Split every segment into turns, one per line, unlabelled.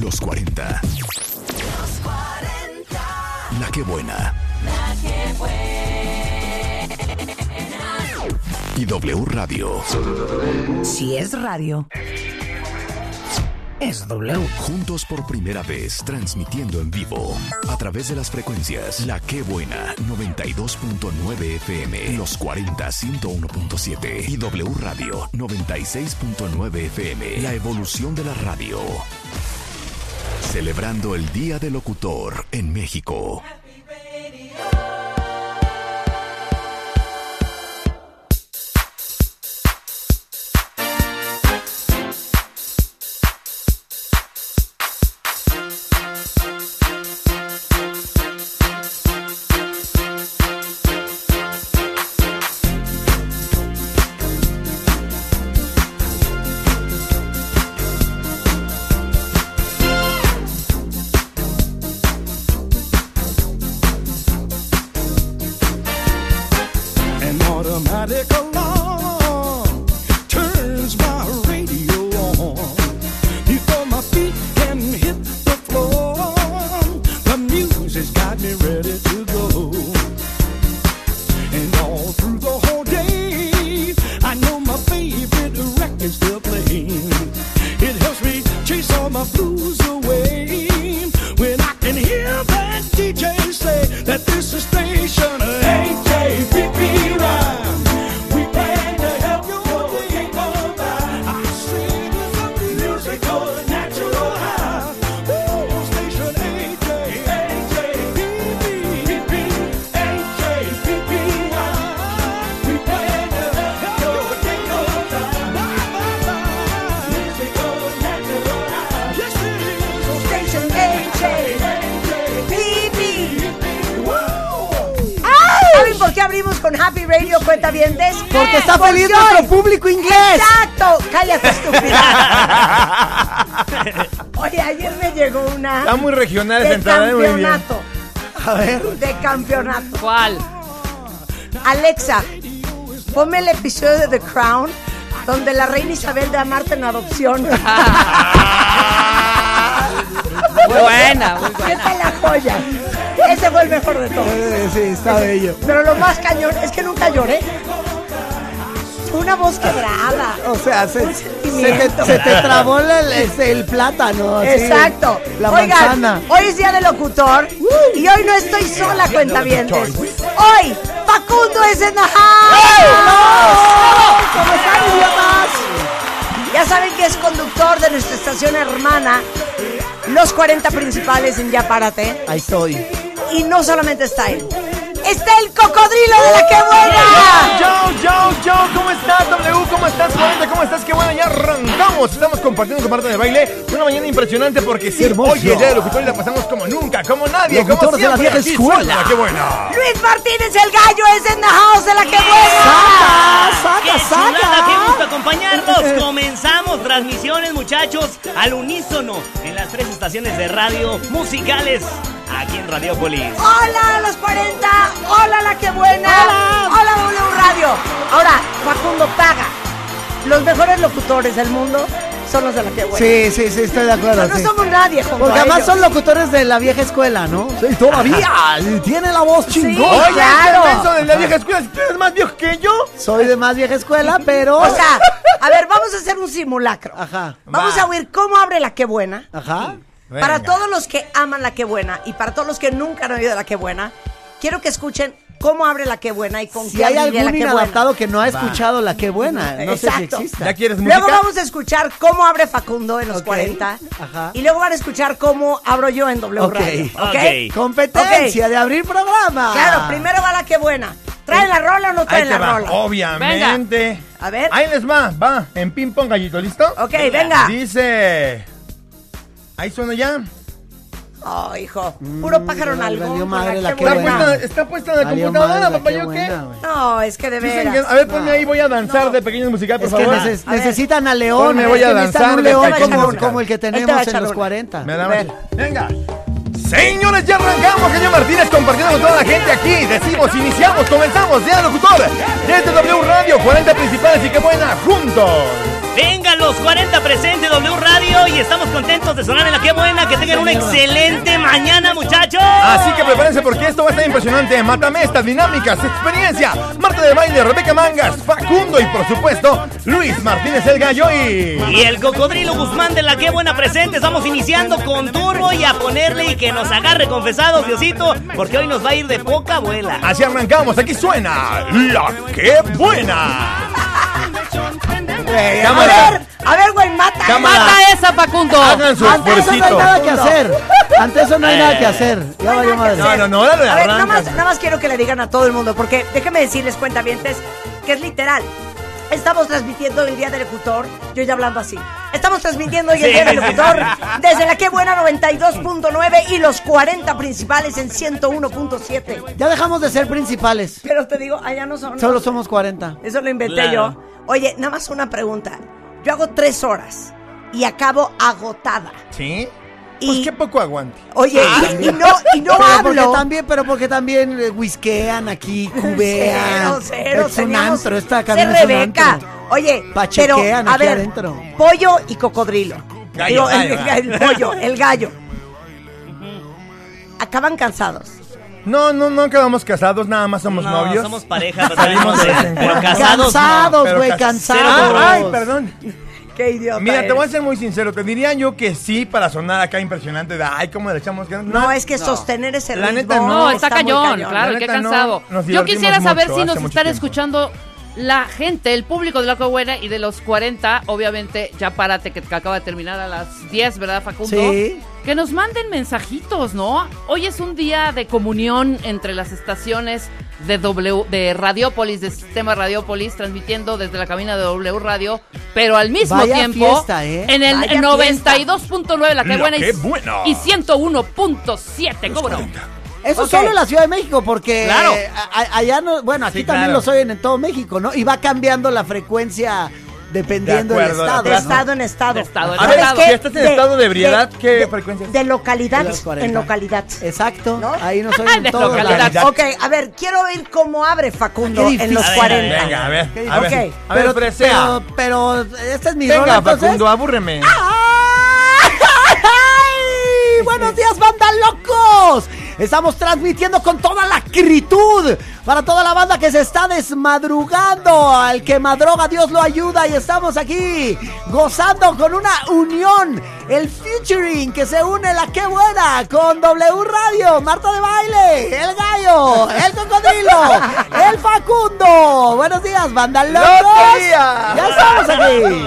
Los 40.
Los 40.
La que buena.
La que buena.
Y W Radio.
Si es radio. Es W.
Juntos por primera vez, transmitiendo en vivo. A través de las frecuencias La Qué Buena, 92.9 FM, Los 40, 101.7 y W Radio, 96.9 FM. La evolución de la radio. Celebrando el Día del Locutor en México.
muy regional
de
entrada, ¿eh?
campeonato. Muy bien.
A ver.
De campeonato.
¿Cuál?
Alexa, ponme el episodio de The Crown donde la reina Isabel da a Marta en adopción.
Ah. muy buena, muy buena.
¿Qué tal la joya? Ese fue el mejor de todos.
Eh, Sí, está Ese. bello.
Pero lo más cañón es que nunca lloré. Una voz quebrada.
O sea, se, se, te, se te, trabó el, el plátano. Así,
Exacto.
La manzana.
Oigan, hoy es día del locutor uh, y hoy no estoy sola, cuenta vientes. Hoy, Facundo es en la house.
¿Cómo están, idiotas?
Ya saben que es conductor de nuestra estación hermana, Los 40 Principales en Ya Párate.
Ahí estoy.
Y no solamente está él está el cocodrilo de la que buena.
¡Oh! Yo, yo, yo, ¿cómo estás, W? ¿Cómo estás, 40? ¿Cómo estás? Qué buena, ya arrancamos. Estamos compartiendo con Marta de baile. Una mañana impresionante porque sí, Hermoso. oye, ya de locutor y la pasamos como nunca, como nadie,
Locutores
como siempre.
de la vieja escuela.
La que buena.
Luis Martínez, el gallo, es en the house de la que
buena. ¡Saca, saca, saca! Chulada, ¡Qué gusto acompañarnos! Comenzamos transmisiones, muchachos, al unísono en las tres estaciones de radio musicales aquí en Radiopolis.
Hola, los 40. Hola, la que buena. Hola. Hola, W Radio. Ahora, Facundo paga. Los mejores locutores del mundo son los de la que buena.
Sí, sí, sí, estoy de acuerdo.
No,
sí.
no somos nadie, Juan.
Porque además son locutores de la vieja escuela, ¿no?
Sí, todavía. Tiene la voz chingona.
Sí, Oye, claro. de la vieja escuela. Si tú eres más viejo que yo.
Soy de más vieja escuela, pero.
O sea, a ver, vamos a hacer un simulacro.
Ajá.
Vamos Va. a oír cómo abre la que buena.
Ajá.
Venga. Para todos los que aman la que buena y para todos los que nunca han oído la que buena, quiero que escuchen cómo abre la que buena y con
si
qué
hay algún
la
inadaptado que no ha escuchado Va. la que buena,
Ah,
no
Exacto.
sé si existe.
¿Ya quieres
luego
música?
Luego vamos a escuchar cómo abre Facundo en los okay. 40
Ajá.
y luego van a escuchar cómo abro yo en W okay.
Radio. Okay. Competencia de abrir programa.
Claro, primero va la que buena. ¿Trae la rola o no trae la
va.
rola?
Obviamente. Venga.
A ver.
Ahí les va, va, en ping pong gallito, ¿listo?
Ok, venga. venga.
Dice... Ahí suena ya.
Oh, hijo. Puro pájaro en algo.
madre la que buena. Buena. Está puesta, en la
Valió
computadora,
madre la
papá.
que
¿Yo qué?
buena, güey.
No, es que de
Dicen
veras.
que- a ver, ponme
no.
ahí, voy a danzar
No.
de pequeños musical, por
Es que
favor.
neces-
A ver.
necesitan a León.
Me voy a
Necesitan
danzar
un
de
León
pecho.
como,
Ahorita
como el que
va a
tenemos en
echar
los
una.
40.
Me da más- Venga. Señores, ya arrancamos, señor Martínez, compartiendo con toda la gente aquí. Decimos, iniciamos, comenzamos, ya locutor. Desde W Radio, 40 principales y qué buena, juntos.
Venga, los 40 presente W Radio y estamos contentos de sonar en la que buena. Que tengan una excelente mañana, muchachos.
Así que prepárense porque esto va a estar impresionante. Mátame estas dinámicas, experiencia. Marta de baile, Rebeca Mangas, Facundo y por supuesto Luis Martínez el Gallo y.
Y el cocodrilo Guzmán de la que buena presente. Estamos iniciando con turbo y a ponerle y que nos agarre confesados, Diosito, porque hoy nos va a ir de poca abuela.
Así arrancamos, aquí suena la que buena.
Güey,
A ver, a ver, güey, mata.
Cámara.
Mata esa, Facundo.
Hagan su
Ante eso no hay
esfuercito. Eh.
nada que hacer. Ante eso no hay nada que hacer. Ya valió madre.
No, no, no, dale,
A ver, nada más,
arranca.
nada más quiero que le digan a todo el mundo, porque déjenme decirles, cuentavientes, que es literal. Estamos transmitiendo el Día del Locutor, yo ya hablando así. Estamos transmitiendo hoy el
Sí,
Día del
sí, sí,
Locutor desde la que buena 92.9 y los 40 principales en 101.7.
Ya dejamos de ser principales.
Pero te digo, allá no son.
Solo somos 40.
Eso lo inventé
Claro.
yo. Oye, nada más una pregunta. Yo hago tres horas y acabo agotada.
¿Sí? Pues
Y-
qué poco aguante.
Oye, y, y no, y no
pero porque
hablo.
también, pero porque también eh, whiskean aquí, cubean.
Cero, cero,
es un
teníamos-
antro, esta
Ser
cabina es un
Rebeca.
antro.
Oye, pero
Pachequean
a
aquí
ver,
adentro.
pollo y cocodrilo.
Gallo,
Digo, el,
gallo,
el pollo, el gallo. Acaban cansados.
No, no, no quedamos casados, nada más somos
no,
novios.
somos pareja, pero,
Salimos de vez en
pero
cuando.
casados. no.
Cansados,
Pero
güey,
cas-
cansados.
Ah, Ay, perdón.
Qué idiota.
Mira, te
eres.
voy a ser muy sincero. Te diría yo que sí para sonar acá impresionante. De, Ay, cómo le echamos ganas.
No, es que sostener ese
La
ritmo
neta, no.
No, está,
muy
cañón, claro,
La
qué
neta, no,
cansado.
nos
Yo
divertimos
quisiera saber
mucho
si nos
hace mucho
están
tiempo.
escuchando la gente, el público de La Cobuena y de los 40, obviamente, ya párate que, que acaba de terminar a las 10, ¿verdad, Facundo?
Sí.
Que nos manden mensajitos, ¿no? Hoy es un día de comunión entre las estaciones de W de Radiopolis, de Sistema Radiopolis, transmitiendo desde la cabina de W Radio, pero al mismo
Vaya
tiempo
fiesta, ¿eh?
en el
Vaya
92.9 la que
La
buena, y-
Qué Buena.
y 101.7, ¿cómo no?
Eso
Ok.
solo en la Ciudad de México, porque
Claro.
eh, a- a- allá no, bueno, aquí
Sí,
también
claro.
los oyen en todo México, ¿no? Y va cambiando la frecuencia dependiendo
De
del
acuerdo, de
estado.
De
¿no?
acuerdo.
estado en estado.
De estado en
A ver,
estado.
si estás en estado de ebriedad, ¿qué frecuencia es?
De localidad
De los 40.
en localidad.
Exacto.
¿No?
Ahí nos oyen
De
en todos
localidad.
lados.
Calidad.
Ok, a ver, quiero oír cómo abre Facundo
Qué
en los
difícil. A ver,
40.
Venga, a ver.
Ok,
A ver,
ok.
a ver presea.
pero, pero esta es mi rola,
Venga,
entonces.
Facundo, abúrreme.
¡Ay! ¡Buenos días, banda locos! Estamos transmitiendo con toda la acritud para toda la banda que se está desmadrugando. Al que madroga, Dios lo ayuda. Y estamos aquí gozando con una unión. El featuring que se une la que buena con W Radio, Marta de Baile, El Gallo, El Cocodrilo, El Facundo. Buenos días, banda locos.
¡Lotería!
Ya estamos aquí.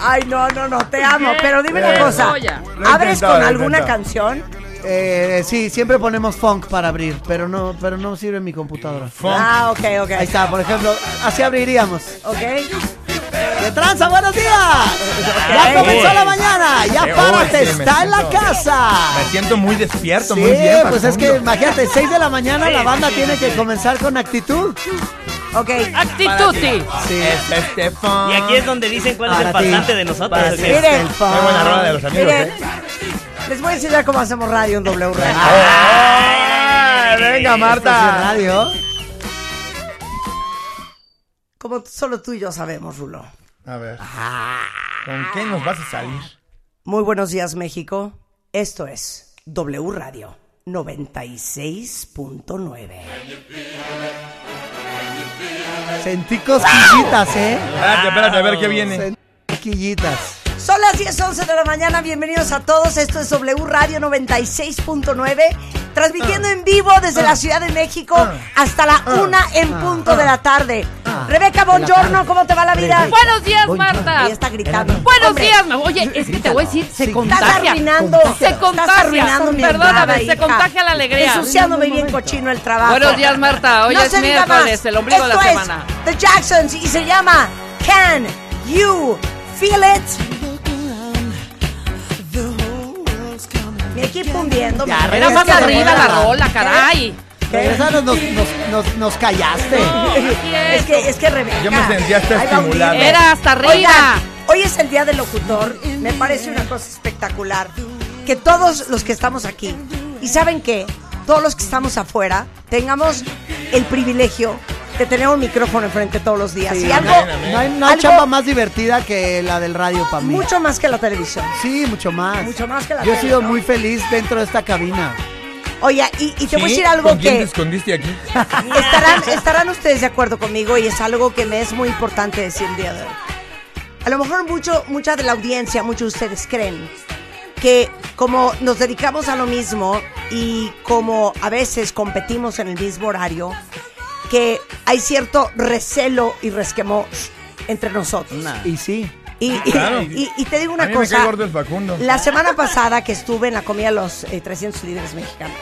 Ay, no, no, no, te amo.
Bien,
Pero dime
bien,
una cosa.
joya.
Lo he
¿Abres
intentado,
con
lo he
alguna
intentado.
canción?
Eh, sí, siempre ponemos funk para abrir, pero no, pero no sirve mi computadora.
Ah, ok, ok.
Ahí está, por ejemplo, así abriríamos.
Ok.
¡De tranza, buenos días! Ya comenzó la mañana, ya
Qué
párate,
hoy, sí, me
está en la
siento- Me
Ah.
casa.
siento muy despierto,
Sí,
muy bien.
pues es que
Facundo.
imagínate, 6 de la mañana la banda tiene que comenzar con actitud.
Ok.
Actituti.
Sí.
Es este funk.
Y aquí es donde dicen cuál es el
Para ti.
pasante de nosotros. ¿o
Para ti.
qué?
Miren,
el funk.
Muy buena rola de los amigos,
miren.
¿eh?
Les voy a enseñar cómo hacemos radio en W
¡Ay,
Radio.
Ah, eh, venga,
Estación
Marta.
radio.
Como solo tú y yo sabemos, Rulo.
A ver.
Ah.
¿Con qué nos vas a salir?
Muy buenos días, México. Esto es W Radio 96.9.
Sentí cosquillitas, ¿eh?
Espérate, espérate, a ver
Ah,
qué viene.
Sentí cosquillitas.
Son las 10:11 de la mañana. Bienvenidos a todos. Esto es W Radio 96.9. Transmitiendo en vivo desde la Ciudad de México hasta la una en punto de la tarde. Rebeca, buongiorno. ¿Cómo te va la vida?
Rebeca.
Buenos días,
Voy,
Marta.
Ahí está gritando.
Buenos
Hombre,
días, ma- Oye, es que te voy a decir, se
Sí.
Estás
contagia.
arruinando.
Se
Estás
contagia.
arruinando mi
Perdóname,
entrada,
se
hija.
contagia la alegría.
Ensuciándome bien cochino el trabajo.
Buenos días, Marta. Hoy
No
es
se diga
miércoles,
más.
el ombligo de la
Esto es
semana.
The Jacksons y se llama Can You Feel It? Mi equipo Este hundiendo.
Ya,
mi-
Pero
Era
es
más
que
arriba
recuerda-
la rola, caray.
Regresaron, nos, nos, nos, nos callaste.
Así
Es
es.
que, es que Rebeca.
Yo me sentía hasta
ahí va un
estimulado.
día.
Era hasta arriba.
Oigan, hoy es el día del locutor. Me parece una cosa espectacular. Que todos los que estamos aquí, y saben qué, todos los que estamos afuera, tengamos el privilegio de tener un micrófono enfrente todos los días.
Sí,
y
no,
algo
No hay, no hay
Algo-
chamba más divertida que la del radio para mí.
mucho más que la televisión.
Sí, mucho más.
Mucho más que la
Yo he
tele,
sido
¿no?
muy feliz dentro de esta cabina.
Oye, y, y te voy a
¿Sí?
decir algo
¿Con quién te
que
escondiste aquí?
estarán, estarán ustedes de acuerdo conmigo y es algo que me es muy importante decir el día de hoy. A lo mejor mucho, mucha de la audiencia, muchos de ustedes creen que como nos dedicamos a lo mismo y como a veces competimos en el mismo horario, que hay cierto recelo y resquemor entre nosotros.
Y sí.
Y, y-
Claro.
y- y te digo
A
una
mí me cae
cosa.
gordo el Facundo.
La semana pasada que estuve en la comida de los eh, 300 líderes mexicanos,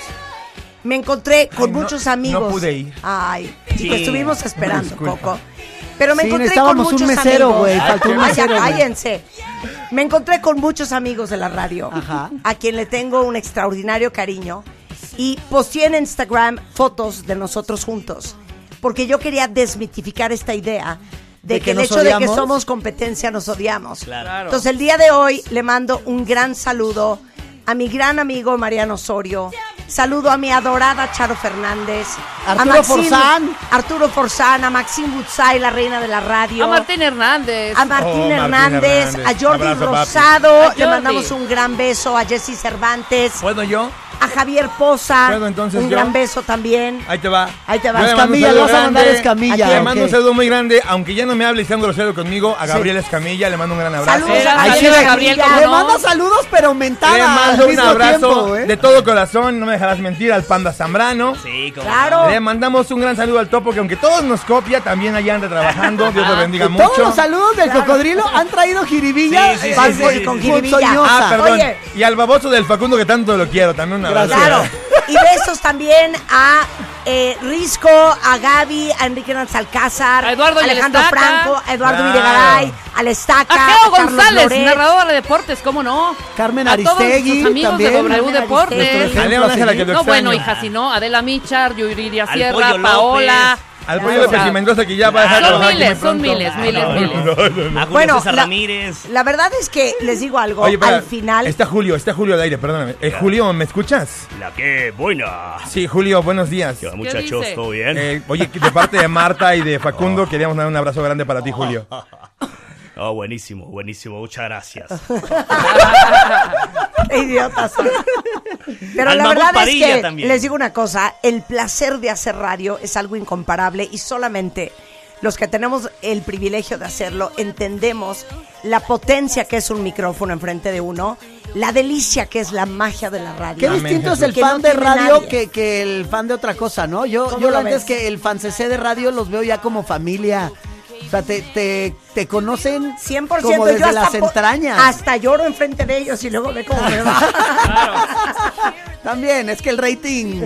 me encontré con
Ay, no-
muchos amigos.
no pude ir.
Ay,
Sí.
chico, estuvimos esperando un
Disculpa.
poco. Pero me encontré
Sí,
con
necesitábamos un
muchos
mesero,
amigos.
güey, faltó un
Ay, ya
mesero, güey.
cállense. Me encontré con muchos amigos de la radio,
Ajá.
a quien le tengo un extraordinario cariño, y posteé en Instagram fotos de nosotros juntos, porque yo quería desmitificar esta idea de,
¿De
que,
que
el
nos
hecho de que
odiamos?
somos competencia nos odiamos.
Claro.
Entonces el día de hoy le mando un gran saludo a mi gran amigo Mariano Osorio. Saludo a mi adorada Charo Fernández.
Arturo
a Maxim-
Forzán.
Arturo Forzán, a Maxim Butzai, la reina de la radio.
A Martín Hernández.
a Martín
Oh, Martín
Hernández,
Hernández.
a Jordi
Abrazo, papi.
Rosado,
A Jordi.
le mandamos un gran beso a Jesse Cervantes,
¿Puedo yo?
a Javier Poza,
¿Puedo entonces
un
yo?
gran beso también.
Ahí te va.
Ahí te va.
Yo le mando un
Escamilla,
saludo
le vas a mandar
grande.
Escamilla,
Aquí Le
ok.
mando un saludo muy grande, aunque ya no me hable y sea un grosero conmigo, a Gabriel Escamilla le mando un gran abrazo.
Saludos
Era
a
Ahí
Ahí
sí
Gabriel
le-
Escamilla.
Gabriel, ¿cómo
Le
no?
manda saludos, pero mentada.
Le mando
al
un
mismo
abrazo
tiempo, ¿eh?
de todo corazón, no me dejarás mentir, al Panda Zambrano.
Sí, como
Claro.
Le mandamos un gran saludo al topo que aunque todos nos copia, también allá anda trabajando. Dios lo bendiga mucho.
Ah, Todos los saludos del cocodrilo han traído jiribilla.
Sí, sí, sí,
pan-
sí, sí, sí.
con
Ah,
jiribilla.
perdón.
Oye.
Y al baboso del Facundo que tanto lo quiero, también un abrazo.
Gracias.
Claro. Y besos también a eh, Risco, a Gaby, a Enrique Hernández Alcázar,
A Eduardo y el
Alejandro
Estaca.
Franco, a Eduardo
Claro.
Videgaray, a la Estaca,
A Geo
Carlos
González,
Loret.
narrador de deportes, ¿cómo no?
Carmen
a todos
Aristegui
nuestros amigos
también.
de W
Carmen
Deportes.
A
Aristegui.
León Ángela que lo
No, bueno,
extraño.
hija, si no, Adela Michar, Yuridia
Al
Sierra,
Pollo
Paola.
Al
O
pollo
sea,
de y Mendoza que ya va a dejar
Son
trabajar aquí
miles,
muy
son
pronto.
miles, miles,
no,
miles.
No, no, no.
A Julio
Bueno,
César
la-
Ramírez.
La verdad es que les digo algo,
Oye, espera,
al final
Está Julio, está Julio al aire, perdóname. Eh, Julio, ¿me escuchas?
La que buena.
Sí, Julio, buenos días.
¿Qué va,
dice?
muchachos? ¿Todo bien?
Eh, oye, de parte de Marta y de Facundo, queríamos dar un abrazo grande para ti, Julio.
Oh, buenísimo, buenísimo. Muchas gracias.
qué idiotas son. Pero
Al
la
Mamut
verdad es
Padilla
que
también.
les digo una cosa, el placer de hacer radio es algo incomparable y solamente los que tenemos el privilegio de hacerlo entendemos la potencia que es un micrófono enfrente de uno, la delicia que es la magia de la radio.
Qué
Amén,
distinto es
Jesús.
el
Que no
fan de
tiene
radio
nadie.
que, que el fan de otra cosa, ¿no? Yo,
¿Cómo
yo
lo
la neta
ves?
es que el fan CC de radio los veo ya como familia. O sea, te, te, te conocen
100%
como
yo
desde
hasta
las
po-
entrañas.
Hasta lloro enfrente de ellos y luego ve cómo me va.
También, es que el rating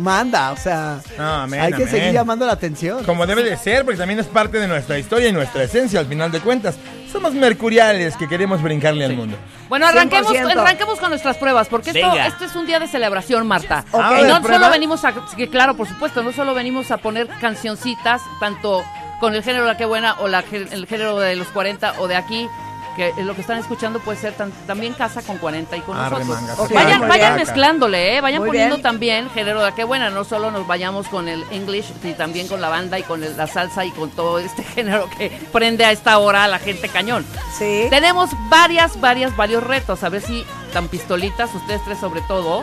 manda, o sea,
No, amén,
hay que
amén.
seguir llamando la atención.
Como debe de ser, porque también es parte de nuestra historia y nuestra esencia, al final de cuentas. Somos mercuriales que queremos brincarle al mundo.
Bueno, arranquemos,
100%.
arranquemos con nuestras pruebas, porque esto,
Venga.
esto es un día de celebración, Marta.
Ok. Ah,
Y
¿de
no solo
pruebas?
venimos a, que claro, por supuesto, no solo venimos a poner cancioncitas, tanto con el género La Que Buena o la, gé- el género de los 40 o de aquí, que lo que están escuchando puede ser tan- también Casa con 40 y con
Arre,
nosotros.
mangas,
Ok.
claro,
Vayan,
muy
vayan
bien.
mezclándole, ¿eh? vayan
Muy
poniendo
bien.
también género de La Que Buena, no solo nos vayamos con el English, sino también con la banda y con el- la salsa y con todo este género que prende a esta hora a la gente cañón.
Sí.
Tenemos varias, varias, varios retos. A ver si tan pistolitas, ustedes tres sobre todo,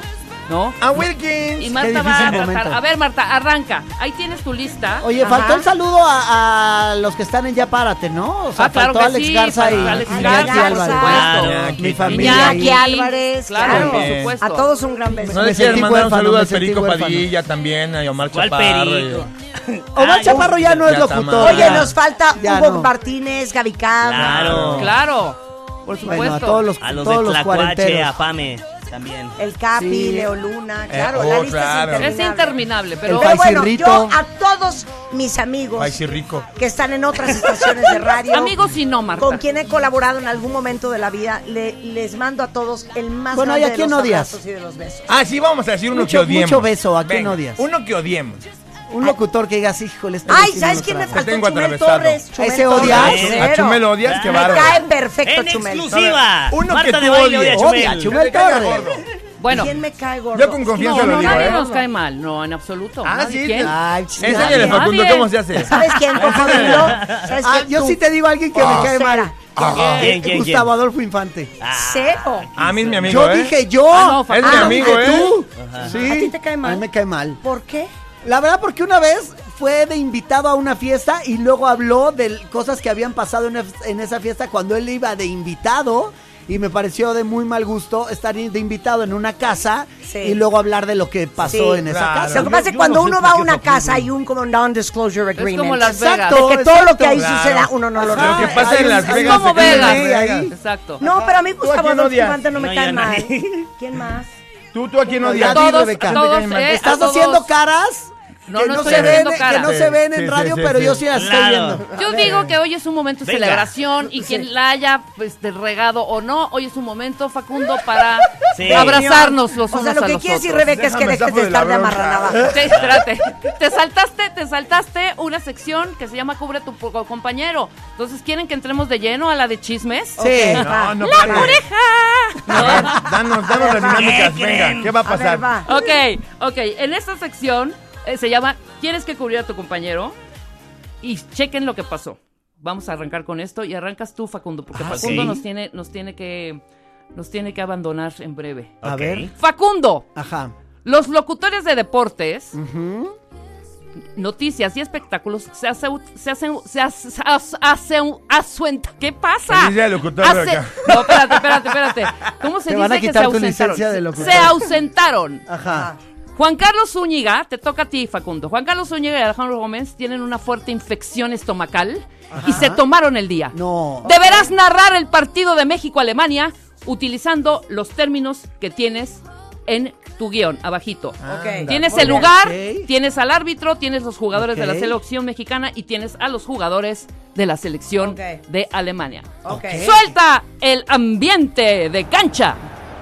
¿no?
A
Y
Wilkins.
Marta va a
Ah, difícil
tratar.
momento.
A ver, Marta, arranca. Ahí tienes tu lista.
Oye,
Ajá.
faltó el saludo a, a los que están en Ya Párate, ¿no? O sea,
Ah, claro
faltó
que
Alex
sí,
Garza y
faltó Alex
Iñaki
Garza, por
Álvarez.
supuesto.
Iñaki,
Mi familia.
Iñaki
Iñaki
ahí.
Álvarez,
Claro,
claro.
por
Bien.
supuesto.
A todos un gran beso.
No
Me
le quieres
sentí
mandar
huérfano,
un saludo
me
al
sentí
Perico
huérfano.
Padilla también, a Omar
¿Cuál
Chaparro. eh.
Perico?
y-
Omar
Ay,
Chaparro ya no es
Ah, ya está
locutor.
mal.
Oye,
ya.
nos falta
Ya
Hugo
no.
Martínez, Gaby Cam.
Claro.
Claro, por supuesto.
Bueno, a todos los,
A los
todos
de
los
Tlacuache, a
cuarenteros.
Pame también.
El Capi,
Sí.
Leo Luna, claro,
oh,
la lista
claro.
es
es
interminable.
interminable, pero.
Pero bueno, yo
Paisirrito.
a todos mis amigos
Ay, sí, rico.
que están en otras estaciones de radio,
Amigos y no, Marta.
con quien he colaborado en algún momento de la vida, le- les mando a todos el más
Bueno, ¿y
grande
a quién
de los
odias?
abrazos y de los besos.
Ah, sí, vamos a decir uno
Mucho-
que odiemos.
mucho beso, ¿a quién
Venga,
odias?
Uno que odiemos.
Un locutor que digas, híjole, este
Ay,
vecino
¿sabes
no
quién me
trabaja".
faltó?
tengo
Chumel
atravesado.
Torres. Chumel
¿Ese
Torres,
odias?
cero.
¿A Chumel odias? Qué
Me
bárbaro.
cae perfecto
en
Chumel.
exclusiva.
A ver, uno
Marta
que tú
de baile odia a
odies.
Odia a
Chumel.
Chumel
Que te caiga
Torres.
gordo.
Bueno,
¿Quién me cae gordo?
Yo con confianza
no,
lo
no,
digo,
nadie
¿eh?
nos cae mal, no, en absoluto.
Ah,
nadie.
sí.
¿Quién?
Ay, sí,
Enséñale,
nadie.
Facundo, ¿cómo se hace?
¿Sabes quién, cocodrilo? ¿Sabes
Ah,
quién?
yo
Tú. Oh,
sí te digo a alguien que me cae mal.
Ah,
¿Quién, quién, quién?
Gustavo Adolfo Infante.
Cero.
A mí es mi amigo,
yo
¿eh?
dije
Oh,
yo.
Ah, no, fa-
Es mi
Ah,
amigo,
dije
¿eh?
tú. Sí.
¿A ti te cae mal?
A mí me cae mal.
¿Por qué?
La verdad, porque una vez fue de invitado a una fiesta y luego habló de cosas que habían pasado en, es- en esa fiesta cuando él iba de invitado. Y me pareció de muy mal gusto estar i- de invitado en una casa
Sí.
y luego hablar de lo que pasó
Sí.
en esa
Claro.
casa.
Lo que pasa es
yo
que
no
cuando
sé
uno
por
va a
qué
una
Facundo.
casa hay un como non-disclosure
Es
agreement.
como Las Vegas.
Exacto.
de que todo lo que ahí
Claro.
suceda uno no lo
Lo que
sabe.
pasa en Las
Ay,
Es
Vegas.
como
se queda
Vegas.
en Las Vegas.
Exacto.
No, pero a mí
¿Tú a
Gustavo
quién
Adolfo
odias?
Infante no me
No,
cae
yo no.
mal. ¿Quién más?
Tú, tú aquí no
A
odias.
a
ti,
todos,
Rebeca.
a todos,
Me cae
eh, a
Estás
todos.
haciendo caras
No,
que
no
no,
estoy
se ven,
eh,
haciendo
que
cara.
no se ven
Sí,
en
sí,
radio,
sí,
pero
sí.
yo sí las estoy
Claro.
viendo.
Yo digo que hoy es un momento de
Venga.
celebración y quien la haya pues, de regado o no, hoy es un momento, Facundo, para
Sí.
abrazarnos los
O
unos
sea, lo
a
que
los
quiere decir
otros.
Rebeca es que
Déjame
dejes
zafo
de
de la
estar de
bronca.
amarranada.
Sí, espérate. Te saltaste, te saltaste una sección que se llama Cubre tu po- compañero. Entonces, ¿quieren que entremos de lleno a la de chismes?
Sí.
Ok, va.
No, no, ¡La oreja! A ver, danos, danos las dinámicas.
¿Qué
Venga,
creen?
¿qué va a
A
pasar?
ver, va.
Ok, ok. En esta sección eh, se llama ¿Quieres que cubrir a tu compañero? Y chequen lo que pasó. Vamos a arrancar con esto y arrancas tú, Facundo, porque
Ah,
Facundo
sí.
nos tiene, nos tiene que, nos tiene que abandonar en breve.
A
Ok.
ver.
Facundo,
Ajá.
los locutores de deportes, noticias y espectáculos se hacen, se hacen, se hacen, se hacen- asuenta- ¿Qué pasa?
Feliz día del locutor,
Hace-
Rebeca.
no, espérate, espérate, espérate. ¿Cómo se
Te
dice
van a
que se
quitar tu
ausentaron?
licencia de
Se
locutor.
se ausentaron.
Ajá.
Juan Carlos Zúñiga, te toca a ti, Facundo. Juan Carlos Zúñiga y Alejandro Gómez tienen una fuerte infección estomacal y se tomaron el día.
No.
Deberás narrar el partido de México-Alemania utilizando los términos que tienes en tu guión, abajito.
Ok.
Tienes
Muy
el
bien.
lugar,
Ok.
tienes al árbitro, tienes los jugadores de la
Ok.
selección mexicana y tienes a los jugadores de la selección
Ok.
de Alemania.
Ok.
Suelta el ambiente de cancha.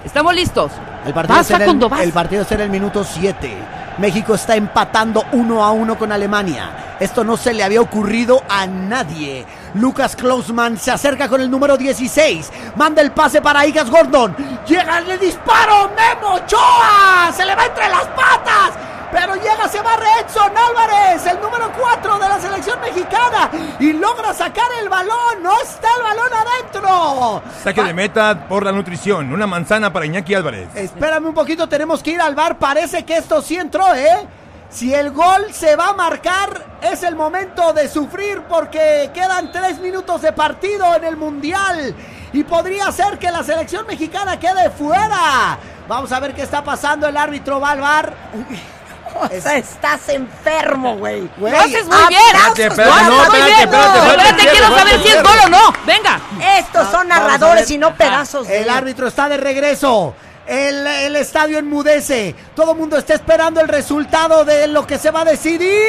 Estamos listos.
El partido,
Vas,
será el,
Facundo, vas.
el partido será el minuto 7. México está empatando 1 a 1 con Alemania. Esto no se le había ocurrido a nadie. Lucas Klausman se acerca con el número 16. Manda el pase para Igas Gordon. Llega el disparo. Memo Ochoa. Se le va entre las patas. Pero llega, se barre Edson Álvarez, el número 4 de la selección mexicana. Y logra sacar el balón. No está el balón adentro.
Saque de meta por la nutrición. Una manzana para Iñaki Álvarez.
Espérame un poquito, tenemos que ir al bar. Parece que esto sí entró, ¿eh? Si el gol se va a marcar, es el momento de sufrir porque quedan tres minutos de partido en el Mundial. Y podría ser que la selección mexicana quede fuera. Vamos a ver qué está pasando. El árbitro va al bar.
O sea, estás enfermo, güey.
Güey,
Lo haces muy bien.
Espérate, espérate,
Lo haces
no,
muy
espérate,
bien.
espérate, espérate, espérate,
quiero
espérate,
saber si es gol
espérate.
o no. Venga.
Estos son
Vamos a
narradores
ver. Ah,
y no pedazos de...
El árbitro está de regreso. El, el estadio enmudece. Todo el mundo está esperando el resultado de lo que se va a decidir.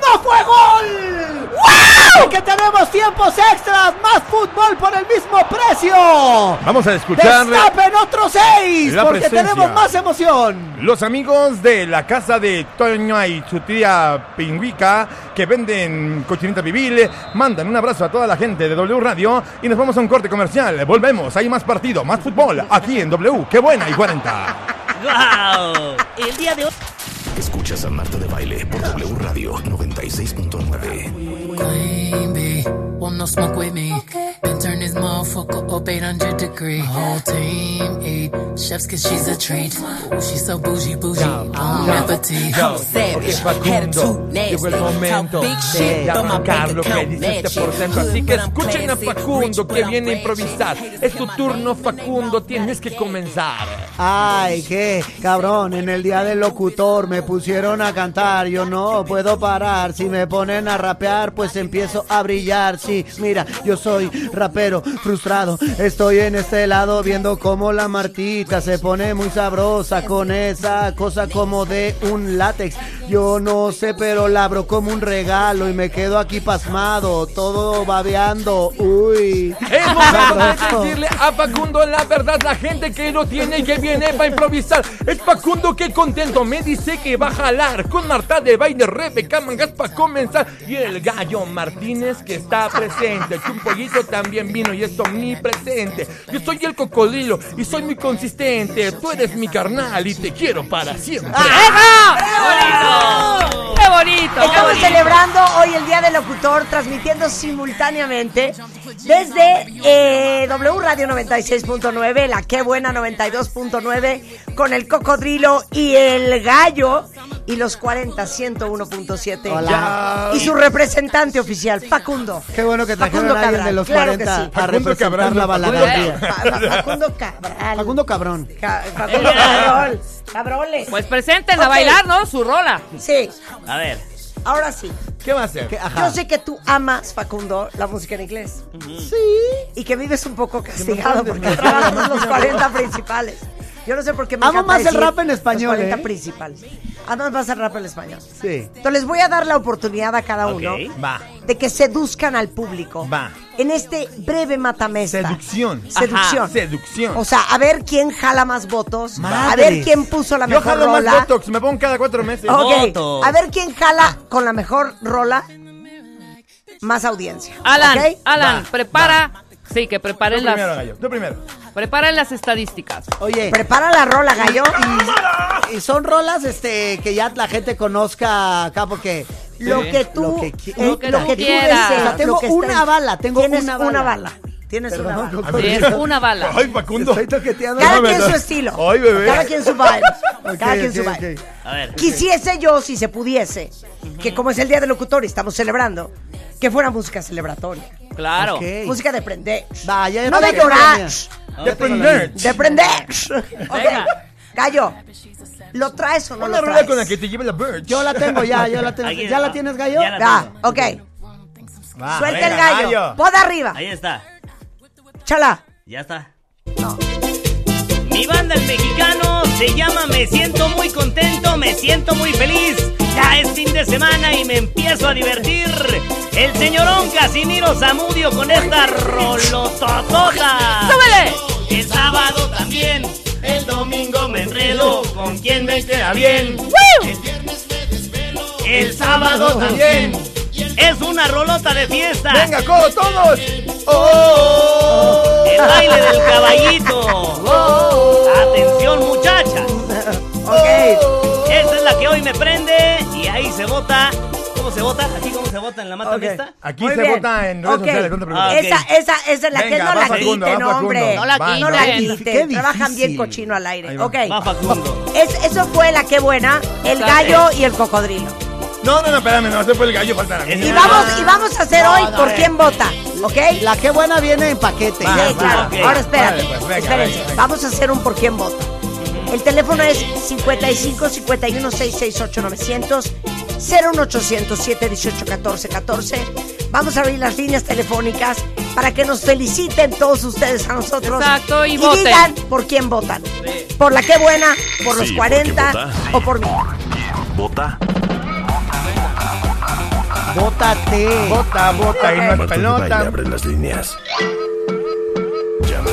¡No fue gol! ¡Wow! Que tenemos tiempos extras. Más fútbol por el mismo precio.
Vamos a escuchar
Destapen otros seis.
La
Porque
presencia.
tenemos más emoción.
los amigos de la casa de Toño y su tía Pingüica que venden cochinita pibil. Mandan un abrazo a toda la gente de W Radio y nos vamos a un corte comercial. Volvemos. Hay más partido, más fútbol aquí en W. ¡Qué buena! Y 40.
¡Wow! El día de hoy.
Escuchas a Marta de Baile por W Radio 96.9.
queen bee. Won't no smoke with me. Been turn this motherfucker up 800 degree. Whole team eat chefs cause she's a treat. Ooh, she's so bougie bougie. I'm appetite. I'm a savage. Had a tooth nasty. Talk big shit. Throw my bank account nasty.
este Así
Hood,
que
but I'm
escuchen a
classy. Rich,
Facundo
but
que
I'm
viene a
ratchet.
improvisar.
Haters
Es
get
tu
my
turno,
name, but they
Facundo.
mouth
Tienes que
not
comenzar.
Ay, qué cabrón, en el día del locutor me pusieron a cantar, yo no puedo parar, si me ponen a rapear pues empiezo a brillar, sí, mira, yo soy rapero frustrado, estoy en este lado viendo cómo la martita se pone muy sabrosa con esa cosa como de un látex, yo no sé pero la abro como un regalo y me quedo aquí pasmado, todo babeando, uy.
Es momento de
sabroso.
decirle a Facundo la verdad, la gente que lo tiene y que
tiene para improvisar. Es Facundo que contento me dice que va a jalar con Marta de baile, Rebeca Mangas para comenzar. Y el gallo Martínez que está presente. Que un pollito también vino y es omnipresente. Yo soy el cocodrilo y soy muy consistente. Tú eres mi carnal y te quiero para siempre.
¡Eso! ¡Qué bonito! ¡Qué
Estamos
bonito!
celebrando hoy el Día del Locutor, transmitiendo simultáneamente desde eh, W Radio 96.9, la Qué Buena 92.9, con el Cocodrilo y el Gallo, y los 40 101.7.
Hola.
Y su representante oficial, Facundo.
Qué bueno que trajeron
Facundo
a alguien
Cabral,
de los
claro
40
que sí.
a
Facundo
representar
Cabral, no,
la
Facundo
balada.
Fa- Fa- Facundo Cabral.
Facundo Cabrón.
Ca- Facundo Cabrol. Cabroles.
Pues presenten a
Ok.
bailar, ¿no? Su rola.
Sí,
A ver.
ahora sí.
¿Qué va a hacer?
Que-
Este, Yo
ajá.
sé que tú amas, Facundo, la música en inglés. Y que vives un poco castigado
mandes,
porque
me
trabajas
mandes,
los
mi
40 principales. Yo no sé por qué me
Amo
encanta
más el
decir
rap en español,
Los 40
¿eh?
principales. Amo más el rap en español.
Sí.
Entonces les voy a dar la oportunidad a cada
Ok.
uno
Va.
de que seduzcan al público.
Va.
En este breve matamesta.
Seducción.
Seducción.
Ajá, seducción.
O sea, a ver quién jala más votos. A
Madres.
ver quién puso la
Yo
mejor
jalo
rola.
más Botox, me pongo cada cuatro meses.
Ok,
Votos.
A ver quién jala con la mejor rola más audiencia.
Alan,
¿ok?
Alan,
Va,
prepara. Sí, que preparen
Tú primero,
las,
gallo. Tú primero.
preparen las estadísticas.
Oye,
Prepara la rola, gallo.
y, y son rolas este que ya la gente conozca acá porque
Lo que tú,
Lo que qui-
eh,
lo que tú
tú
quieras.
deseas,
O sea, tengo
lo que
una
está en-
bala, tengo
tienes
una bala.
Tienes una
Perdón,
bala.
Coco.
Es una bala.
Ay, Facundo.
Estoy toqueteando.
Cada
No,
quien
no.
su estilo.
Ay, bebé.
Cada quien su vibe.
Ok,
Cada quien
ok,
su vibe.
ok.
A ver.
Quisiese yo, si se pudiese, que como es el Día del Locutor y estamos celebrando, que fuera música celebratoria.
Claro.
Ok.
Música de prender.
Va, ya- ya
no de
tengo la
llorar.
mía.
De prender.
De prender.
Venga.
Ok. Gallo, ¿lo traes o no
Una
lo
rola
traes?
con la que te lleve la Birch.
Yo la tengo ya, yo la tengo.
Ahí
¿Ya la
va.
tienes, gallo?
Ya la-
Ah, ok.
Va,
Suelta
venga,
el gallo. Poda arriba.
Ahí está.
Chala.
Ya está. Mi banda el mexicano se llama Me siento muy contento, me siento muy feliz. Ya es fin de semana y me empiezo a divertir. El señorón Casimiro Zamudio con esta rolototota.
¡Súbele!
El sábado también, el domingo me enredo con quien me queda bien. El sábado también. Es una rolota de fiesta.
Venga, codo, todos.
Oh.
El baile del caballito. Atención muchachas.
Ok.
Esta es la que hoy me prende y ahí se vota. ¿Cómo se vota? ¿Aquí cómo se vota en la mata
Ok.
fiesta?
Aquí
Muy
se
bien.
vota en redes
Ok.
sociales, no te preocupes.
Ah, ok.
Esa, esa, esa es la
Venga,
que
va
no la
Facundo,
quiten,
va
hombre.
Facundo.
No la
Va,
quiten.
No la
Bien.
Qué
quiten. Trabajan bien
difícil.
cochino al aire.
Ahí va.
Ok.
Va Facundo.
Es- eso fue la que buena, el gallo y el cocodrilo.
No, no, no, espérame, no, se fue el gallo, falta la mía.
Y vamos, y vamos a hacer hoy por quién vota, ¿ok?
La que buena viene en
Sí,
paquete. Ya.
claro.
ok.
Ahora espérate.
Vale, pues, venga,
Espérense.
venga, venga.
Vamos a hacer un por quién vota. El teléfono es 55 51 668 900 01800 718 14 14. Vamos a abrir las líneas telefónicas para que nos feliciten todos ustedes a nosotros.
Exacto, y voten.
digan por quién votan. Por la que buena, por los
Sí, por quién
40
vota.
o por mí.
Vota.
Bótate.
Bota, bota, y no es
Marta de baile
pelota.
abre las líneas. Llama.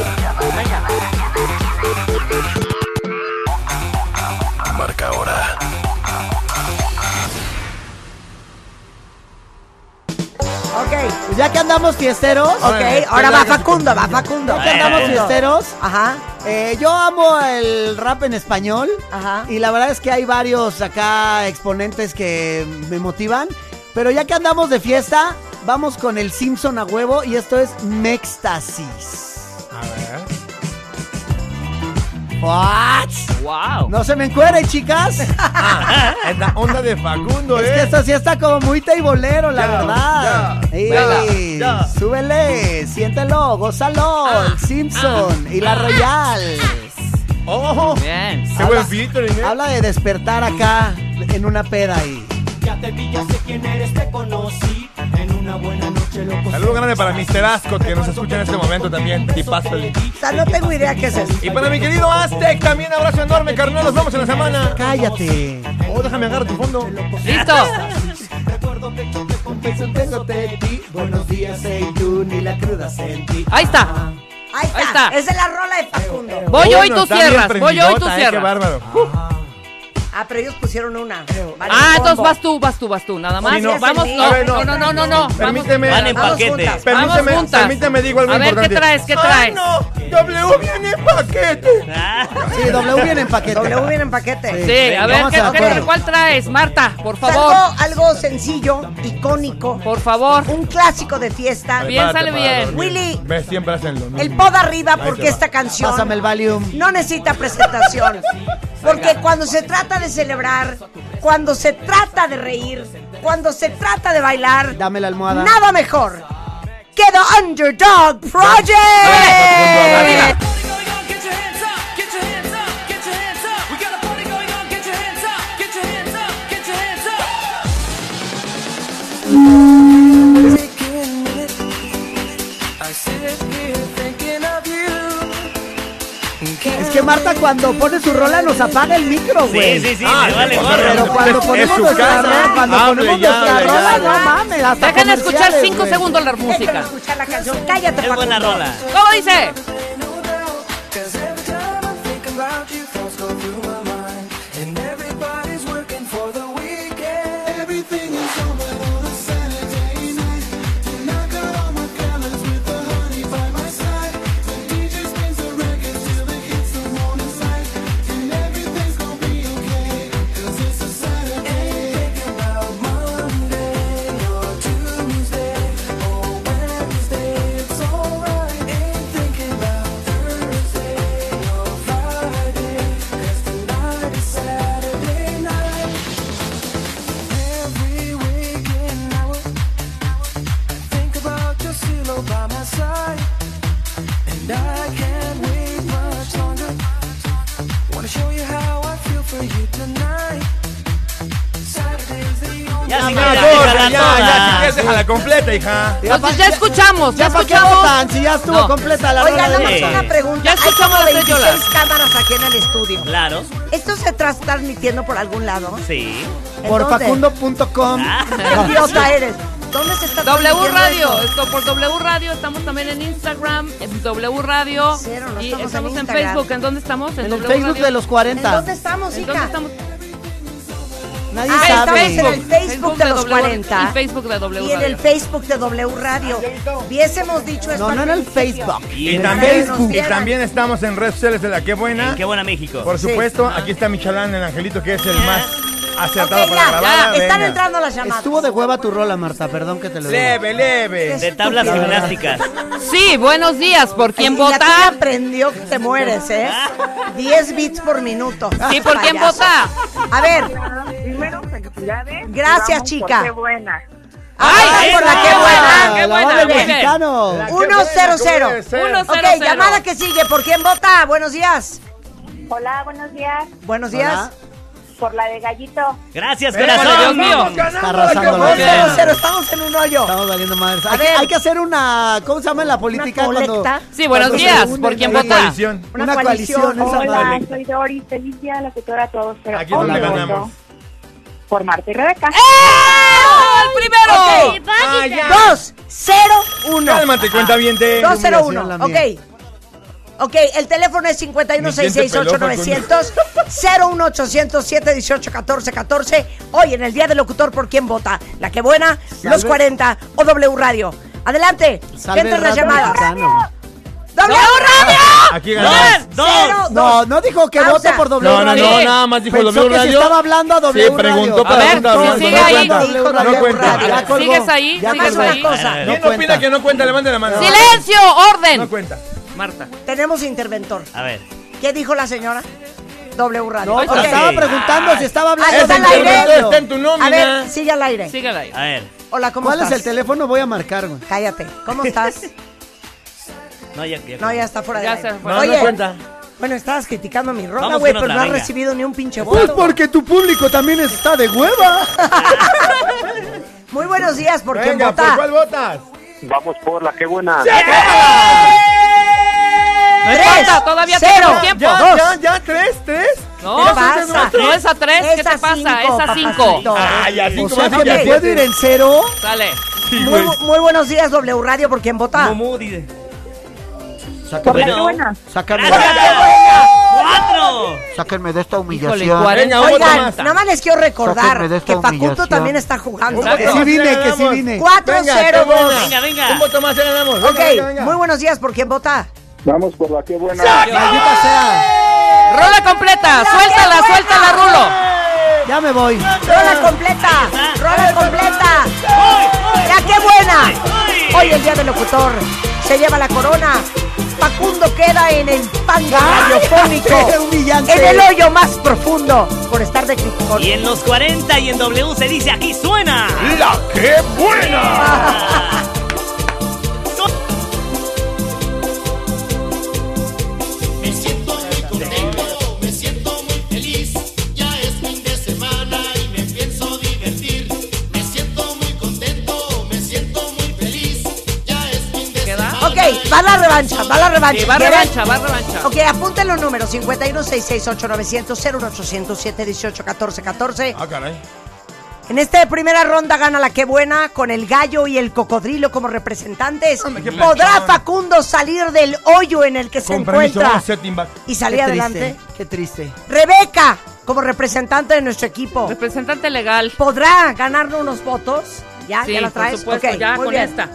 Marca ahora.
Ok,
Ya que andamos fiesteros,
pues
ok. Ahora va Facundo, va Facundo.
ya que andamos
Facundo.
fiesteros,
Ajá.
eh, yo amo el rap en español.
Ajá.
Y la verdad es que hay varios acá exponentes que me motivan. Pero ya que andamos de fiesta, vamos con el Simpson a huevo y esto es Mextasis.
A ver.
¿What?
¡Wow!
No se me encueren, chicas.
Es la onda de Facundo,
Es que
eh.
esto sí está como muy teibolero, la
Ya,
verdad.
ya,
Ey,
ya, ya.
Súbele, siéntelo, gózalo,
Ah,
el Simpson y la Royal.
Oh,
Bien.
qué buen featuring, eh.
Habla de despertar acá en una peda y
Ya te vi, ya sé quién eres, te conocí. En una buena noche, loco.
Saludo grande para Mr. Ascot, que nos escucha en este momento también. Tipazo. el-
O sea, no tengo idea qué es eso.
Y para mi querido Aztec, también abrazo enorme, carnal. Nos vemos en la semana.
cállate.
Oh, déjame agarrar tu fondo.
Listo.
Recuerdo que yo te confieso, tengo de ti. Buenos días, Seiyun, y la cruda sentí.
Ahí está.
Ahí está.
Ahí está.
Esa es la rola de Facundo.
Voy yo y
Bueno,
tú
está bien
cierras. Voy yo y tú
prendidota, eh, Qué
cierras.
bárbaro.
Ah, pero ellos pusieron una. Vale,
Ah,
combo.
entonces vas tú, vas tú, vas tú, nada más.
Sí, no.
Vamos,
Sí,
no,
a ver,
no, no, no, no, no. Vamos-
Permíteme.
Van en
Vamos
paquete.
juntas.
Permíteme,
Vamos juntas.
permíteme, digo algo
A ver,
importante.
¿qué traes? ¿Qué
¡Ay,
traes?
no! W viene en paquete.
Ah,
Sí, W viene en paquete.
W viene en paquete.
Sí, a ver,
Vamos
¿qué,
a
qué-
acuerdo.
¿cuál traes? Marta, por favor.
Algo, algo sencillo, icónico,
Por favor.
un clásico de fiesta.
Bien, sale
Prepárate
bien.
para dormir.
Willy.
Ves, siempre hacenlo. ¿no?
El pod arriba
Ahí
porque
te va.
esta canción
Pásame el Valium.
no necesita presentación. Porque cuando se trata de celebrar, cuando se trata de reír, cuando se trata de bailar,
Dame la almohada.
nada mejor que The Underdog
Arriba.
Project.
Es que Marta cuando pone su rola nos apaga el micro,
sí,
güey.
sí, sí,
Ah,
me vale
pero
Pero
gorro.
cuando
Es-
ponemos
es su
nuestra
casa.
rola, cuando
Hable
ponemos
ya,
nuestra
hable
rola,
ya.
no
Ah,
mames, hasta
Dejen escuchar
comerciales,
5
güey.
segundos la
Déjame
música.
escuchar la canción. Cállate,
Es buena
Facundo.
rola.
¿Cómo dice?
Ya sí,
Ya,
ya,
corta,
déjala
Ah, ya, ya,
toda.
si quieres, déjala completa, hija.
Entonces pues ya escuchamos, ya
Ya para qué
escuchamos.
votan si ya estuvo
No.
completa la
Oigan,
rola.
nada
de-
más
Sí.
una pregunta.
Ya escuchamos
Hay como
las
26
bellolas.
cámaras aquí en el estudio.
Claro,
¿Esto se está transmitiendo por algún lado?
sí.
¿En
Por
dónde?
facundo.com.
Ah.
¿Qué idiota eres? ¿Dónde se está
W
transmitiendo
Radio,
esto?
esto por W Radio, estamos también en Instagram, en W Radio
Cero, no
y
estamos en
estamos en
Instagram.
Facebook, ¿en dónde estamos?
En el
W
Facebook
Radio.
de los
¿En
40.
dónde estamos,
¿En
hija?
dónde estamos?
Nadie
Ah,
sabe.
estamos en el Facebook de los
W
40.
Y Facebook de W
Y en
Radio.
el Facebook de W Radio. Hubiésemos dicho esto.
No,
al
no en el
principio.
Facebook.
Y
en
también,
Facebook.
y también estamos en redes sociales de la que buena.
En Qué buena México. Eh.
Por
Sí.
supuesto, aquí está mi chalán, el angelito, que es el más
Ok,
acertado
ya,
para la
ya,
balada.
Están
Venga.
entrando las llamadas.
Estuvo de hueva tu rola, Marta, perdón que te lo diga.
Leve, leve.
De tablas
estúpido.
gimnásticas.
Sí, buenos días, ¿por quién
Y a ti te
vota?
aprendió que te mueres, ¿eh? 10 bits por minuto.
Sí, ¿por quién
Payaso.
vota?
A ver,
Primero, felicidades.
Gracias,
Vamos por
chica.
Qué buena.
¡Ay,
¡Ay, por la
esa!
que
Ah,
buena!
Qué
la
buena,
banda del
muy bien.
mexicano.
La que
Uno,
buena,
cero,
¿cómo
cero.
debe ser?
Uno,
Ok,
cero, cero.
llamada que sigue. ¿Por quién vota? Buenos días.
Hola, buenos días.
Buenos días.
Hola.
Por la de Gallito.
Gracias,
Venga,
Dios
corazón.
mío.
vamos ganando,
Está arrasando
la
la
que
gente.
buena.
Cero, cero, estamos en un hoyo.
Estamos valiendo madres. Hay,
ver.
hay que hacer una. ¿Cómo se llama en la política?
Una
cuando-
colecta.
Sí, buenos
cuando se
días.
unen
¿Por quién
ahí?
vota?
Coalición.
Una,
Una
coalición,
coalición.
esa
Hola,
madre.
soy Doris. Feliz día, locutora a todos. Pero
Aquí es donde
hoy voto
ganamos.
Por Marta y Rebeca.
¡Eh! ¡Oh, ¡El primero!
Ok. Dos, cero, uno.
Cálmate,
Ah.
cuenta bien.
201.
la
Ok.
mía.
Ok, el teléfono es 51 668 900 01 807 18 14 14 Hoy en el Día del Locutor, ¿por quién vota? ¿La que buena? ¿Los 40 o W Radio? Adelante,
Salve
entre las
Radio
llamadas.
Mexicano.
¡W Radio!
Aquí ganamos.
Dos, dos.
Cero,
No,
dos.
no dijo que
Pausa.
vote por W
No, no,
Radio.
no, nada más dijo
Pensó
W
que si
Radio.
estaba hablando a W
Sí, preguntó
Radio.
para
A ver,
preguntar,
si
no
sigue
cuenta,
ahí.
no cuenta.
No
No
cuenta.
cuenta.
Ya colgó.
¿Sigues ahí?
Ya
¿Sigues
Haz
colgó.
una
ahí?
cosa.
No
Eh, ¿Quién
cuenta.
opina que no cuenta? Levante la mano.
¡Silencio!
No
¡Orden!
cuenta.
Marta.
Tenemos interventor.
A ver.
¿Qué dijo la señora? W Radio.
No,
Ok.
está.
estaba preguntando si estaba hablando
Ahí
de
está al aire.
W Radio.
Está en tu
A ver,
nómina.
sigue al aire.
Sígala ahí.
A ver,
Hola, ¿cómo
¿Cuál es
estás?
el teléfono? Voy a marcar, güey.
Cállate. ¿Cómo estás?
no, ya, ya.
No, ya está fuera de
Ya
aire.
se fue.
No,
Oye,
no cuenta.
Bueno, estabas criticando mi rola,
Vamos
güey,
con
pero
otra,
no has
venga.
recibido ni un pinche
Pues
voto.
porque tu público también está de hueva.
Muy buenos días, ¿por quién
Venga, ¿por
vota?
cuál votas?
Vamos por la que buena.
No
Tres,
importa, todavía
cero,
tenemos tiempo.
Ya,
Dos.
ya, ya, tres, tres.
No,
¿Qué pasa?
no es a tres, ¿qué
Es a
te pasa?
cinco,
Es a cinco.
papacito.
Ay, así
O
como
sea
así
que
ya
me
fue.
puedo ir en cero.
Sale.
Sí,
Muy,
güey.
muy buenos días, W Radio, ¿por quién vota?
Mumu dice.
Sáquenme
Bueno.
de, sáquenme,
¡Cuatro!
sáquenme de esta
Híjole,
humillación.
cuarenta.
Oigan,
Oigan,
nada más les quiero recordar
Sáquenme de esta
que Facundo
humillación.
también está jugando.
Exacto.
que sí vine, que sí vine.
4-0-2.
Venga, venga.
Un voto más ya ganamos.
Ok,
Venga, venga, venga.
muy buenos días. ¿Por quién vota?
Vamos por la que buena.
Maldita sea.
Rola completa, suéltala, suéltala, Rulo.
Ya me voy.
Rola completa, rola completa. ¡Ya qué buena! Hoy el día del locutor se lleva la corona. Facundo queda en el pango
Ay,
radiofónico,
qué humillante.
en el hoyo más profundo por estar de criticón.
Y en los 40 y en W se dice aquí suena.
¡La que buena!
¿Queda?
Ok, va la revancha, va la revancha.
Sí, va
¿Quieren?
revancha, va revancha.
Ok, apunten los números 51-668-900-01807-18-14-14.
Ah, caray.
En esta primera ronda gana la que buena con el gallo y el cocodrilo como representantes.
Hombre, qué
¿Podrá
planchón.
Facundo salir del hoyo en el que se
Con permiso,
encuentra
setting back.
y salir adelante?
Triste, qué triste.
Rebeca como representante de nuestro equipo.
Representante legal.
¿Podrá ganarnos unos votos? ¿Ya?
Sí,
¿Ya la
por
traes?
supuesto,
Ok,
ya
muy
con
bien.
esta.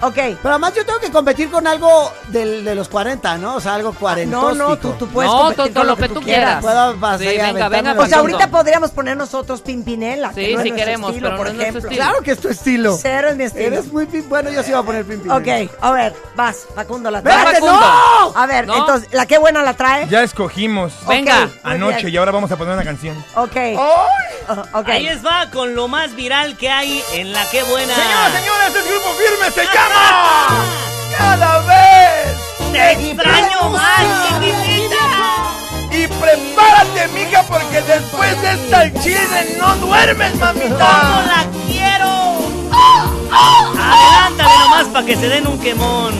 Ok.
Pero además yo tengo que competir con algo del- de los 40, ¿no? O sea, algo 40.
Ah, No, no, tú, tú puedes
no,
competir
todo,
con
lo que tú quieras.
Puedo pasar
Sí,
y
venga,
aventarme
venga.
O
la-
Facundo.
sea, ahorita podríamos poner nosotros Pimpinela. que
Sí,
no es
si
nuestro
queremos,
estilo,
pero
por
no es nuestro
ejemplo.
estilo.
Claro que es tu estilo.
Cero es mi estilo.
Eres muy pim- bueno, yo sí iba a poner pim pim.
Ok, a ver, vas, Facundo la
Va,
trae.
Facundo.
no!
A ver,
No.
entonces, ¿la qué buena la trae?
Ya escogimos
Venga.
Ok, muy
anoche
bien.
y ahora vamos a poner una canción.
Ok. Oh, ok.
Ahí les va con lo más viral que hay en la que buena.
Señoras, señores, el grupo firme se llama Cada vez.
¡Te extraño más, chiquitita!
Y prepárate, mija, porque después de esta el chile no duermes,
¡Cómo
mamita.
la quiero!
Ah,
Adelántale nomás para que se den un quemón.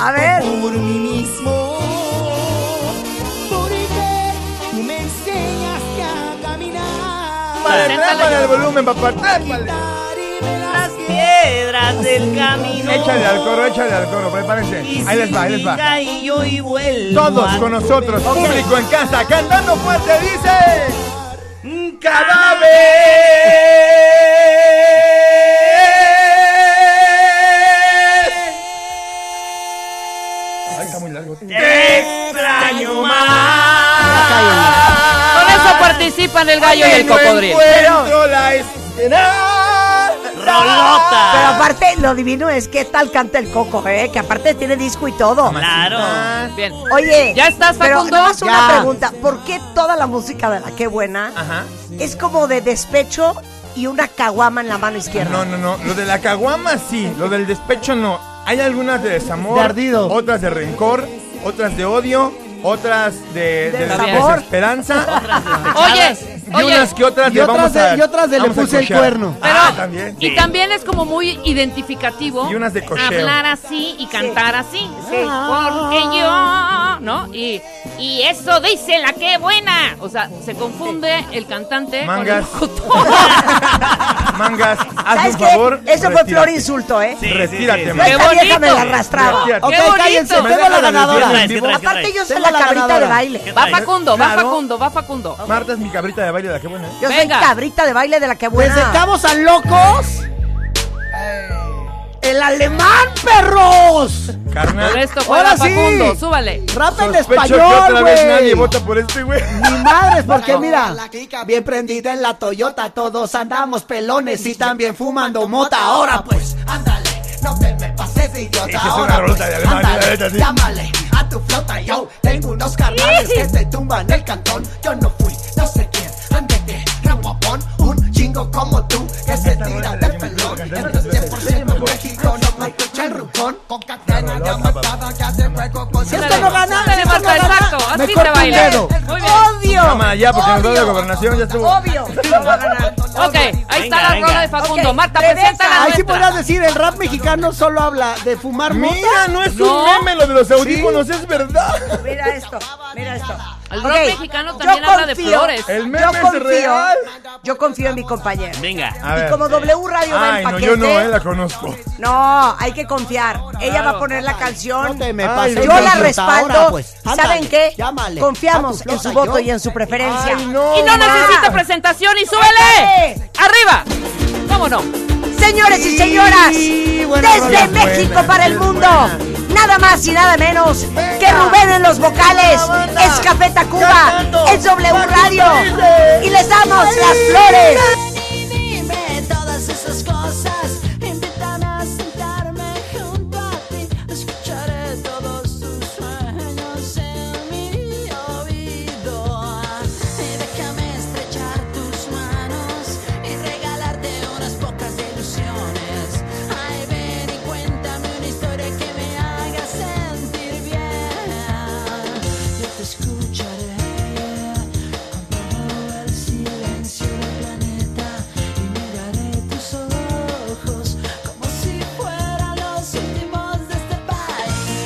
A ver.
por mí mismo. Porque tú me enseñaste a caminar.
Para trépale el volumen, papá, trépale.
Darme
Las piedras del camino.
Échale al coro, échale al coro, prepárense.
Y
Ahí les va, ahí les va.
siga Y yo y vuelvo
Todos
a
con nosotros,
tu
público en casa, cantando fuerte, dice.
beso.
Cada vez. Ay, está muy largo.
Te extraño más.
Con eso participan el gallo y el cocodrilo.
encuentro la esperanza.
Pero
Rolota.
aparte, lo divino es que tal canta el coco, ¿eh? Que aparte tiene disco y todo.
Claro.
Ah.
Bien.
Oye,
¿Ya estás,
pero
Facundo?
nada más una
Ya.
pregunta. ¿Por qué toda la música de la qué buena
Ajá.
es como de despecho y una caguama en la mano izquierda?
No, no, no. Lo de la caguama sí, lo del despecho no. Hay algunas de desamor,
De ardido.
otras de rencor, otras de odio, otras de, de
Desamor.
desesperanza.
Oye,
Y
oye.
unas que otras
Y
de
otras
vamos
de-
a-
y otras de le
vamos a
puse el
cochear.
cuerno.
Pero,
ah, también.
Y también es como muy identificativo
Y unas de cocheo.
hablar así y cantar así. Porque yo, ¿no? Y, y eso dice la que buena. O sea, se confunde el cantante
Mangas.
con el locutor.
Mangas, hazme
¿Sabes
un
qué?
favor.
Eso fue
retírate.
flor insulto, ¿eh?
Sí, sí,
Retírate,
sí, sí.
Yo a esta
¡Qué
vieja me la
bonito!
arrastraba.
Retírate.
Ok,
¡Qué bonito!
cállense,
Me
tengo
deja
la
la
ganadora.
desviada.
¿Qué traes? ¿Qué
Aparte,
traes?
yo soy
Tengo
la
la
cabrita de
ganadora.
baile.
Va Facundo, va
Claro.
Facundo, va Facundo.
Marta es mi cabrita de baile, la que buena.
Yo soy
Venga.
cabrita de baile de la que buena.
Presentamos a locos. El alemán, perros.
Por
Carnal.
esto juega
Ahora sí.
Facundo, súbale.
Rapa
Sospecho
en
que
español,
otra vez nadie
güey.
vota por este, güey.
Mi madre, es porque mira, bien prendida en la Toyota, todos andamos pelones y también fumando mota. Ahora pues, ándale, no te me pases
Esa
de idiota.
es una
Ahora pues,
rolota de alemán, la neta, sí.
ándale, llámale a tu flota, yo tengo unos carnales que se tumban el cantón. Yo no fui, no sé quién, ándete, raguapón, un chingo como tú que se tira de pelón. Entonces 100% México no me escucha el rupón. Con cadena de amatada que hace juego con... Si este
Ándale, ándale, Marta, exacto. Así
me
se
corto un
baila.
dedo.
Muy bien.
Odio.
Cámara, ya, porque nos
Odio.
da la gobernación, ya estuvo.
Obvio, no va a ganar.
Ok, ahí
Venga,
está la
venga.
rola de Facundo.
Ok,
Marta,
regresa.
presenta la
Ahí sí
nuestra.
podrías decir, el rap mexicano solo habla de fumar mota.
Mira, no es
No.
un meme lo de los audífonos, es verdad.
Mira esto, mira esto.
El rock
Ok,
mexicano
yo
también habla de
confío,
flores.
El meme
Yo
es
confío,
real.
yo confío en mi compañero.
Venga.
A
Y
ver.
como W Radio va en
Ay, no,
paquete,
yo no, eh, la conozco.
no, hay que confiar. Ella va a poner la canción.
No te me
Ay,
pases
no.
yo la
ahora,
respaldo.
pues. Ándale,
¿Saben qué?
llámale.
Confiamos
A tu
en su
flota,
voto
yo.
y en su preferencia.
Ay, no.
Y no
Oh, ma.
necesita presentación y súbele.
Échale.
¡Arriba! ¿Cómo no?
Señores y señoras,
Sí, buena rola,
desde
buena,
México para el
es
mundo, nada más y nada menos que Rubén en los vocales, es Café Tacuba, es W Radio, y les damos las flores.
Y dime todas esas cosas. Invítame a sentarme junto a ti. Escucharé todos tus sueños en mi oído. Y déjame estrechar tus manos y regalarte unas pocas ilusiones. Ay, ven y cuéntame una historia que me haga sentir bien. Yo te escucharé. Apagará el silencio del planeta y miraré tus ojos como si fueran los últimos de este país.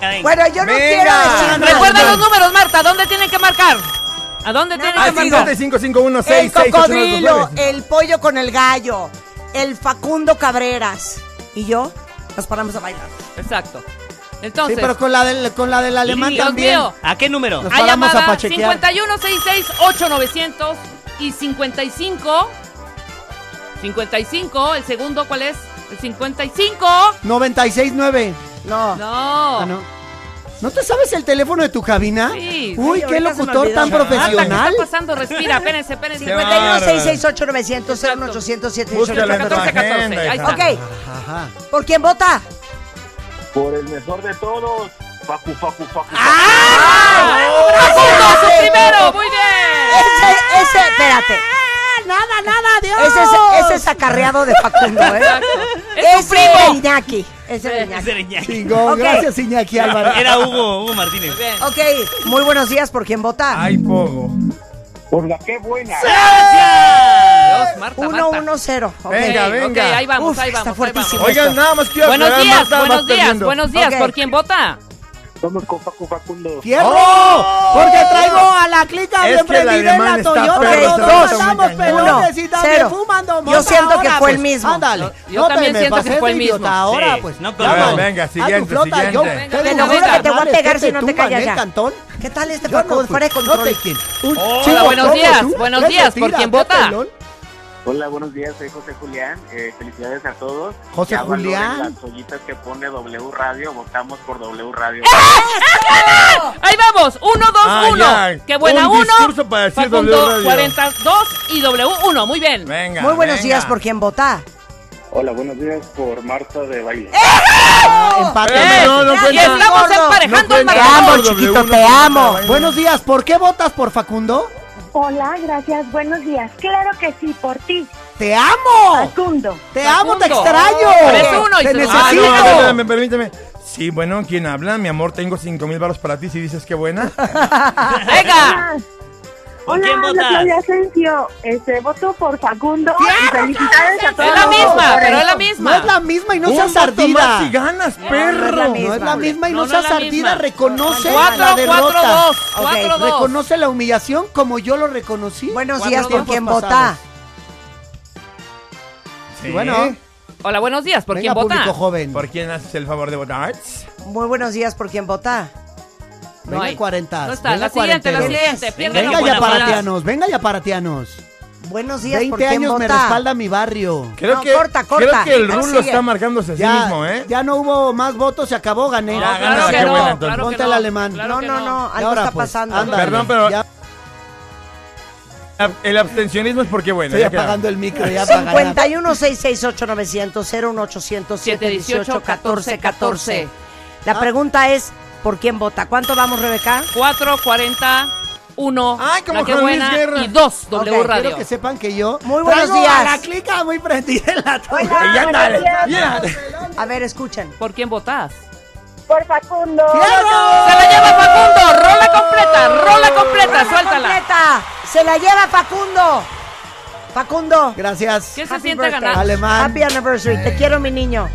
Venga.
Bueno, yo no
Venga.
quiero decir nada.
Ah, Recuerda los números, Marta. ¿Dónde tienen que marcar? ¿A dónde tienen
Al
que marcar?
5551
el cocodrilo, el pollo con el gallo, el Facundo Cabreras y yo nos paramos a bailar.
Exacto.
Sí,
Entonces,
pero con la del, con la del alemán
Dios
también.
mío.
¿A qué número?
Nos
hay
paramos a
llamada
pachequear.
5166-8900 y 55. 55, el segundo, ¿cuál es? El 55.
96.9. No. no.
No.
Ah, no. ¿No te sabes el teléfono de tu cabina?
Sí.
Uy,
Ay, ahorita
qué
se me
locutor
olvidó.
tan
Marta, ¿qué
Marta, ¿qué está
profesional.
pasando? Respira, espérense, espérense.
Qué bárbaro.
51 668 900 800
Búscala en tu
14, 14,
agenda,
ahí
hija.
está.
Ok,
Ajá.
¿por quién vota?
Por el mejor de todos. Facu, facu, facu.
¡Facundo, su primero! ¡Muy bien!
Ese, Eh, ese, espérate.
Nada, nada, Dios.
Ese es, ese es acarreado de Facundo, ¿eh?
¡Es
Ese
tu primo! Eh,
de Iñaki. Ese de Iñaki.
Ese era Iñaki.
Chingón,
Ok.
gracias Iñaki Álvarez.
Era Hugo, Hugo Martínez.
Bien.
Ok, muy buenos días, ¿por quién vota?
Ay, pogo.
Por la que buena.
Dios, Marta, Marta.
1-1-0. ok.
Venga,
Ok,
venga.
ok, ahí vamos,
Uf,
ahí
está
vamos. ahí
fuertísimo.
vamos.
Oigan, nada más quiero
Buenos
aclarar,
días,
Marta,
buenos
vas
días,
perdiendo.
buenos días.
Ok.
¿Por quién vota?
Vamos con Facu Facundo.
¡Fierro!
¡Oh!
Porque traigo a la clica
Es
bien
que el
prendida en
alemán
la
está
Toyota.
perro,
Nos
está muy
mandamos
cañón.
pelones y
Uno,
también
cero.
fumando
Yo
mota.
siento que
Ahora,
fue el
pues,
mismo.
Ándale.
Yo
No te
también
me
siento que
pases
fue el
de
mismo.
idiota Ahora,
Sí.
pues.
No,
llama.
claro.
Venga,
A tu
siguiente,
flota,
siguiente.
yo-
Venga,
te
venga,
lo juro
venga.
que te voy a pegar
si no te
tumban,
callas
¿eh,
ya.
cantón?
¿Qué tal este
Yo
Facundo?
no,
Fuera de
pues,
control.
no te quiero. Un
Hola,
chico
buenos
como
días,
tú,
buenos
que
días,
se
¿por
tira,
quién
qué
vota?
pelón.
Hola, buenos días. Soy José Julián. Eh, felicidades a todos.
José
Ya valoren
Julián.
Las ollitas que pone W Radio. Votamos por W Radio.
Ahí vamos, 1, 2,
Ah,
1.
ya.
Qué buena,
Un
1.
discurso para decir W Radio.
42 y W1. Muy bien.
Venga.
Muy buenos
venga.
días, ¿por quién vota?
Hola, buenos días. Por Marta de Baile.
Ah, empate,
Eh,
no, no
y
cuenta.
estamos
gordo.
emparejando
No
el
cuenta.
marcador.
W1,
chiquito, te
W1,
amo.
W1.
Buenos días, ¿por qué votas por Facundo?
Hola, gracias, buenos días. Claro que sí, por ti,
¡Te amo!
Facundo.
¡Te amo, te
Facundo.
extraño!
Tres, uno y
¡Te
se nos va.
Ah, no,
necesito!
permítame, permítame. Sí, bueno, ¿quién habla? Mi amor, tengo cinco mil baros para ti si dices que buena.
Venga.
¿Por
Hola,
quién
habla
votas?
Claudia Asensio. Este, voto por Facundo. y felicidades a todos.
Es la misma, pero es la
No es
misma.
la misma y no
Un
seas
voto más
ardida.
si ganas,
no
perro.
es
No es la misma y no,
No, no
seas
es la
ardida.
misma.
Reconoce la
4, 4,
derrota.
2.
Ok,
4, 2.
Reconoce la humillación como yo lo reconocí.
Buenos
Cuatro
días, ¿por
tiempos
quién
pasados.
vota?
Sí.
Y bueno,
Hola, buenos días. ¿Por quién
venga,
vota?
público joven.
¿Por quién haces el favor de votar?
Muy buenos días, ¿por quién vota?
No
Venga,
hay.
cuarentas.
No está,
venga,
la siguiente, la
cuarenteros.
siguiente. Pierde
Venga,
la
ya
buena palabra.
paratianos, venga ya paratianos.
Buenos días, ¿por
20
quién
años me
vota?
respalda mi barrio.
Creo
No,
que,
corta, corta.
Creo que el
Ah,
rulo
sigue.
está marcándose a sí
Ya,
mismo, ¿eh? Ah,
ya no hubo más votos, se acabó, gané.
No,
Ya,
claro
gánala,
que
qué
no,
buena, entonces.
claro que
Ponte el alemán.
claro
No,
que
no, no,
Y
algo
ahora,
está
pues,
pasando.
ándale,
Perdón, pero-
Ya
El abstencionismo es porque bueno.
estoy
ya queda.
apagando el micro, ya para ganar.
51 668 900 01800 718 14 14
Ah.
La pregunta es, ¿por quién vota? ¿Cuánto vamos, Rebeca?
4, 40, 1.
Ay, como
la que
Juan Luis
buena.
Guerra.
Y 2, W
Ok,
Radio.
Quiero que sepan que yo
Muy buenos
traigo
días.
a la clica muy prendida en la torre.
Y ya dale, ya.
A ver, escuchen.
¿Por quién votas?
Por Facundo.
¡Se la lleva Facundo! ¡Rola completa! ¡Rola completa!
Rola
¡Suéltala!
completa, Se la lleva Facundo. Facundo.
Gracias.
¿Qué se siente ganar?
Alemán.
Happy anniversary. Te quiero, mi niño.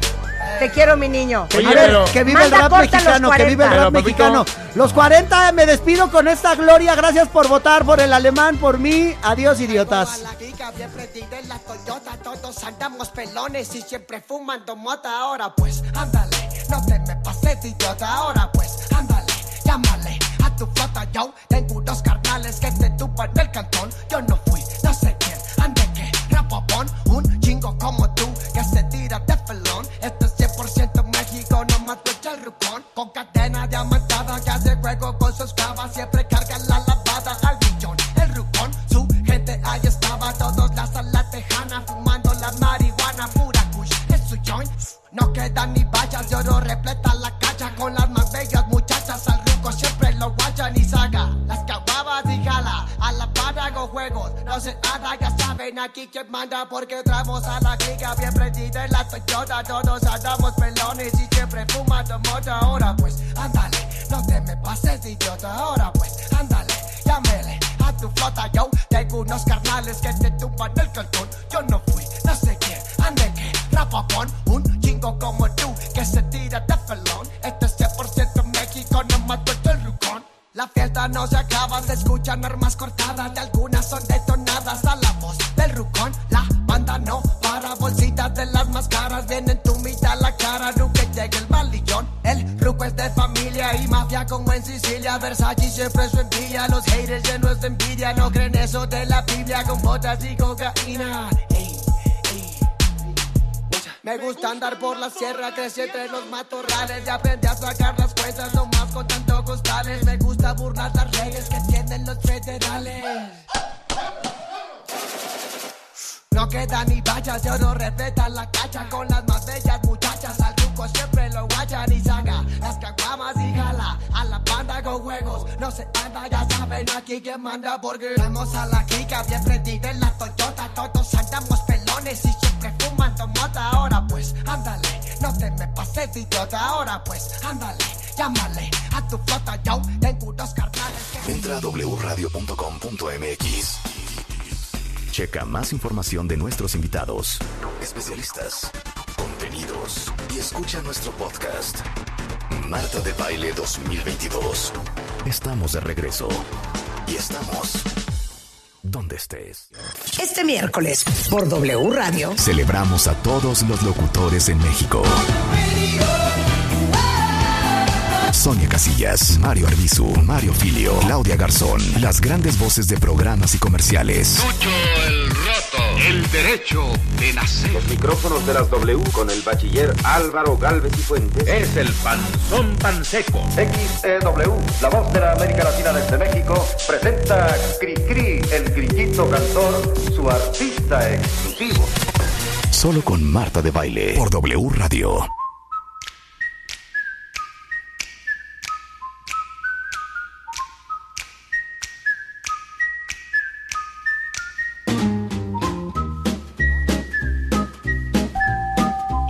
Te quiero, mi niño.
Que
Oye,
vive,
pero-
que vive el
Manda
rap
corta
mexicano,
los
que vive el
40.
rap
Pero, papito.
mexicano. Los 40 me despido con esta gloria. Gracias por votar por el alemán, por mí. Adiós, idiotas.
Como a la giga, bien prendida en la Toyota, todos andamos pelones y siempre fumando mota. Ahora pues, ándale, no te me pases de idiota. Ahora pues, ándale, llámale a tu flota. Yo tengo unos carnales que te tupan el cantón. Yo no fui, no sé quién, ande que rapopón. Un chingo como tú que se tira de felón. Esto es 100% México, no más echa el rucón. Con cadena diamantada que hace juego con sus clavas. Siempre carga la lavada al millón. El rucón, su gente ahí estaba, todos las a la tejana, fumando la marihuana pura kush, es su joint. No quedan ni vallas, de oro repleta la cacha con las más bellas muchachas. Al ruco siempre lo guayan y saga. Las cababas y jala, a la par hago juegos. No se nada, ya saben aquí quién manda porque tramos a la giga. Bien prendida en la Toyota, todos andamos pelones y siempre fumando mota. Ahora pues, ándale, no te me pases de idiota. Ahora pues, ándale, llámele a tu flota yo Tengo unos carnales que te tumban el cantón Yo no fui, no sé quién, ande que rapapón Un chingo como tú que se tira de felón Este es 100% México, no mato el rucón la fiesta no se acaba, se escuchan armas cortadas De algunas son detonadas a la voz del rucón La banda no para, bolsitas de las más caras Vienen tu mitad la cara, nunca llega el balillón El ruco es de familia y mafia como en Sicilia Versace siempre su envidia, los haters llenos de envidia No creen eso de la Biblia con botas y cocaína Ey, ey. Me gusta andar por la sierra, crecí entre los matorrales Y aprendí a sacar las cuentas, no más con tanto costales Me gusta burlar las leyes que tienen los federales No queda ni vallas, yo no respeta la cacha Con las más bellas muchachas, al truco siempre lo guayan y saca Las caguamas y jala, a la banda con juegos No se anda, ya saben aquí que manda Porque vamos a la clica, bien prendida en la Toyota Todos andamos pelones y siempre fumando mota Ahora pues, ándale, no te me pases de idiota Ahora pues, ándale, llámale a tu flota Yo tengo unos carnales que...
Entra a wradio.com.mx. Checa más información de nuestros invitados, especialistas, contenidos y escucha nuestro podcast. Marta de Baile 2022. Estamos de regreso. Y estamos donde estés.
Este miércoles, por W Radio.
Celebramos a todos los locutores en México. Sonia Casillas, Mario Arbizu, Mario Filio, Claudia Garzón, las grandes voces de programas y comerciales.
el roto, el derecho de nacer. Los micrófonos de las W con el bachiller Álvaro Galvez y Fuentes. Es el panzón tan seco. XEW, E la voz de la América Latina desde México, presenta Cricri, el grillito cantor, su artista exclusivo.
Solo con Marta de Baile por W Radio.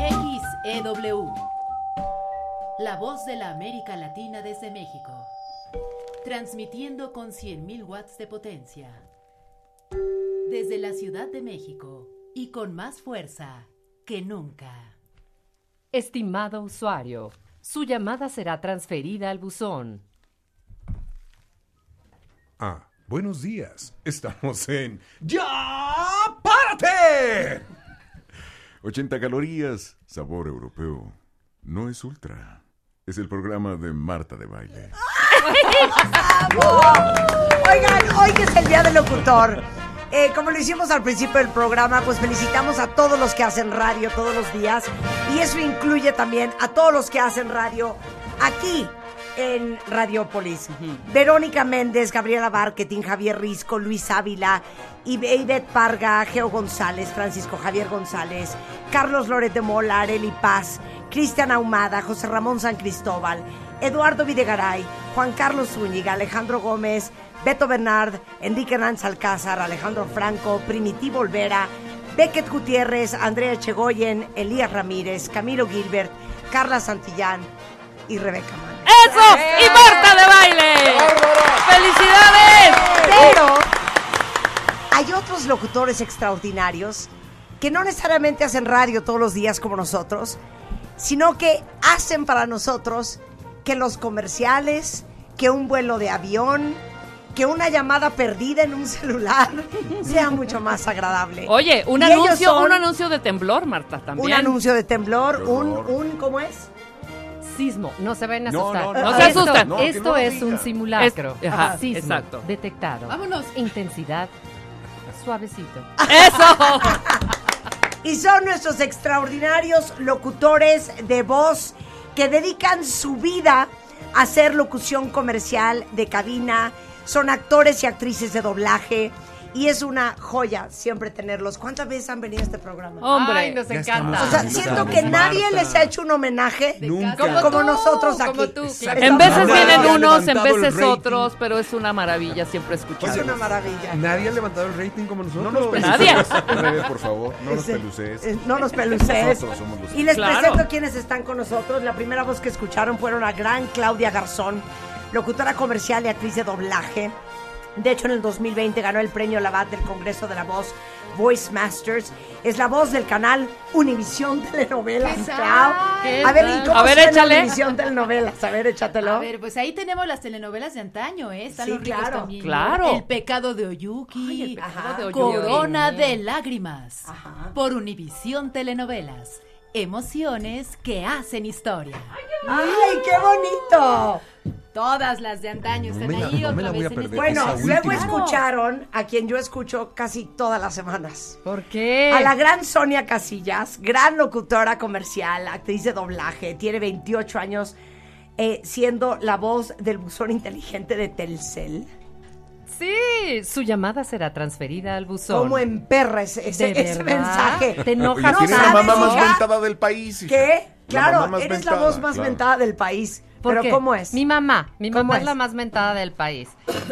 XEW. E La voz de la América Latina desde México. Transmitiendo con 100.000 watts de potencia. Desde la Ciudad de México y con más fuerza que nunca.
Estimado usuario, su llamada será transferida al buzón.
Ah, buenos días. Estamos en ¡Ya! ¡Párate! 80 calorías, sabor europeo. No es ultra. Es el programa de Marta de Baile.
Oigan, hoy que es el Día del Locutor, eh, como lo hicimos al principio del programa, pues felicitamos a todos los que hacen radio todos los días. Y eso incluye también a todos los que hacen radio aquí en Radiopolis. Verónica Méndez, Gabriela Barquetín, Javier Risco, Luis Ávila, Ibe- Ivette Parga, Geo González, Francisco Javier González, Carlos Loret de Mola, Areli Paz, Cristian Ahumada, José Ramón San Cristóbal, Eduardo Videgaray, Juan Carlos Zúñiga, Alejandro Gómez, Beto Bernard, Enrique Hernández Alcázar, Alejandro Franco, Primitivo Olvera, Beckett Gutiérrez, Andrea Echegoyen, Elías Ramírez, Camilo Gilbert, Carla Santillán y Rebeca Mann.
¡Eso! ¡Y Marta de baile! ¡Felicidades!
Pero hay otros locutores extraordinarios que no necesariamente hacen radio todos los días como nosotros, sino que hacen para nosotros que los comerciales, que un vuelo de avión, que una llamada perdida en un celular sea mucho más agradable.
Oye, un
Y ellos
anuncio,
son
un anuncio de temblor, Marta, también.
un anuncio de temblor,
Qué
un,
horror.
un ¿cómo es?
Sismo, no se vayan a
No,
asustar.
no, no, no,
Esto-
no, no, que
Esto
no lo
es un
diga.
simulacro.
Es- ajá,
Sismo
exacto.
Detectado.
Vámonos.
Intensidad. Suavecito.
¡Eso! y son nuestros extraordinarios locutores de voz que dedican su vida a hacer locución comercial de cabina. Son actores y actrices de doblaje. Y es una joya siempre tenerlos. ¿Cuántas veces han venido a este programa?
Hombre. Ay, nos Ya encanta.
O sea,
estamos.
siento que
Marta.
nadie les ha hecho un homenaje
Como
como,
tú,
nosotros aquí.
En veces
Nadie
vienen
ha
unos, en
levantado el
veces
rating.
otros, pero es una maravilla siempre escuchar.
Oye, nos- Nadie ha levantado el rating como nosotros. No
pelucees. Nadie.
Al revés, por favor, no los pelucees.
Eh, No nos pelucees.
Nosotros somos los
Y les
Claro.
presento quienes están con nosotros. La primera voz que escucharon fueron la gran Claudia Garzón, locutora comercial y actriz de doblaje. De hecho, en el 2020 ganó el premio Labat del Congreso de la Voz Voice Masters. Es la voz del canal Univisión Telenovelas.
¡Qué tal!
Clau.
¡Qué
A ver,
tal!
¿y cómo
A ver,
suena
échale.
Univisión Telenovelas? A ver, échatelo.
A ver, pues ahí tenemos las telenovelas de antaño, ¿eh? Están
Sí,
los ricos
claro.
también.
Claro.
El pecado de Oyuki. el
pecado de Oyuki.
Corona de lágrimas. Por Univisión Telenovelas. Emociones que hacen historia.
¡Ay, qué bonito!
Todas las de antaño
No
están
me la-
ahí
no
otra
me la
vez
voy a
en
perder,
este
Bueno,
programa.
luego escucharon a quien yo escucho casi todas las semanas.
¿Por qué?
A la gran Sonia Casillas, gran locutora comercial, actriz de doblaje, tiene 28 años eh, siendo la voz del buzón inteligente de Telcel.
Sí, su llamada será transferida al buzón.
¿Cómo emperra ese, ese-
¿De
ese
verdad?
mensaje?
Te enojas.
Oye, tiene la
sabes,
mamá más
hija?
ventada del país. hija.
¿Qué?
La
Claro,
mamá más
eres la
ventada,
voz más
claro.
ventada del país.
¿Por
pero
qué?
¿cómo es?
Mi mamá, mi
¿Cómo
mamá es?
es?
la más mentada del país.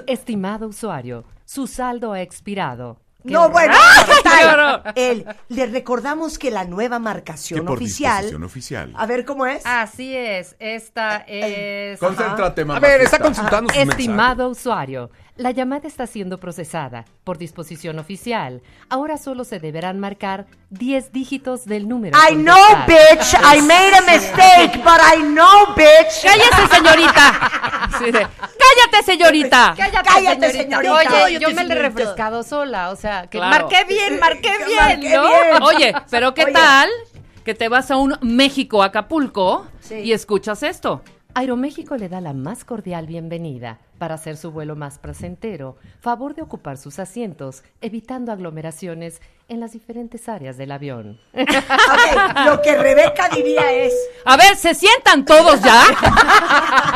Estimado usuario, su saldo ha expirado. ¡Qué
No,
horror!
bueno,
¡Qué
tal.
horror!
Él, le recordamos que la nueva marcación
disposición
oficial.
oficial. Ah.
A ver cómo es.
Así es, esta es...
Concéntrate, Ajá. mamacita. A ver, está consultando sus
Estimado usuario, la llamada está siendo procesada por disposición oficial. Ahora solo se deberán marcar 10 dígitos del número. a
I know,
contestar.
bitch. I made a mistake, but I know, bitch.
Cállese, señorita.
Sí, de, ¡Cállate, señorita!
Cállate, señorita.
Cállate, señorita.
Oye,
Cállate,
yo me le he
señorita.
refrescado sola, o sea, que
Claro.
marqué bien, marqué
Que
bien,
marqué
¿no?
bien.
Oye, pero ¿qué
Oye.
tal que te vas a un México, Acapulco, y escuchas esto?
Aeroméxico le da la más cordial bienvenida. Para hacer su vuelo más placentero, favor de ocupar sus asientos, evitando aglomeraciones en las diferentes áreas del avión.
Ok, lo que Rebeca diría es.
A ver, ¿se sientan todos ya?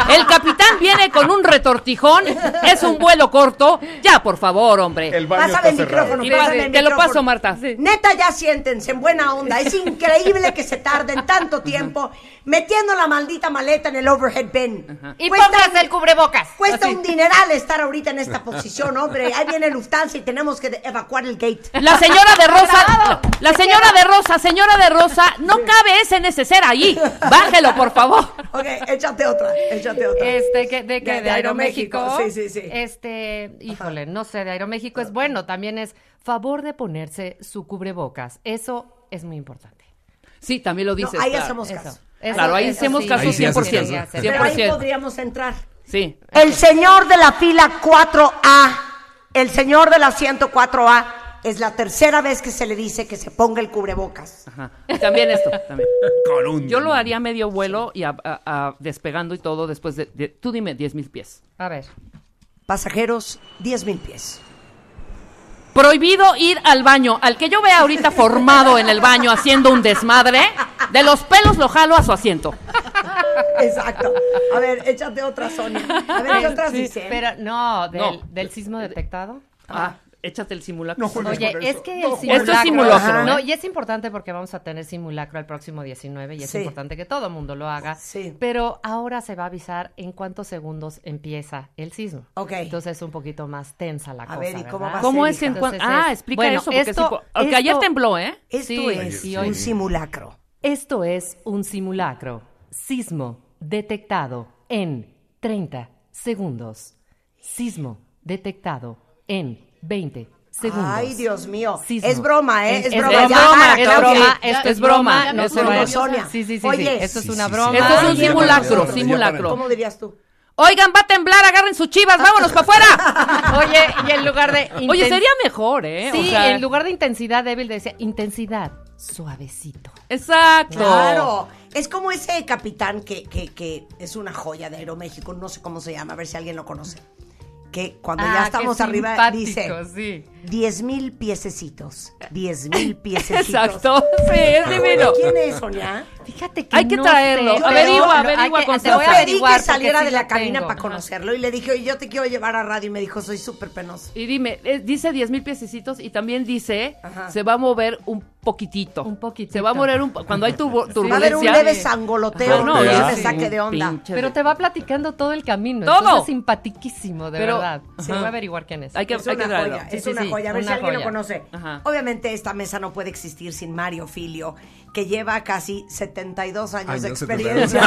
El capitán viene con un retortijón, es un vuelo corto. Ya, por favor, hombre. El
Pásame el micrófono,
Y
pásame
pase,
el
te lo
micrófono.
paso, Marta.
Neta, ya siéntense en buena onda. Es increíble que se tarden tanto tiempo metiendo la maldita maleta en el overhead bin.
Y
póngase
el cubrebocas.
Cuesta un dineral estar ahorita en esta posición, hombre. Ahí viene Lufthansa y tenemos que de- evacuar el gate.
La señora de Rosa, la señora de Rosa, señora de Rosa, no cabe ese neceser ahí. Bájelo, por favor.
Ok, échate otra, échate otra.
Este, que, de, que
De-
de,
de Aeroméxico.
Aeroméxico.
Sí, sí, sí. Ah.
Este, híjole, no sé, de Aeroméxico es bueno, también es favor de ponerse su cubrebocas. Eso es muy importante.
Sí, también lo dices.
No, ahí
claro.
hacemos
Eso.
caso.
Eso,
Claro, ahí
eso
hacemos
sí.
caso
Ahí sí haces
100%.
caso.
Pero ahí
100%.
podríamos entrar.
Sí.
El señor de la fila 4A, el señor de la 104A, es la tercera vez que se le dice que se ponga el cubrebocas.
Ajá. También esto, también.
Con un-
Yo lo haría medio vuelo y a- a- a- despegando y todo después de, de- tú dime, 10 mil pies.
A ver.
Pasajeros, 10 mil pies.
Prohibido ir al baño. Al que yo vea ahorita formado en el baño haciendo un desmadre, de los pelos lo jalo a su asiento.
Exacto. A ver, échate otra, Sonia. A ver, ¿qué otras dicen?
Pero no, del,
No. Eh,
del sismo detectado.
Ah, échate el simulacro.
Oye, es que el simulacro,
Esto es simulacro.
No,
¿eh?
y es importante porque vamos a tener simulacro el próximo 19 y es
Sí.
importante que todo mundo lo haga. Pero ahora se va a avisar en cuántos segundos empieza el sismo.
Ok.
Entonces es un poquito más tensa la
A
cosa.
ver, ¿y cómo
¿verdad?
va a
¿Cómo
ser,
es que en
hija?
cuan-
Entonces
Ah,
es-
explica
bueno,
eso. Porque
esto-
sí, po- aunque ayer
esto-
tembló, ¿eh?
Esto
Sí.
es
Y
un
hoy-
simulacro.
Esto es un simulacro. Sismo detectado en 30 segundos. Sismo detectado en 20
segundos.
Ay, Dios mío.
Sismo.
Es broma, ¿eh? Es,
Es-
broma.
es
ya,
broma,
para,
es
Claudia.
broma, esto es
Ya,
broma,
ya nos
esto es
puso
broma.
Sonia.
Sí, sí, sí, sí,
Oye,
esto es una broma.
Esto es un
Sí,
simulacro,
sí, sí,
simulacro.
¿Cómo dirías tú?
Oigan, va a temblar, agarren sus chivas, vámonos para afuera.
Oye, y en lugar de.
Oye,
inten-
sería mejor, ¿eh?
Sí,
O sea-
en lugar de intensidad débil, decía intensidad suavecito.
Exacto.
Claro. Es como ese capitán que, que, que es una joya de Aeroméxico, no sé cómo se llama, a ver si alguien lo conoce. Que cuando
Ah,
ya
qué
estamos arriba
simpático,
dice
sí.
10 mil piececitos. 10 mil piececitos.
Exacto, sí, es divino.
¿Quién es, Sonia?
Fíjate que
Hay que
no
traerlo.
sé,
Averigua,
pero-
averigua
hay que-
con
te voy
Sosa.
a
Pedí
averiguar
que
porque
saliera
sí
de
lo
la cabina
tengo.
para conocerlo y le dije, oye, yo te quiero llevar a radio y me dijo, soy súper penoso.
Y dime, eh, dice 10 mil piececitos y también dice se va a mover un poquitito. Un poquitito. Se va a mover un po- cuando hay turbo-
Va a
turbulencia.
haber un leve sangoloteo,
Ajá, no,
un
y
leve
es-
saque de onda.
pinche
Pero te va platicando todo el camino.
Todo.
Entonces, simpatiquísimo, de
Pero-
verdad. Sí,
Ajá.
voy a averiguar quién es.
Hay que-
Es una
traerlo.
joya,
Sí,
es
sí,
una
sí,
joya. A ver si
una
alguien lo
joya.
conoce.
Ajá.
Obviamente esta mesa no puede existir sin Mario Filio, que lleva casi 72 años
Ay,
de
no,
experiencia.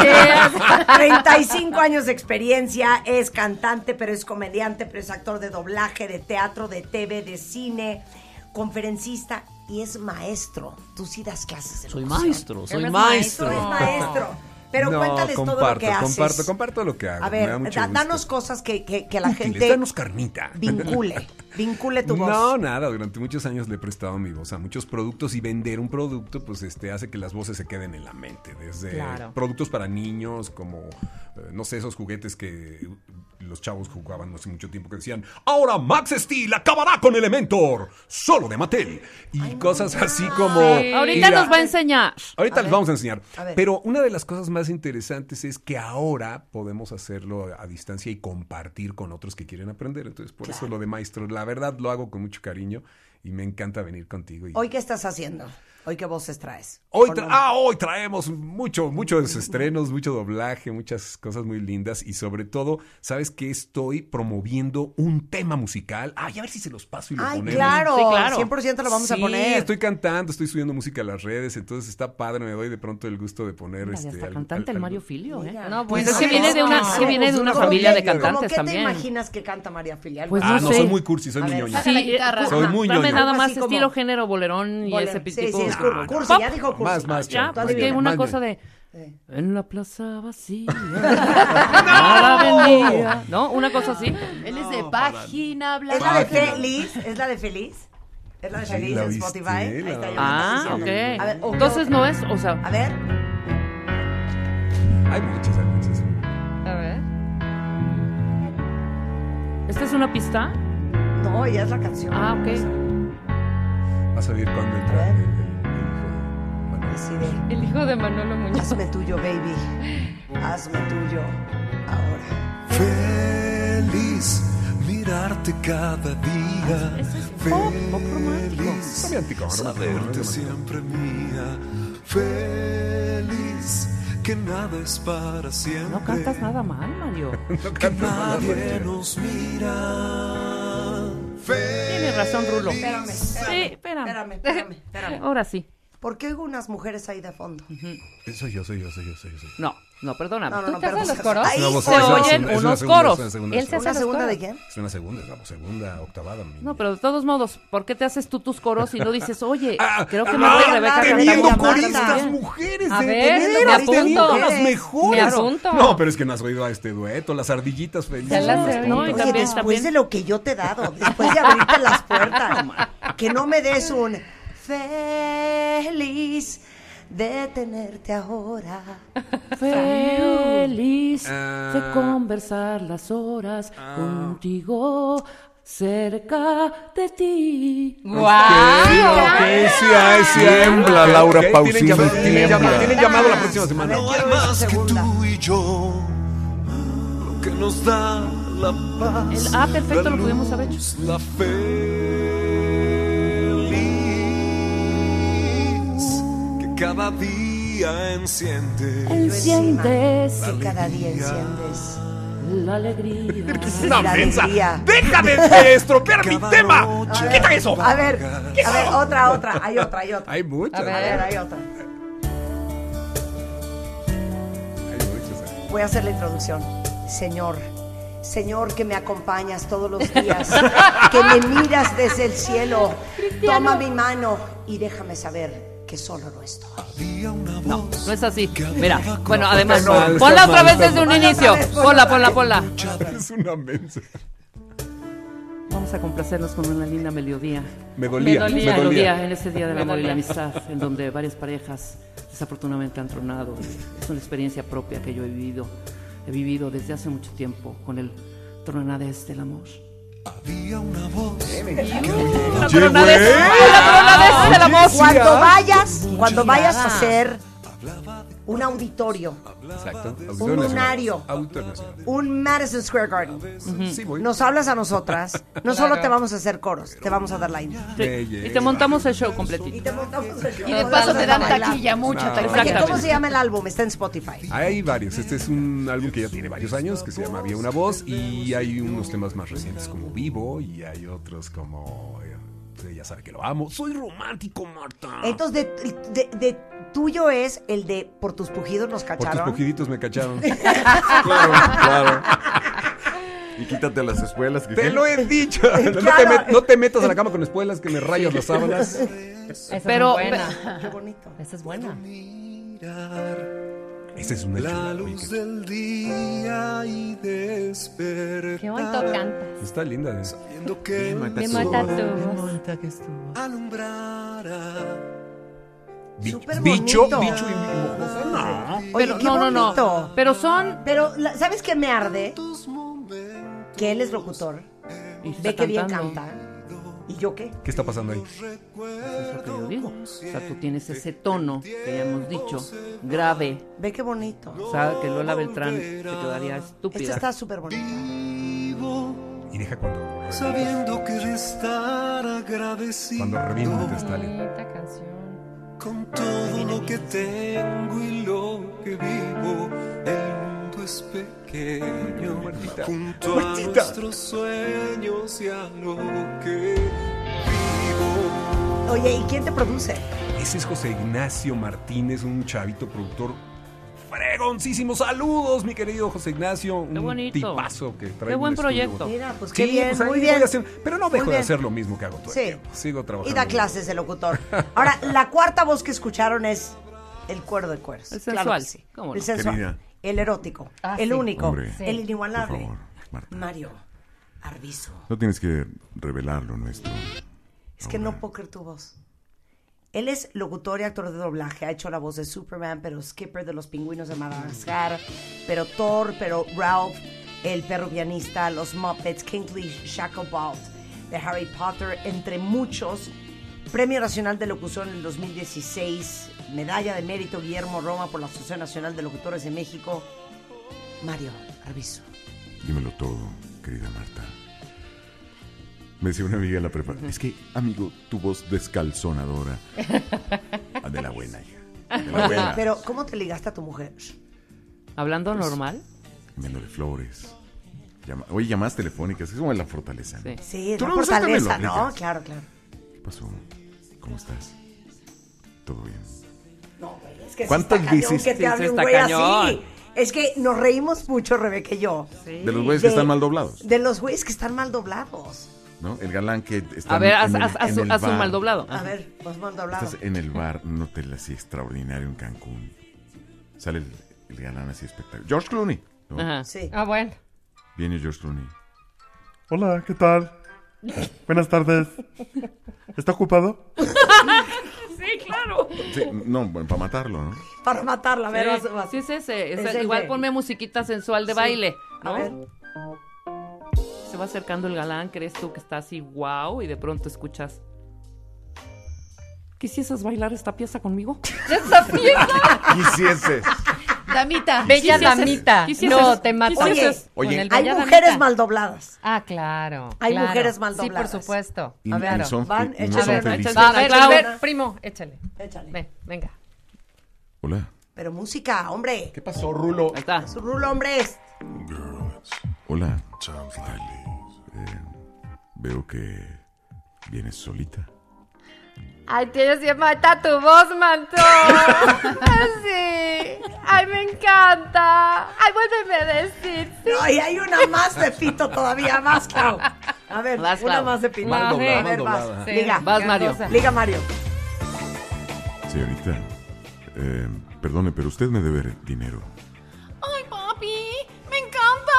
72.
35 años de experiencia, es cantante, pero es comediante, pero es actor de doblaje, de teatro, de TV, de cine, conferencista y es maestro. Tú sí das clases. de
Soy
locución.
maestro, soy
Él es
maestro.
Tú eres maestro. Pero
No,
cuéntales todo lo que haces.
Comparto, comparto lo que hago.
A
me da
ver,
mucho
da-
gusto.
danos cosas que, que- que la
Útiles,
gente
danos carnita.
vincule, vincule tu voz.
No, nada, durante muchos años le he prestado mi voz a muchos productos y vender un producto pues este hace que las voces se queden en la mente, desde
Claro.
productos para niños como eh, no sé, esos juguetes que los chavos jugaban hace mucho tiempo que decían, "Ahora Max Steel acabará con Elementor, solo de Mattel." Y cosas así como
Sí. Ahorita
ir a-
nos va a enseñar.
Ahorita les vamos a enseñar.
A ver.
Pero una de las cosas más interesantes es que ahora podemos hacerlo a distancia y compartir con otros que quieren aprender. Entonces, por eso lo de maestro, la verdad lo hago con mucho cariño y me encanta venir contigo. Y
Hoy qué estás haciendo? Hoy qué voces traes?
hoy, tra- ah, hoy traemos mucho, muchos estrenos, mucho doblaje, muchas cosas muy lindas y sobre todo, ¿sabes que Estoy promoviendo un tema musical. Ay, a ver si se los paso y lo
Ay,
ponemos.
claro, 100% lo vamos a
Sí,
poner.
estoy cantando, estoy subiendo música a las redes, entonces está padre, me doy de pronto el gusto de poner
Mira, ya
este
está
al-
cantante
al-
el
al-
Mario Filio, ¿eh?
No,
pues es que viene de una, que viene de una familia de cantantes
¿Qué te
también.
imaginas que canta María Filial?
Pues
ah,
no
no,
sé.
soy muy cursi, soy
A
muy
ver,
ñoño.
saca la guitarra.
Soy muy
Dame
ñoño.
nada más
Así como-
estilo género bolerón y
Bolero.
ese
Sí,
tipo.
sí, es cur- cursi, ya dijo cursi.
Más, más,
Ya,
chavo, más
porque
ñoño,
una
más
cosa
ñoño.
de en la plaza vacía. nada vendía. ¿No? Una cosa así.
Él es de página blanca.
¿Es la de Feliz? ¿Es la de Feliz? ¿Es la de
Sí,
Feliz
la
en
viste,
Spotify?
la
Ahí está, ya
Ah,
me estás
ok.
diciendo. A ver, o-
Entonces no es, o sea,
A ver,
Hay muchas, hay muchas.
A ver.
¿esta es una pista?
no, ya es la canción.
Ah, ok.
Va a salir cuando entra el, el- el hijo de Manuel.
Así de,
El hijo de Manolo Muñoz.
hazme tuyo, baby. Hazme tuyo. Ahora.
Feliz mirarte cada día. Feliz
romántico,
saberte
romántico.
siempre mía. Feliz que nada es para siempre.
No cantas nada mal, Mario.
No
que
cantes nada,
nadie
Manuel.
nos mira.
Tienes razón, Rulo.
Espérame,
Sí,
espérame.
espérame.
Espérame, espérame, espérame.
Ahora sí.
¿Por qué oigo unas mujeres ahí de fondo?
Soy yo, soy yo, soy yo, soy yo. Soy yo.
No, no, perdóname.
No, no,
¿Tú
no,
te haces
perdón.
los coros?
Ahí
No, vos
se
sabes, no,
oye.
oyen
es una- es una
unos
segunda,
coros.
es una segunda,
Él
es
se hace
¿Una
los
segunda de
coros.
quién?
una segunda, es la segunda octavada. mi-
No, pero de todos modos, ¿por qué te haces tú tus coros y no dices, oye,
Ah,
creo que me
ah,
voy a
ah,
Rebeca
teniendo
Carrera?
coristas
También.
mujeres,
A
eh,
ver,
de
me
veras,
apunto.
teniendo las
Me
mejores.
apunto.
No, pero es que no has oído a este dueto, las ardillitas felices.
Ya las he
No,
oído.
y
Oye,
también,
después
también.
de lo que yo te he dado, después de abrirte las puertas, que no me des un feliz de tenerte ahora.
Feliz de
Ah.
conversar las horas contigo cerca de ti.
Ok, sí, ay, sí, tiembla, Laura
Ok, tienen
Pausini,
llamado, tienen llamado,
tiembla.
tienen
Ah,
llamado la próxima
A
semana.
ver,
No hay
quiero oír
más que
segunda.
tú y yo. Lo que nos da la paz.
El- ah, perfecto,
la
lo pudimos haber hecho.
luz, La feliz que cada día enciende.
Enciendes
Que cada día enciendes.
la alegría.
la alegría.
Deja de, de estropear mi tema. Quita eso.
A ver, a ver, otra, otra, hay otra, hay otra.
Hay muchas.
A ver, hay otra.
Hay muchas.
Voy a hacer la introducción. Señor, Señor, que me acompañas todos los días, que me miras desde el cielo. Toma mi mano y déjame saber que solo no estoy.
No, no es así. Mira, bueno, además, ponla otra vez desde un inicio. Ponla, ponla, ponla.
Es una mensa.
Vamos a complacernos con una linda melodía.
Me dolía,
Melodía,
me dolía.
en ese día del
Me
amor y la
dolía.
amistad, en donde varias parejas desafortunadamente han tronado. Es una experiencia propia que yo he vivido. He vivido desde hace mucho tiempo con el tronadez del amor.
La
Oye,
tronadez,
güey.
la tronadez del amor.
Cuando vayas, cuando vayas a hacer un auditorio,
Exacto.
Un lunario.
Autor nacional.
un Madison Square Garden,
Sí, voy.
nos hablas a nosotras. No solo
Claro.
te vamos a hacer coros, te vamos a dar line.
Y
Este
te montamos el show completito.
Y
de paso te dan taquilla,
mucha No. taquilla.
Oye, ¿cómo se llama el álbum? Está en Spotify.
Hay varios. Este es un álbum que ya tiene varios años, que se llama Había una voz, y hay unos temas más recientes como Vivo, y hay otros como... eh, usted ya sabe que lo amo. Soy romántico, Marta.
Entonces, de, de- de tuyo es el de Por tus pujidos nos
Por tus
cacharon.
pujiditos me cacharon.
claro,
Claro. Y quítate las espuelas. Que
Te lo he dicho. No, te
Claro.
met- no te metas a la cama con espuelas que me rayas las sábanas.
Esa es
Pero-
muy buena.
pe-
Qué bonito.
Esa es buena.
Esa es una
La luz del día y despertar. Qué bonito canta.
Está linda. ¿eh?
Sabiendo que
Me mata tu voz.
alumbrará.
Di-
Súper
dicho,
bonito.
dicho y mojosa, no.
Oye,
Pero-
qué
no, no, no.
bonito.
Pero son.
Pero, la- ¿sabes qué me arde? Que él es locutor. Ve que bien canta. ¿Y yo qué?
¿Qué está pasando ahí?
Es lo que yo digo. O sea, tú tienes ese tono que ya hemos dicho, grave.
Ve qué bonito.
O sea, que Lola Beltrán se quedaría estúpida.
Esta está súper bonita.
Y deja cuando.
Sabiendo que he de estar agradecido.
Cuando revientes, está linda.
Con todo lo que tengo y lo que vivo, el mundo es pequeño. Junto a
Muertita.
nuestros sueños y a lo que
Oye, ¿y quién te produce?
Ese es José Ignacio Martínez, un chavito productor. Fregoncísimos saludos, mi querido José Ignacio. Un
bonito.
tipazo que trae
Qué
un
buen
estudio.
proyecto. Mira,
pues qué bien,
ahí
muy
voy a
bien.
hacer- pero no
Muy
dejo de
bien.
hacer lo mismo que hago todo el
Sí.
tiempo. Sigo
Y
trabajando.
da clases de locutor. Ahora, la cuarta voz que escucharon es el cuero de cueros.
El
Claro
sensual.
que sí.
¿Cómo no?
El sensual.
Querida.
El erótico.
Ah,
el
sí.
único.
Hombre,
el
por
inigualable.
favor, Marta.
Mario Arbizu.
No tienes que revelar lo nuestro.
Es que no puedo creer tu voz. Él es locutor y actor de doblaje. Ha hecho la voz de Superman, pero Skipper de los pingüinos de Madagascar, pero Thor, pero Ralph, el perro pianista, los Muppets, Kingsley Shacklebolt, de Harry Potter, entre muchos. Premio Nacional de Locución en el 2016. Medalla de Mérito Guillermo Roma por la Asociación Nacional de Locutores de México. Mario Arbizu.
Dímelo todo, querida Marta. Me decía una amiga en la prepa, es que, amigo, tu voz descalzonadora. Ah, De la buena, hija. De la buena.
Pero, ¿cómo te ligaste a tu mujer?
Hablando normal.
Enviándole flores. Llama- Oye, llamadas telefónicas, es como la fortaleza. ¿no?
Sí,
¿Tú
la
no usaste
fortaleza,
melódicas?
¿no? Claro, claro.
¿Qué pasó? ¿Cómo estás? ¿Todo bien?
Es que sí
¿Cuántas
está cañón
veces?
que
Sí, sí
te hable un
está
güey así?
cañón.
Es que nos reímos mucho, Rebeca y yo.
De los güeyes que están mal doblados,
De los güeyes que están mal doblados.
¿no? El galán que está
A ver,
en
haz,
el-
haz- haz
en
un-
el
haz un
bar.
mal doblado.
A ver, los mal doblados.
Estás en el bar, un hotel así extraordinario en Cancún. Sale el, el galán así espectacular. George Clooney. ¿no?
Sí.
Ah, bueno.
Viene George Clooney.
Hola, ¿qué tal? Buenas tardes. ¿Está ocupado?
Sí, claro.
Sí, no, bueno, para matarlo, ¿no?
Para matarla, a ver, vas-
sí,
vas.
sí es ese. es
Es
el-
ese.
igual ponme musiquita sensual de
Sí.
baile.
A
¿no?
ver.
Se va acercando el galán, crees tú que está así, wow, y de pronto escuchas. ¿Quisieras bailar esta pieza conmigo?
¡Esa fiesta!
Quisieses.
Damita. Bella
Quisieses.
damita.
Quisieses.
No, te mato.
Oye,
Con
Oye.
el
hay
bella
mujeres
damita.
mal dobladas.
Ah, claro.
Hay
claro.
mujeres mal dobladas.
Sí, por supuesto.
Y- y son-
van,
y no
échale
son
a ver,
una.
felices.
Va, a ver, a ver,
Claro.
primo, échale.
Échale.
Ven, venga.
Hola.
Pero música, hombre. ¿Qué
pasó, Rulo?
Ahí está.
Su rulo, hombre. es-
Hola. Eh, veo que vienes solita.
Ay, tienes bien malta tu voz, manto. sí. Ay, me encanta. Ay, vuélveme a decir. sí.
No, y hay una más de pito todavía, más, Clau. A ver, una
Clau.
más de pito.
Mal doblada,
a ver,
mal
vas.
doblada.
Liga.
Sí, Vas, Mario. cosa.
Liga, Mario.
Señorita, eh, perdone, pero usted me debe dinero.
Ay, papi, me encantas.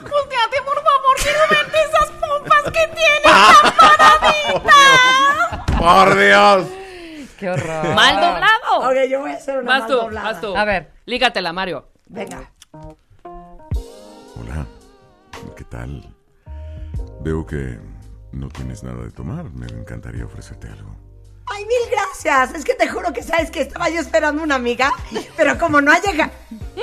Volteate, por favor, quiero verte esas pompas que tienes tan paraditas.
¡Por Dios!
¡Qué
Ah.
horror! ¡Mal doblado!
Ok, yo voy a hacer una
Vas
mal
tú,
doblada.
vas tú.
A ver.
Lígatela, Mario.
Venga.
Hola, ¿qué tal? Veo que no tienes nada de tomar. Me encantaría ofrecerte algo.
Ay, mil gracias. Es que te juro que sabes que estaba yo esperando una amiga, pero como no ha llegado.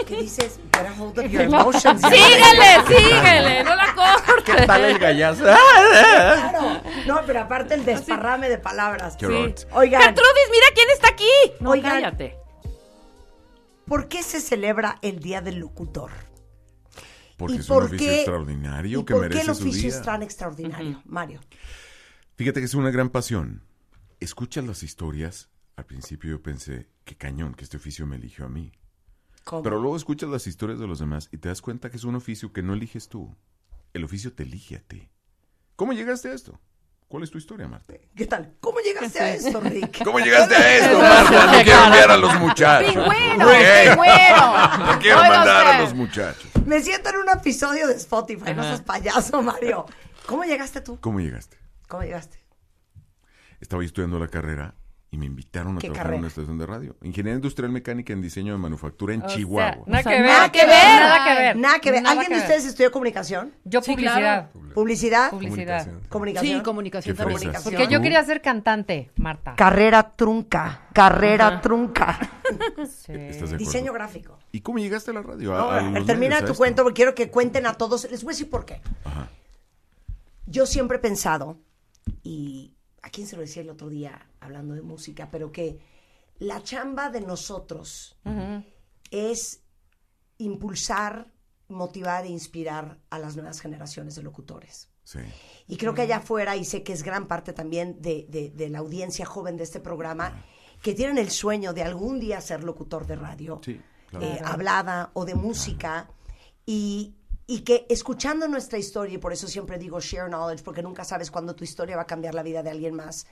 ¿Qué dices? Better hold up your emotions.
Síguele,
síguele, no la cortes.
¿Qué tal el gallazo?
Claro. No, pero aparte el desparrame de palabras.
Qué horror. Sí.
Oigan.
Gertrudis, mira quién está aquí. No,
Oigan.
cállate.
¿Por qué se celebra el Día del Locutor?
Porque
¿Y
es un
por
oficio
qué-
extraordinario
¿Y
que
por qué el
merece su día.
oficio es tan extraordinario, Mario?
Fíjate que es una gran pasión. Escuchas las historias. Al principio yo pensé, qué cañón que este oficio me eligió a mí.
¿Cómo?
Pero luego escuchas las historias de los demás y te das cuenta que es un oficio que no eliges tú. El oficio te elige a ti. ¿Cómo llegaste a esto? ¿Cuál es tu historia, Marta?
¿Qué tal? ¿Cómo llegaste a esto, Rick?
¿Cómo llegaste a esto, Marta? No quiero enviar a los muchachos.
Pingüino,
Güey,
pingüino.
No quiero
Oiga
mandar a
usted.
los muchachos.
Me siento en un episodio de Spotify, no seas payaso, Mario. ¿Cómo llegaste tú?
¿Cómo llegaste?
¿Cómo llegaste?
Estaba yo estudiando la carrera y me invitaron a
¿Qué
trabajar en
carrera?
una estación de radio. Ingeniería Industrial Mecánica en Diseño de Manufactura en
O sea,
Chihuahua.
O sea,
nada que ver, nada que ver.
Nada que ver.
Nada
¿Alguien
que
de
ver.
ustedes estudió comunicación?
Yo Sí, publicidad.
¿Publicidad?
Publicidad.
¿Comunicación?
Sí, comunicación
Qué
también.
fresas.
Porque yo quería ser cantante, Marta.
Carrera trunca. Carrera
Ajá.
trunca.
¿Estás de acuerdo?
Diseño gráfico.
¿Y cómo llegaste a la radio? A- a
Ahora,
los medios,
termina
a
tu
esto.
cuento porque quiero que cuenten a todos. Les voy a decir por qué.
Ajá.
Yo siempre he pensado, y a quién se lo decía el otro día hablando de música, pero que la chamba de nosotros es impulsar, motivar e inspirar a las nuevas generaciones de locutores.
Sí.
Y creo que allá afuera, y sé que es gran parte también de, de- de la audiencia joven de este programa, que tienen el sueño de algún día ser locutor de radio,
claro.
eh,
Claro.
hablada o de música, y, y que escuchando nuestra historia, y por eso siempre digo share knowledge, porque nunca sabes cuándo tu historia va a cambiar la vida de alguien más,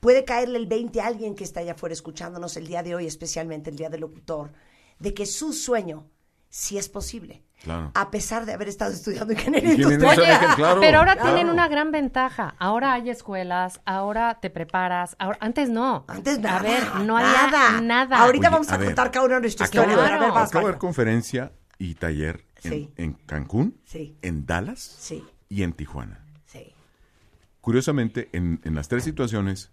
puede caerle el 20 a alguien que está allá afuera escuchándonos el día de hoy, especialmente el día del locutor, de que su sueño sí es posible.
Ah.
Claro.
A pesar de haber estado estudiando ingeniería
Ingeniería
industrial.
industrial, claro,
Pero ahora
claro.
tienen una gran ventaja. Ahora hay escuelas, ahora te preparas. Ahora, antes no.
Antes
A ver, no había
nada.
nada.
Ahorita
Oye,
vamos a,
a ver,
contar cada una de nuestras
Acabo,
historias.
de,
A ver,
acabo
vas,
de
Mario.
ver conferencia y taller en,
Sí.
en Cancún,
Sí.
en Dallas
Sí.
y en Tijuana.
Sí.
Curiosamente, en, en las tres situaciones,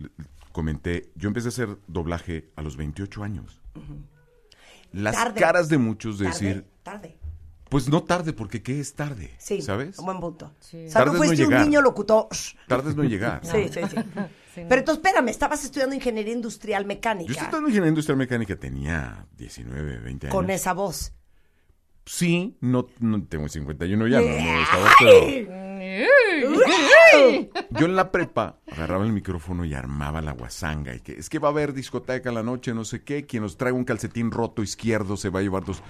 l- comenté, yo empecé a hacer doblaje a los 28 años. Las
Tarde.
caras de muchos de decir,
Tarde.
pues no tarde, porque ¿qué es tarde?
Sí.
¿Sabes?
Un buen punto. O sea,
Tarde
no
es
fuiste
no
un
llegar.
niño locutor.
Tarde es no llegar.
Sí, sí, sí.
Sí, no.
Pero entonces, espérame, estabas estudiando ingeniería industrial
Yo
mecánica
estaba en ingeniería industrial mecánica, tenía 19, 20 años.
con esa voz.
Sí, no, no- tengo 51 ya, no, no estaba,
¡Ay!
pero yo en la prepa agarraba el micrófono y armaba la guasanga. Y que, es que va a haber discoteca en la noche, no sé qué, quien nos traiga un calcetín roto izquierdo se va a llevar dos...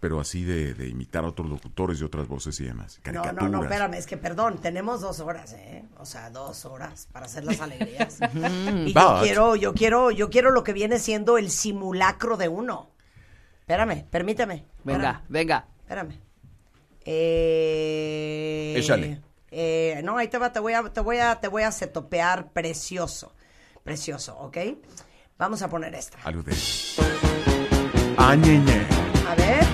Pero así de, de imitar a otros locutores y otras voces y demás.
No,
Caricaturas.
no, no, espérame, es que perdón, tenemos dos horas, ¿eh? O sea, dos horas para hacer las alegrías. y yo
But-
quiero, yo quiero, yo quiero lo que viene siendo el simulacro de uno. Espérame, permíteme.
Venga,
espérame,
venga.
Espérame. Eh,
Échale.
eh, no, ahí te va, te voy a, te voy a, te voy a setopear precioso. Precioso, ¿ok? Vamos a poner esta.
Algo de... Ah, ñeñe.
A ver.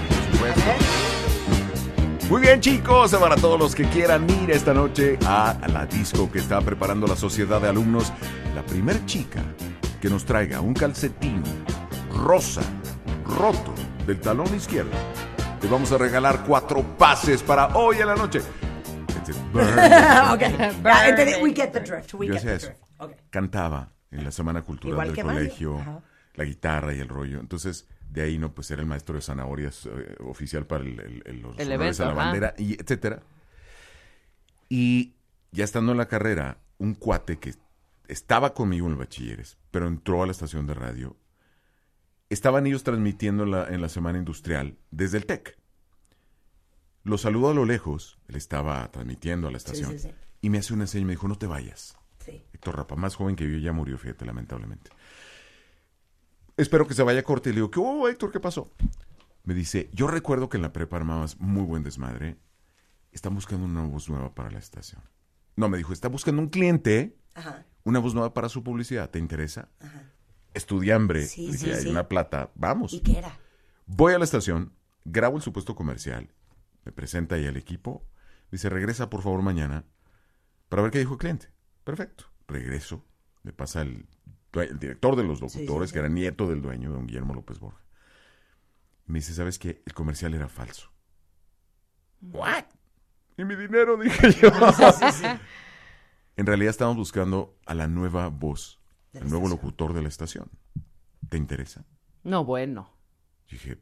Muy bien, chicos, para todos los que quieran ir esta noche a la disco que está preparando la Sociedad de Alumnos, la primer chica que nos traiga un calcetín rosa roto del talón izquierdo, le vamos a regalar cuatro pases para hoy en la noche. It's a burn.
ok. Ya, entendí. We get the drift. We
Yo
get the
hacía
drift.
eso. Cantaba en la Semana Cultural
Igual
del
que Mario.
colegio,
Ajá.
la guitarra y el rollo. Entonces, de ahí, no, pues era el maestro de zanahorias eh, oficial para el, el- el- los
El
honores
evento,
a la
ajá.
bandera, y etcétera. Y ya estando en la carrera, un cuate que estaba conmigo en el bachilleres, pero entró a la estación de radio. Estaban ellos transmitiendo la- en la semana industrial desde el TEC. Lo saludo a lo lejos, él estaba transmitiendo a la estación,
sí, sí.
y me hace una seña y me dijo, no te vayas.
Sí.
Héctor Rapa, más joven que yo, ya murió, fíjate, lamentablemente. Espero que se vaya a corte y le digo, ¿qué hubo, Héctor? ¿Qué pasó? Me dice, yo recuerdo que en la prepa armabas muy buen desmadre. Están buscando una voz nueva para la estación. No, me dijo, está buscando un cliente,
Ajá.
una voz nueva para su publicidad. ¿Te interesa? Estudiambre.
Sí,
dije,
sí,
hay
sí.
una plata. Vamos.
¿Y qué era?
Voy a la estación, grabo el supuesto comercial, me presenta ahí al equipo, dice, regresa por favor mañana para ver qué dijo el cliente. Perfecto. Regreso, me pasa el, due- el director de los
sí,
locutores,
sí.
que era nieto del dueño, don Guillermo López Borja. Me dice, ¿sabes qué? El comercial era falso. ¿What? Y mi dinero, dije yo. En realidad estábamos buscando a la nueva voz, al nuevo locutor de la estación. ¿Te interesa?
No, bueno.
Dije,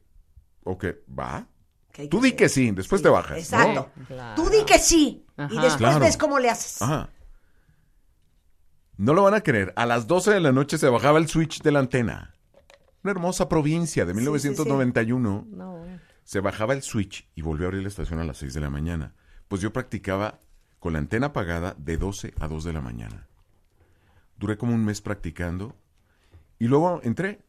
ok, va.
Que hay
Tú
que
di que sí, después te bajas. ¿no?
Exacto. Eh, Tú di que sí. Y
Ajá.
después
Ah. Claro. Ah.
ves cómo le haces.
Ajá. No lo van a creer. A las 12 de la noche se bajaba el switch de la antena. Una hermosa provincia de 1991.
No, bueno.
Se bajaba el switch y volvió a abrir la estación a las 6 de la mañana. Pues yo practicaba con la antena apagada de 12 a 2 de la mañana. Duré como un mes practicando y luego entré.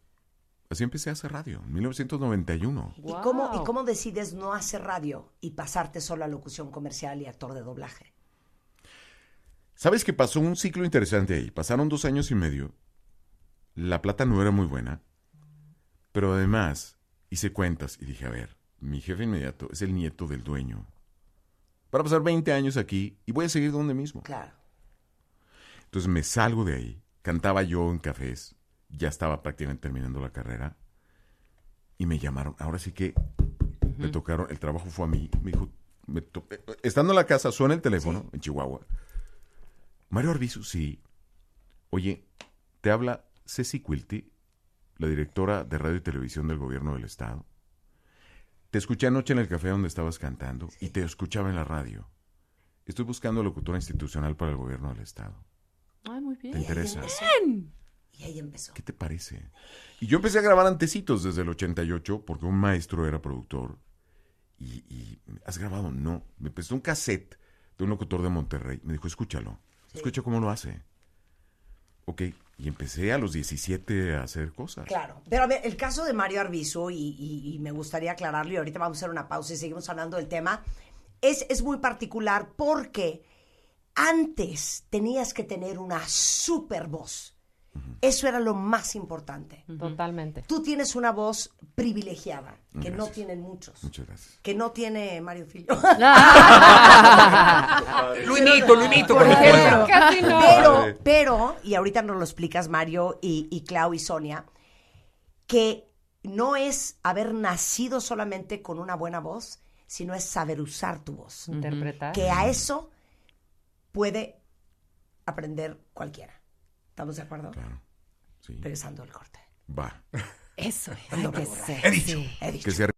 Así empecé a hacer radio, en 1991.
¿Y, cómo, ¿Y cómo decides no hacer radio y pasarte solo a locución comercial y actor de doblaje?
¿Sabes que pasó un ciclo interesante ahí? Pasaron dos años y medio. La plata no era muy buena. Pero además hice cuentas y dije, a ver, mi jefe inmediato es el nieto del dueño. Para pasar 20 años aquí y voy a seguir donde mismo.
Claro.
Entonces me salgo de ahí. Cantaba yo en cafés. Ya estaba prácticamente terminando la carrera. Y me llamaron. Ahora sí que me tocaron. El trabajo fue a mí. Me dijo, me to- eh, estando en la casa, suena el teléfono en Chihuahua. Mario Arbizu, sí. Oye, te habla Ceci Quilty, la directora de radio y televisión del gobierno del estado. Te escuché anoche en el café donde estabas cantando y te escuchaba en la radio. Estoy buscando locutora institucional para el gobierno del estado.
Ay, muy bien.
¿Te interesa?
Bien.
Y ahí empezó.
¿Qué te parece? Y yo empecé a grabar antecitos desde el 88 porque un maestro era productor. Y, y, ¿has grabado? No. Me prestó un cassette de un locutor de Monterrey. Me dijo, escúchalo. Escucha cómo lo hace. Ok. Y empecé a los 17 a hacer cosas.
Claro. Pero a ver, el caso de Mario Arbizu, y, y- y me gustaría aclararlo, y ahorita vamos a hacer una pausa y seguimos hablando del tema, es, es muy particular porque antes tenías que tener una super voz. Eso era lo más importante.
Totalmente.
Tú tienes una voz privilegiada, que no
Gracias.
tienen muchos.
Muchas gracias.
Que no tiene Mario Filio.
Luinito, Luinito,
Por
por
ejemplo.
ejemplo. Casi no.
Pero, pero, y ahorita nos lo explicas Mario y, y Clau y Sonia, que no es haber nacido solamente con una buena voz, sino es saber usar tu voz.
Interpretar.
Que a eso puede aprender cualquiera. ¿Estamos de acuerdo?
Claro. Sí.
Regresando al corte.
Va.
Eso es.
No
hay que
me borra.
ser.
He dicho. He dicho.
Que se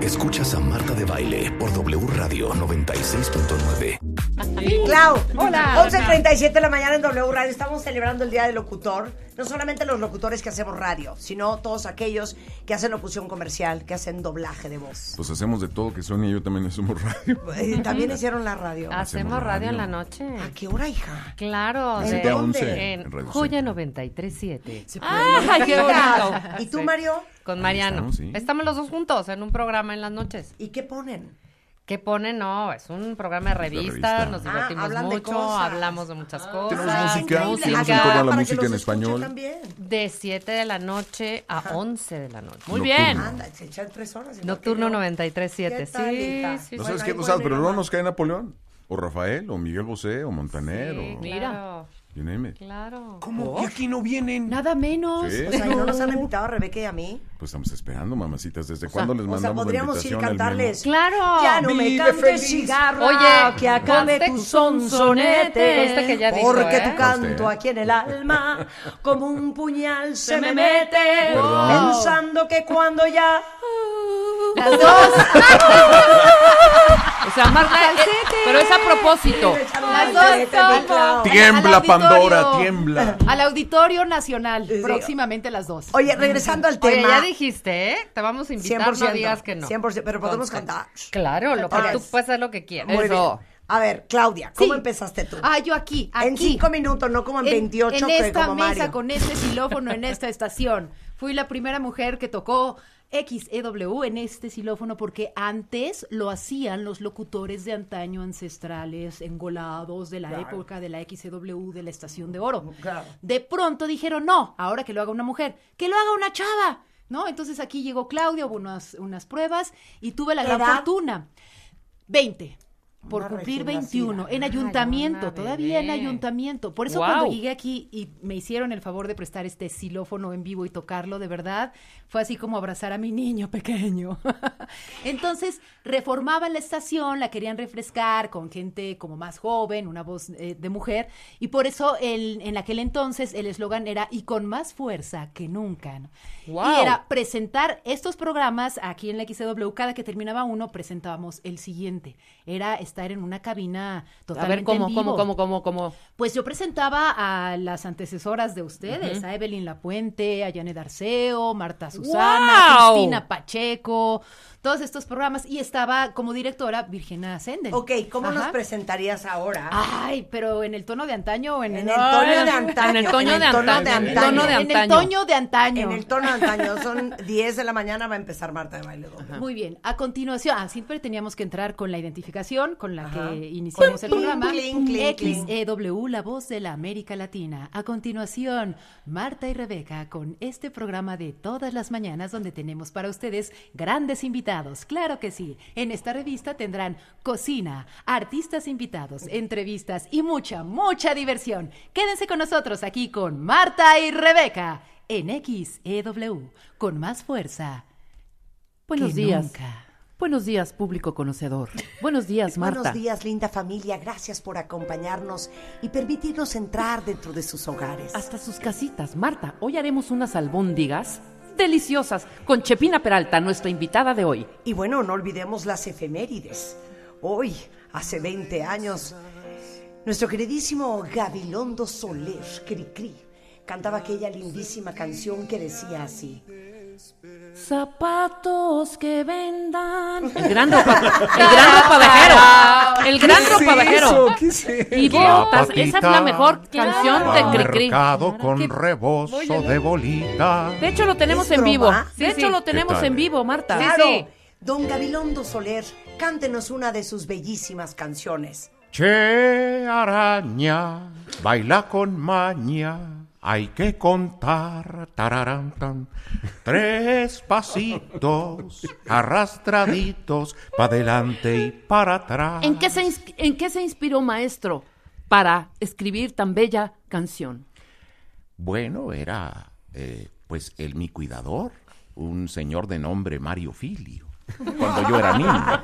Escuchas a Marta de Baile por W Radio 96.9.
Clau,
Hola.
11.37 de la mañana en W Radio. Estamos celebrando el Día del Locutor. No solamente los locutores que hacemos radio, sino todos aquellos que hacen locución comercial, que hacen doblaje de voz.
Pues hacemos de todo, que Sonia y yo también hacemos radio.
Eh, También hicieron la radio.
Hacemos
Hacemos
radio en
radio.
la noche. ¿A
qué hora, hija?
Claro.
De
de-
siete a once,
En
en Radio
Joya 937.
¡Ay, Ah, qué bonito!
¿Y tú, Mario?
Ah, Con Mariano.
estamos,
Estamos,
sí.
los dos juntos en un programa en las noches.
¿Y qué ponen?
¿Qué ponen? No, es un programa de
revista.
revista, nos
Ah,
divertimos
hablan de
mucho,
cosas.
hablamos de muchas cosas.
Ah,
Tenemos música, tenemos en torno a la música en español.
De 7 de la noche a 11 de la noche.
Muy Nocturno. bien.
Anda, se echan tres horas. igual que
Nocturno
yo.
93.7.
¿Qué tal,
Sí,
hija?
sí,
No
sí.
sabes qué, no sabes, pero luego nos cae Napoleón. O Rafael, o Miguel Bosé, o Montaner,
Sí,
o...
Claro.
You name it.
Claro.
¿Cómo? ¿Y aquí no vienen?
Nada menos.
Sí.
O sea, ¿y no nos han invitado a Rebeca y a mí?
Pues estamos esperando, mamacitas. ¿Desde cuándo les
O sea,
mandamos la
podríamos ir
invitación
a
al
cantarles.
menú?
Claro.
Ya no me
Vive
cantes
feliz.
cigarro.
Oye,
que acabe
ponte
tu sonsonete.
Este que ya dijo,
porque
¿eh?
tu canto
Usted.
aquí en el alma como un puñal se me mete.
Perdón.
Pensando que cuando ya.
Las dos.
Es
sea,
Ah,
más la- eh, pero es a propósito.
Las dos son-
Tiembla,
al auditorio-
Pandora, tiembla.
Al Auditorio Nacional, próximamente las dos.
Oye, regresando al tema.
Oye, ya dijiste, ¿eh? Te vamos a invitar, no
100%,
digas que no.
100%, pero podemos cantar.
Claro, lo que
Ok.
tú puedes hacer lo que quieras.
Muy
Eso.
bien. A ver, Claudia, ¿cómo empezaste tú?
Ah, yo aquí,
En cinco minutos, no como en, 28
en
que
esta
como
mesa
Mario.
con este xilófono en esta estación. Fui la primera mujer que tocó XEW en este xilófono porque antes lo hacían los locutores de antaño ancestrales engolados de la
Claro.
época de la XEW de la Estación de Oro. De pronto dijeron, "No, ahora que lo haga una mujer, que lo haga una chava." ¿No? Entonces aquí llegó Claudia, hubo unas, unas pruebas y tuve la gran
¿Edad?
fortuna. 20 por
Una
cumplir
recién
21
nacida.
en
Ay,
ayuntamiento,
una
todavía en
bebé.
ayuntamiento. Por eso
Guau.
cuando llegué aquí y me hicieron el favor de prestar este xilófono en vivo y tocarlo, de verdad, fue así como abrazar a mi niño pequeño. Entonces, reformaban la estación, la querían refrescar con gente como más joven, una voz eh, de mujer, y por eso el- en aquel entonces el eslogan era y con más fuerza que nunca. ¿no?
Guau.
Y era presentar estos programas aquí en la XW, cada que terminaba uno presentábamos el siguiente. Era estar en una cabina totalmente
A ver, ¿cómo,
en vivo.
cómo, cómo, cómo, cómo?
Pues yo presentaba a las antecesoras de ustedes,
Ujú.
a Evelyn Lapuente, a Janet Arceo, Marta Susana,
¡Guau!
Cristina Pacheco, todos estos programas. Y estaba como directora Virginia Ascenden.
Ok, ¿cómo nos presentarías ahora?
Ay, pero en el tono de antaño o en,
En el tono de antaño.
En el toño de antaño.
En el tono de antaño. Son 10 de la mañana, va a empezar Marta de Baile Doble.
Muy bien, a continuación, ah, siempre teníamos que entrar con la identificación con la
Ajá.
que iniciamos el
Cling,
programa.
cling, cling, cling.
XEW, la voz de la América Latina. A continuación, Marta y Rebeca con este programa de todas las mañanas donde tenemos para ustedes grandes invitados. Claro que sí, en esta revista tendrán cocina, artistas invitados, entrevistas y mucha, mucha diversión. Quédense con nosotros aquí con Marta y Rebeca en XEW, con más fuerza.
Buenos
que
días.
nunca.
Buenos días, público conocedor. Buenos días, Marta.
Buenos días, linda familia. Gracias por acompañarnos y permitirnos entrar dentro de sus hogares.
Hasta sus casitas, Marta. Hoy haremos unas albóndigas deliciosas con Chepina Peralta, nuestra invitada de hoy.
Y bueno, no olvidemos las efemérides. Hoy, hace 20 años, nuestro queridísimo Gabilondo Soler, Cricri, cantaba aquella lindísima canción que decía así.
Zapatos que vendan.
El gran ropa, el gran ropavejero. Ah, El gran
¿Qué es
ropavejero.
eso? ¿Qué es eso?
Y botas,
La
esa es
patita
la mejor canción
va
de
al
Cricri.
mercado con
¿Qué?
rebozo
Voy a-
de bolita.
De hecho, lo tenemos
¿Es
en
broma?
vivo.
Sí,
De
sí.
hecho, lo
¿Qué
tenemos
tal?
en vivo, Marta.
Claro, don Gabilondo Soler, cántenos una de sus bellísimas canciones.
Che araña, baila con maña, hay que contar, tararán, tan, tres pasitos arrastraditos para adelante y para atrás.
¿En qué, se ins- ¿En qué se inspiró, maestro, para escribir tan bella canción?
Bueno, era eh, pues el mi cuidador, un señor de nombre Mario Filio, cuando yo era niño.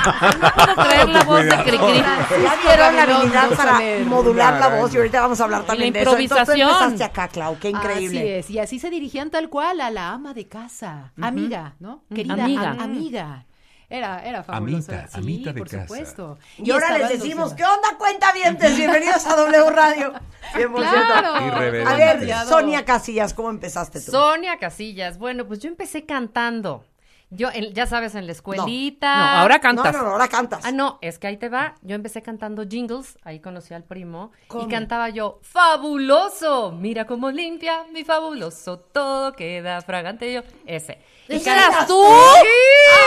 No puedo creer la voz de Cricri.
Ya vieron la habilidad
Gabilondo
para
Soler.
modular la
Maravilla.
voz y ahorita vamos a hablar
Y
también
la
de eso. Entonces tú
improvisación.
empezaste acá, Clau, qué increíble.
Así es, y así se dirigían tal cual a la ama de casa,
Ujú.
amiga, ¿no?
Mm,
Querida
amiga.
amiga. amiga. Era, era fabuloso.
Amita,
sí,
amita de
por
casa.
supuesto.
Y ahora les
estaban los demás.
decimos, ¿qué onda, cuenta vientes? Bienvenidos a W Radio. Bien, por cierto.
Claro.
A
Irreverente.
ver, Sonia Casillas, ¿cómo empezaste tú?
Sonia Casillas. Bueno, pues yo empecé cantando. Yo, en- ya sabes, en la escuelita.
No, no, ahora cantas. No, no, no, ahora
cantas.
Ah, no, es que ahí te va. Yo empecé cantando jingles, ahí conocí al primo. ¿Cómo? Y cantaba yo, fabuloso, mira cómo limpia mi fabuloso, todo queda fragante. Yo, ese. Y
¿Ese
cada-
eras tú?
¡Sí!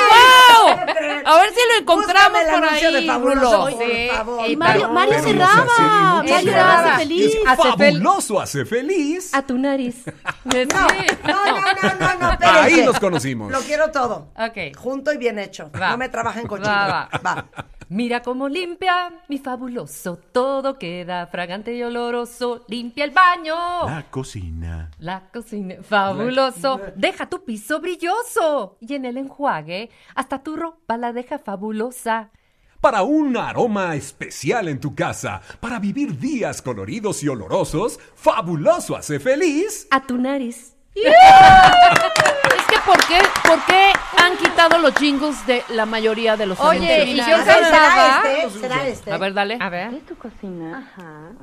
¡Guau! A ver si lo encontramos
Búscame el
por
anuncio
ahí.
de Fabuloso,
Rulo.
por
Sí.
favor.
Y
Mario- Mario
Pero nos
cerraba,
hace
Mario
mucho feliz.
cerraba. feliz.
Es
Hace fel-
fabuloso, hace feliz.
A tu nariz.
Ahí
espérense.
nos conocimos.
Lo quiero todo.
Ok.
Junto y bien hecho. No me trabajen con
Va, va. Mira cómo limpia mi fabuloso, todo queda fragante y oloroso, limpia el baño.
Ah.
La cocina.
La cocina, fabuloso. Deja tu piso brilloso. Y en el enjuague, hasta tu ropa la deja fabulosa.
Para un aroma especial en tu casa, para vivir días coloridos y olorosos, fabuloso hace feliz.
A tu nariz.
Es que ¿por qué, ¿por qué han quitado los jingles de la mayoría de los
Oye,
eventos?
y yo pensaba...
A ver, dale.
este? A ver.
este? tu cocina? Ajá.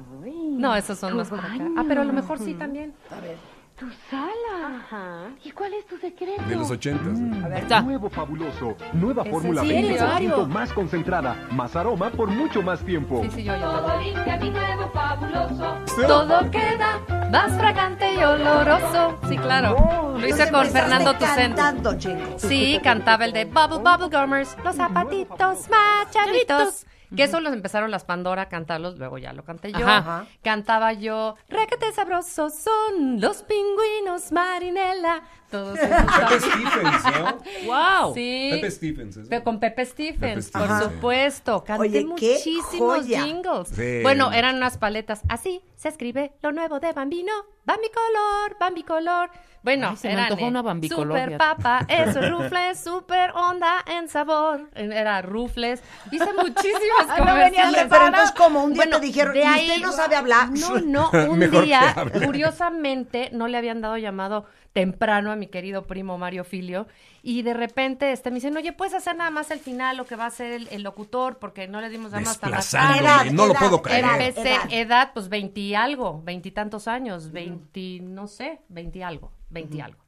No, esos son los por acá. Ah, pero a lo mejor sí también. A ver.
Tu sala. Ajá. ¿Y cuál es tu secreto?
De los ochentas.
Mm.
Nuevo fabuloso. Nueva
¿Es
fórmula
en serio?
20% más concentrada, más aroma por mucho más
Oh.
tiempo.
Sí, sí, yo, yo.
Todo limpia, mi nuevo fabuloso.
Todo queda más fragante y oloroso. Sí, claro. Lo hice con
Entonces
Fernando
empezaste
Tucent.
cantando, Jingle.
Sí, cantaba el de Bubble Bubble Gummers, los zapatitos machaditos. Que eso los empezaron las Pandora a cantarlos, luego ya lo canté yo.
Ajá.
Cantaba yo, requete sabrosos son los pingüinos marinela. Todos
Pepe
esos
Stephens, ¿no?
¡Wow! Sí.
Pepe Stephens. ¿es?
Pe- con Pepe Stephens,
Pepe Stephens,
por
sí.
supuesto. Canté
Oye, qué
muchísimos
joya.
jingles.
Sí.
Bueno, eran unas paletas. Así se escribe lo nuevo de Bambino. Bambi color, Bambi color. Bueno,
Ay, se me
eran,
antojó
eh,
una Bambi
super
color, fíjate.
papa, eso, rufles, super onda en sabor. Era rufles. Hice muchísimas
Ah,
Ay, no venía
comerciales.
preparada. Pero entonces, como un día te dijeron,
de
"Y usted
ahí-
no sabe hablar".
No, no, un
Mejor que
día,
hable.
curiosamente, no le habían dado llamado temprano a mi querido primo Mario Filio. Y de repente este, me dicen, oye, ¿puedes hacer nada más el final, lo que va a ser el, el locutor? Porque no le dimos nada más hasta la tarde".
Desplazándome, Edad, no lo edad, puedo creer.
Empecé,
edad.
edad. pues veinti algo, veintitantos años, veinti, no sé, veinti algo, veinti algo.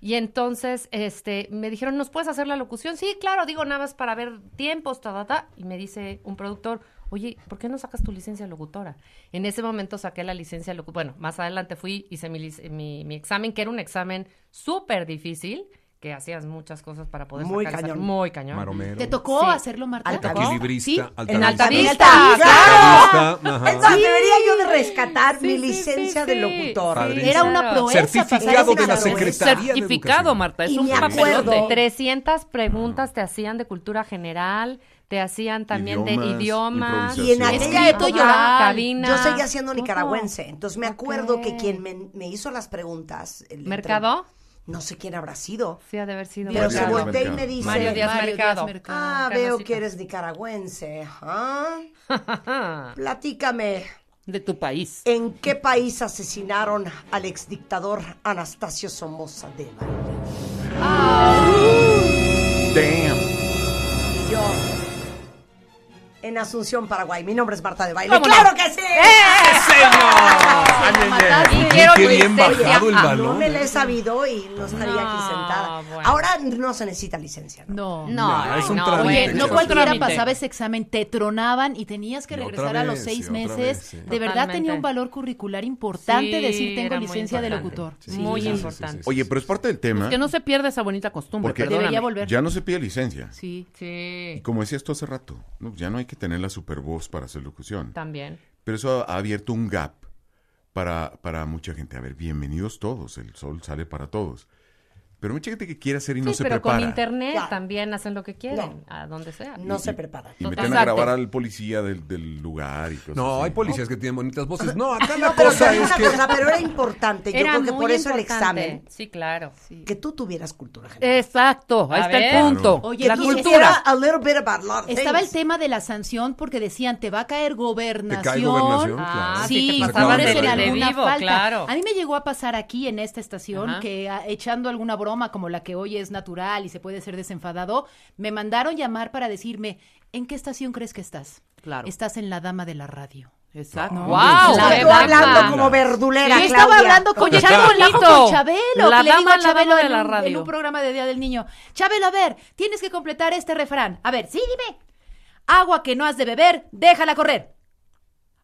Y entonces, este, me dijeron, ¿nos puedes hacer la locución? Sí, claro, digo, nada más para ver tiempos, ta, ta, ta. Y me dice un productor, oye, ¿por qué no sacas tu licencia de locutora? En ese momento saqué la licencia de locutora. Bueno, más adelante fui, hice mi, lic- mi, mi examen, que era un examen súper difícil, que hacías muchas cosas para poder
Muy
sacar esa-
cañón.
Muy cañón.
Maromero.
¿Te tocó hacerlo, Marta?
Equilibrista,
En
altavista.
altavista.
Altavista, ajá.
Entonces, debería yo de rescatar mi licencia de locutor.
Padrísimo. Certificado de la Secretaría de
Certificado, Marta, es
Y
un
me acuerdo.
papelote.
300 preguntas te hacían de cultura general, te hacían también de
Idiomas,
idiomas.
Y en aquella
escrito,
época
oral, cabina.
yo seguía siendo nicaragüense, entonces me acuerdo que quien me, me hizo las preguntas... el entre-
¿Mercado?
No sé quién habrá sido.
Sí, ha de haber sido
Pero se
Mercado.
voltea y me dice...
Mario Díaz Mercado.
Ah,
Canasita.
veo que eres nicaragüense. ajá. Platícame,
De tu país.
¿en qué país asesinaron al exdictador Anastasio Somoza Deva?
Ah.
Damn.
Y yo, en Asunción, Paraguay. Mi nombre es Marta de Baile.
¡Vámonos!
¡Claro que sí!
¡Eh, Y quiero
Qué bien
licencia.
bajado el
Ah,
No
balón.
me la he sabido y no estaría aquí sentada. Ahora no se necesita licencia. No,
No, ay, es un no, trámite.
oye,
Oye,
no
es un
cualquiera
trámite.
pasaba
pasaba ese examen, te tronaban y tenías que
Y otra
regresar a los
vez,
seis
y otra
meses.
vez, sí.
De verdad tenía un
Totalmente.
valor curricular importante
Sí,
decir tengo
era muy
licencia de
importante.
locutor.
Sí, Muy sí, sí, sí, importante.
Oye, pero es parte del tema.
Que no se pierda esa bonita costumbre,
porque
perdóname.
ya no se pide licencia.
Sí, sí.
Y como decías tú hace rato, no, ya no hay que tener la super voz para hacer locución.
También.
Pero eso ha, ha abierto un gap para, para mucha gente. A ver, bienvenidos todos, el sol sale para todos. Pero mucha gente que quiere hacer y no
sí,
se
pero
prepara.
con internet también hacen lo que quieren, a donde sea.
Y- y- Y meten a
Exacto.
grabar al policía del, del lugar y cosas
No,
así.
hay policías que tienen bonitas voces. No, acá
No,
la
pero,
cosa
pero
es
una
que.
cosa, pero era importante. Yo
Era
creo que
muy
por eso el
importante.
examen.
Sí, claro.
Que tú tuvieras cultura general.
Exacto, ahí
A
está
ver.
el punto.
Claro. Oye,
la
tú
cultura.
quisieras-
A little bit about a lot of
Estaba el
things.
tema de la sanción porque decían te va a caer gobernación.
Te cae gobernación,
Ah,
claro.
sí,
Sí, te
si
pasaban
eres
de
en
lanza.
alguna
De vivo,
falta.
claro.
A mí me llegó a pasar aquí en esta estación
Ajá.
que a- echando alguna broma como la que hoy es natural y se puede ser desenfadado, me mandaron llamar para decirme ¿en qué estación crees que estás?
Claro.
Estás en la dama de la radio.
Exacto.
No,
¡Guau!
claro.
¡Qué
Estoy hablando
bárbara!
como
verdulera,
Yo estaba
Claudia.
hablando con
Oye, qué
Chabelo,
bonito.
con Chabelo,
La
que le digo a
dama, la
Chabelo
dama de
en
la
un-
radio.
en un programa de Día del Niño. Chabelo, a ver, tienes que completar este refrán. A ver, sí, dime. Agua que no has de beber, déjala correr.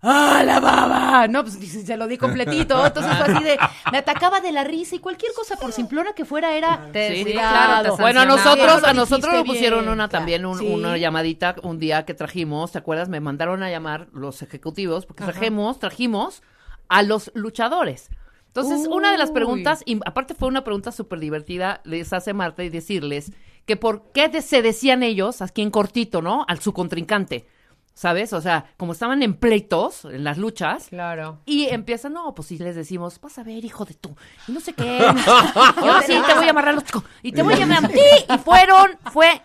¡Ah, la baba! No, pues se lo di completito. Entonces fue así de. Me atacaba de la risa y cualquier cosa por simplona que fuera era.
Sí,
cuidado.
claro, te bueno, a
Pero
nosotros,
lo
a nosotros
dijiste
nos pusieron
bien,
una
claro.
también, un-
Sí.
una llamadita un día que trajimos, ¿te acuerdas? Me mandaron a llamar los ejecutivos, porque
Ajá.
trajimos, trajimos a los luchadores. Entonces, una de las
Uy.
preguntas, y aparte fue una pregunta súper divertida, les hace Marta y decirles que por qué de- se decían ellos, aquí en cortito, ¿no? Al su contrincante, ¿sabes? O sea, como estaban en pleitos, en las luchas,
Claro.
y empiezan, no, pues si les decimos, vas a ver, hijo de tú, y no sé qué, yo sí te voy a amarrar los chicos, y te voy a amarrar, sí, y fueron, fue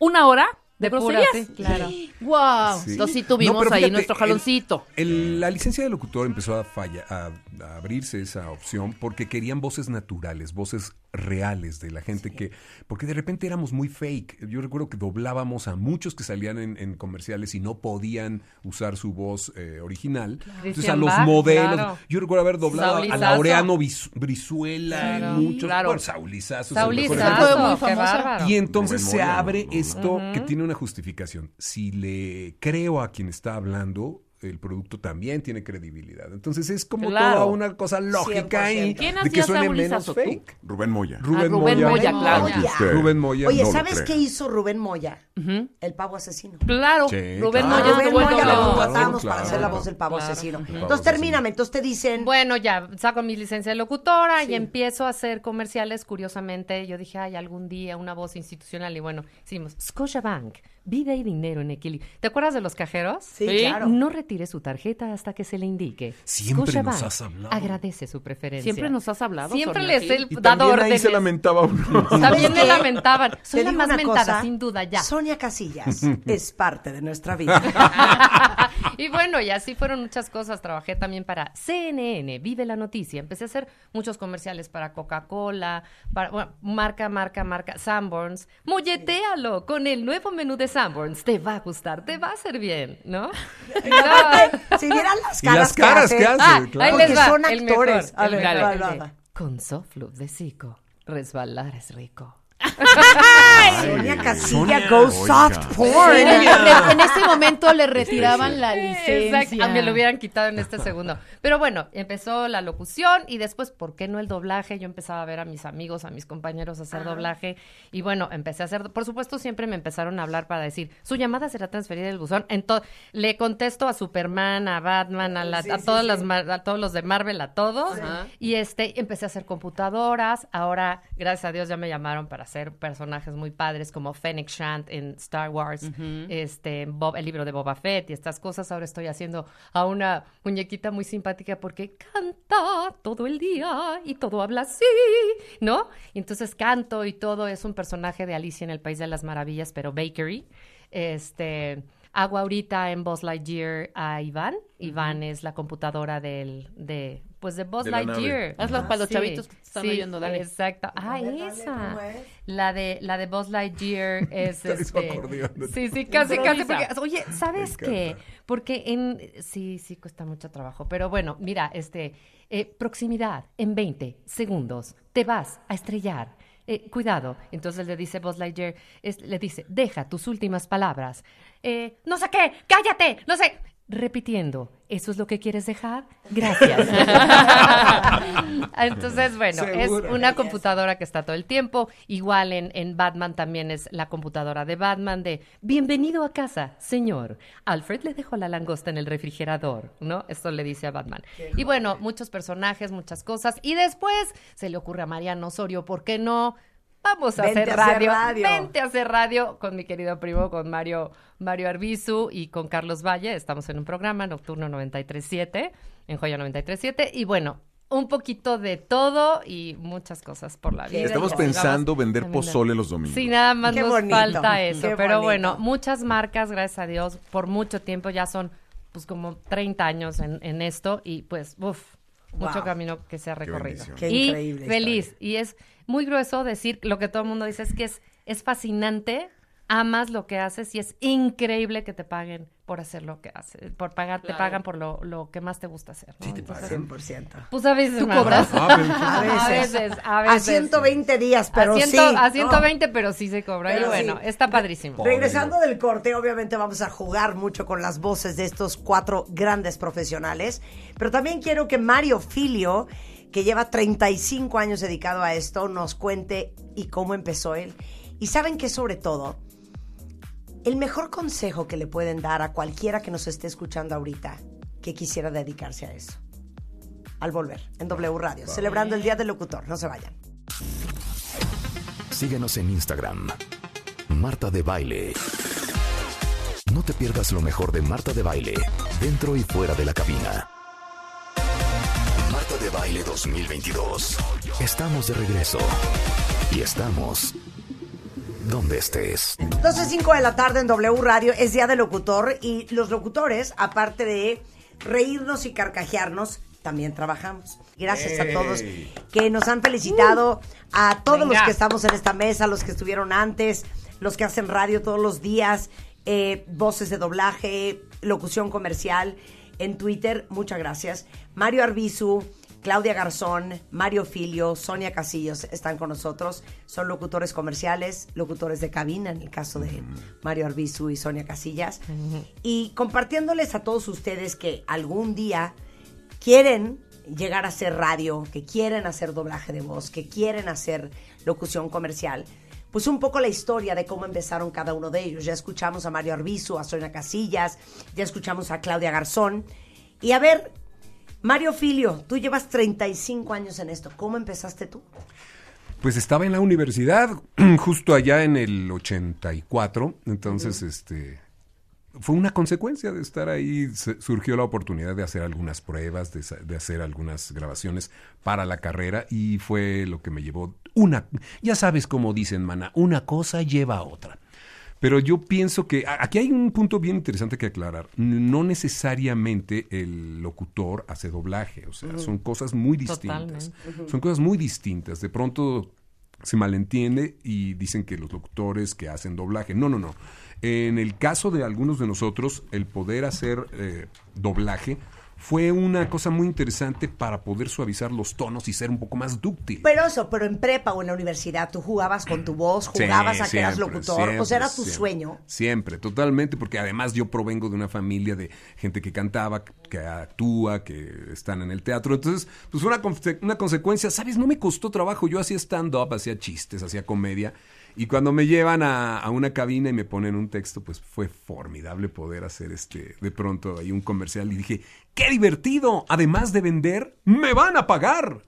una hora ¿De
groserías?
groserías? Claro.
¡Wow!
Sí.
Entonces sí
No,
tuvimos
pero
ahí
fíjate,
nuestro
el-
jaloncito.
el- la licencia de locutor empezó a, falla- a- a abrirse esa opción porque querían voces naturales, voces reales de la gente que... Porque de repente éramos muy fake. Yo recuerdo que doblábamos a muchos que salían en, en comerciales y no podían usar su voz eh, original. Entonces a
Christian
los
Bach,
modelos...
claro.
Yo recuerdo haber doblado
Saúl
a
Izazo.
Laureano Bis- Brizuela
Claro,
y muchos...
claro.
Bueno, Saúl Izazo es el
Saúl
mejor
Izazo,
ejemplo.
qué bárbaro.
Y entonces
Rubén
se
Moya,
abre esto
Ujú.
que tiene una justificación. Si le creo a quien está hablando, el producto también tiene credibilidad. Entonces es como
Claro.
toda una cosa lógica ahí
100%. ¿Quién
de que
hacía
suene
Saúl
menos
Izazo, tú?
fake.
Rubén Moya.
Rubén,
Ah, Rubén
Moya.
Moya, claro.
Aunque usted- Rubén Moya.
Oye,
no lo
¿sabes
cree.
qué hizo Rubén Moya? El pavo asesino.
Claro,
Sí,
Rubén
claro.
Moya
Rubén
estuvo en
Moya
doble
lo
U.
contratamos
claro,
para hacer la
claro.
voz del pavo
Claro.
asesino.
pavo
Entonces
asesino.
termíname, entonces te dicen.
Bueno, ya saco mi licencia de locutora y empiezo a hacer comerciales. Curiosamente, yo dije, ay, algún día una voz institucional. Y bueno, hicimos Scotiabank, vida y dinero en equilibrio. ¿Te acuerdas de los cajeros?
Sí, Sí. claro.
No retire su tarjeta hasta que se le indique.
Siempre nos
Scotiabank
has hablado.
Agradece su preferencia.
Siempre nos has hablado,
Siempre
Sonia,
les
sí.
he
Y
dado
También ahí
órdenes.
se lamentaba uno.
También me
¿Qué?
lamentaban. Soy
Te
la
digo
más
una
mentada,
cosa,
sin duda, ya.
Sonia Casillas es parte de nuestra vida.
Y bueno, y así fueron muchas cosas. Trabajé también para CNN, Vive la Noticia. Empecé a hacer muchos comerciales para Coca-Cola, para bueno, marca, marca, marca, Sanborns. Molletéalo con el nuevo menú de Sanborns. Te va a gustar, te va a hacer bien, ¿no?
si vieran las
Y
caras,
las caras que
hacen.
hace, Ah, claro. ahí les
Porque
va,
son
el mejor,
actores. A
el
ver,
dale.
va, va, va.
Con Soflu de Zico, resbalar es rico.
Sonia Casilla
Sonia,
goes
oiga.
soft porn.
Sí.
Le- en este momento le retiraban la licencia.
Exacto, ah, me lo hubieran quitado en este segundo. Pero bueno, empezó la locución y después, ¿por qué no el doblaje? Yo empezaba a ver a mis amigos, a mis compañeros hacer
Ah.
doblaje y bueno, empecé a hacer, por supuesto, siempre me empezaron a hablar para decir, su llamada será transferida del buzón. Entonces, le contesto a Superman, a Batman, a, la-
Sí,
a
sí,
todas
sí.
las, mar- a todos los de Marvel, a todos.
Ajá.
Y este, empecé a hacer computadoras. Ahora, gracias a Dios, ya me llamaron para hacer personajes muy padres como Fennec Shand en Star Wars, este, Bob, el libro de Boba Fett y estas cosas. Ahora estoy haciendo a una muñequita muy simpática porque canta todo el día y todo habla así, ¿no? Y entonces canto y todo. Es un personaje de Alicia en el País de las Maravillas, pero Bakery. Este, hago ahorita en Buzz Lightyear a Iván. Iván es la computadora del, de, pues de Buzz
De la
Lightyear.
nave. Hazla
Ajá.
para los chavitos que te están
sí,
oyendo, dale.
Exacto. Ah, esa. La de, la de Buzz Lightyear es
Traes su
este.
acordeón.
Sí, sí, casi, casi.
Improvisa.
porque- oye, ¿sabes
Me
qué? Porque en. Sí, sí, cuesta mucho trabajo. Pero bueno, mira, este. eh, proximidad, en 20 segundos, te vas a estrellar. Eh, cuidado. Entonces le dice Buzz Lightyear, es- le dice, deja tus últimas palabras. Eh, no sé qué, cállate, no sé. Repitiendo, ¿eso es lo que quieres dejar? Gracias. Entonces, bueno, Seguro. es una computadora que está todo el tiempo. Igual en, en Batman también es la computadora de Batman de Bienvenido a casa, señor. Alfred le dejó la langosta en el refrigerador, ¿no? Esto le dice a Batman. Y bueno, muchos personajes, muchas cosas. Y después se le ocurre a Mariano Osorio, ¿por qué no? Vamos a
Vente
hacer
a hacer
radio.
radio.
Vente a hacer radio con mi querido primo, con Mario, Mario Arbizu y con Carlos Valle. Estamos en un programa, Nocturno 937, en Joya 937. Y bueno, un poquito de todo y muchas cosas por la vida.
Estamos
Que
pensando
digamos,
vender
caminando.
pozole los domingos.
Sí, nada más
Qué
nos
bonito,
falta eso.
qué
Pero
bonito.
bueno, muchas marcas, gracias a Dios, por mucho tiempo ya son pues como 30 años en, en esto y pues, uff, mucho
Wow.
camino que se ha recorrido.
bendición. Qué
y
increíble
feliz. Y es muy grueso decir lo que todo el mundo dice, es que es, es fascinante, amas lo que haces y es increíble que te paguen por hacer lo que haces, por pagar, te
Claro.
pagan por lo, lo que más te gusta hacer. ¿no? Entonces,
100%.
Pues a veces.
¿Tú
nada
cobras?
más.
A
A
veces.
veces, a veces.
120 días, pero
a,
sí.
¿no?
a 120, pero sí se cobra. y
Pero
bueno,
sí.
está padrísimo.
Regresando del corte, obviamente vamos a jugar mucho con las voces de estos cuatro grandes profesionales, pero también quiero que Mario Filio, que lleva 35 años dedicado a esto, nos cuente y cómo empezó él. Y saben que sobre todo, el mejor consejo que le pueden dar a cualquiera que nos esté escuchando ahorita que quisiera dedicarse a eso. Al volver, en W Radio, celebrando el Día del Locutor, no se vayan.
Síguenos en Instagram. Marta de Baile. No te pierdas lo mejor de Marta de Baile, dentro y fuera de la cabina. Marta de Baile 2022. Estamos de regreso. Y estamos donde estés.
12.05 de la tarde en W Radio es Día del Locutor y los locutores, aparte de reírnos y carcajearnos, también trabajamos. Gracias a todos
Ey.
que nos han felicitado, a todos los
Venga.
que estamos en esta mesa, los que estuvieron antes, los que hacen radio todos los días, eh, voces de doblaje, locución comercial, en Twitter, muchas gracias. Mario Arbizu, Claudia Garzón, Mario Filio, Sonia Casillos están con nosotros. Son locutores comerciales, locutores de cabina, en el caso de Mario Arbizu y Sonia Casillas. Y compartiéndoles a todos ustedes que algún día quieren llegar a hacer radio, que quieren hacer doblaje de voz, que quieren hacer locución comercial, pues un poco la historia de cómo empezaron cada uno de ellos. Ya escuchamos a Mario Arbizu, a Sonia Casillas, ya escuchamos a Claudia Garzón. Y a ver, Mario Filio, tú llevas 35 años en esto. ¿Cómo empezaste tú?
Pues estaba en la universidad, justo allá en el 84, entonces este fue una consecuencia de estar ahí, se- surgió la oportunidad de hacer algunas pruebas, de, sa- de hacer algunas grabaciones para la carrera y fue lo que me llevó una, ya sabes cómo dicen, mana, una cosa lleva a otra. Pero yo pienso que a- aquí hay un punto bien interesante que aclarar. No necesariamente el locutor hace doblaje, o sea,
Ujú.
son cosas muy distintas.
Totalmente. Ujú.
Son cosas muy distintas. De pronto se malentiende y dicen que los locutores que hacen doblaje. No, no, no. En el caso de algunos de nosotros, el poder hacer eh, doblaje fue una cosa muy interesante para poder suavizar los tonos y ser un poco más dúctil.
Pero eso, pero en prepa o en la universidad, tú jugabas con tu voz, jugabas
Sí,
a que eras
siempre,
locutor, o
siempre,
sea, era tu
siempre.
sueño.
Siempre, totalmente, porque además yo provengo de una familia de gente que cantaba, que actúa, que están en el teatro. Entonces, pues fue una, conse- una consecuencia, ¿sabes? No me costó trabajo. Yo hacía stand-up, hacía chistes, hacía comedia. Y cuando me llevan a, a una cabina y me ponen un texto, pues fue formidable poder hacer este, de pronto ahí un comercial. Y dije, ¡qué divertido! Además de vender, me van a pagar.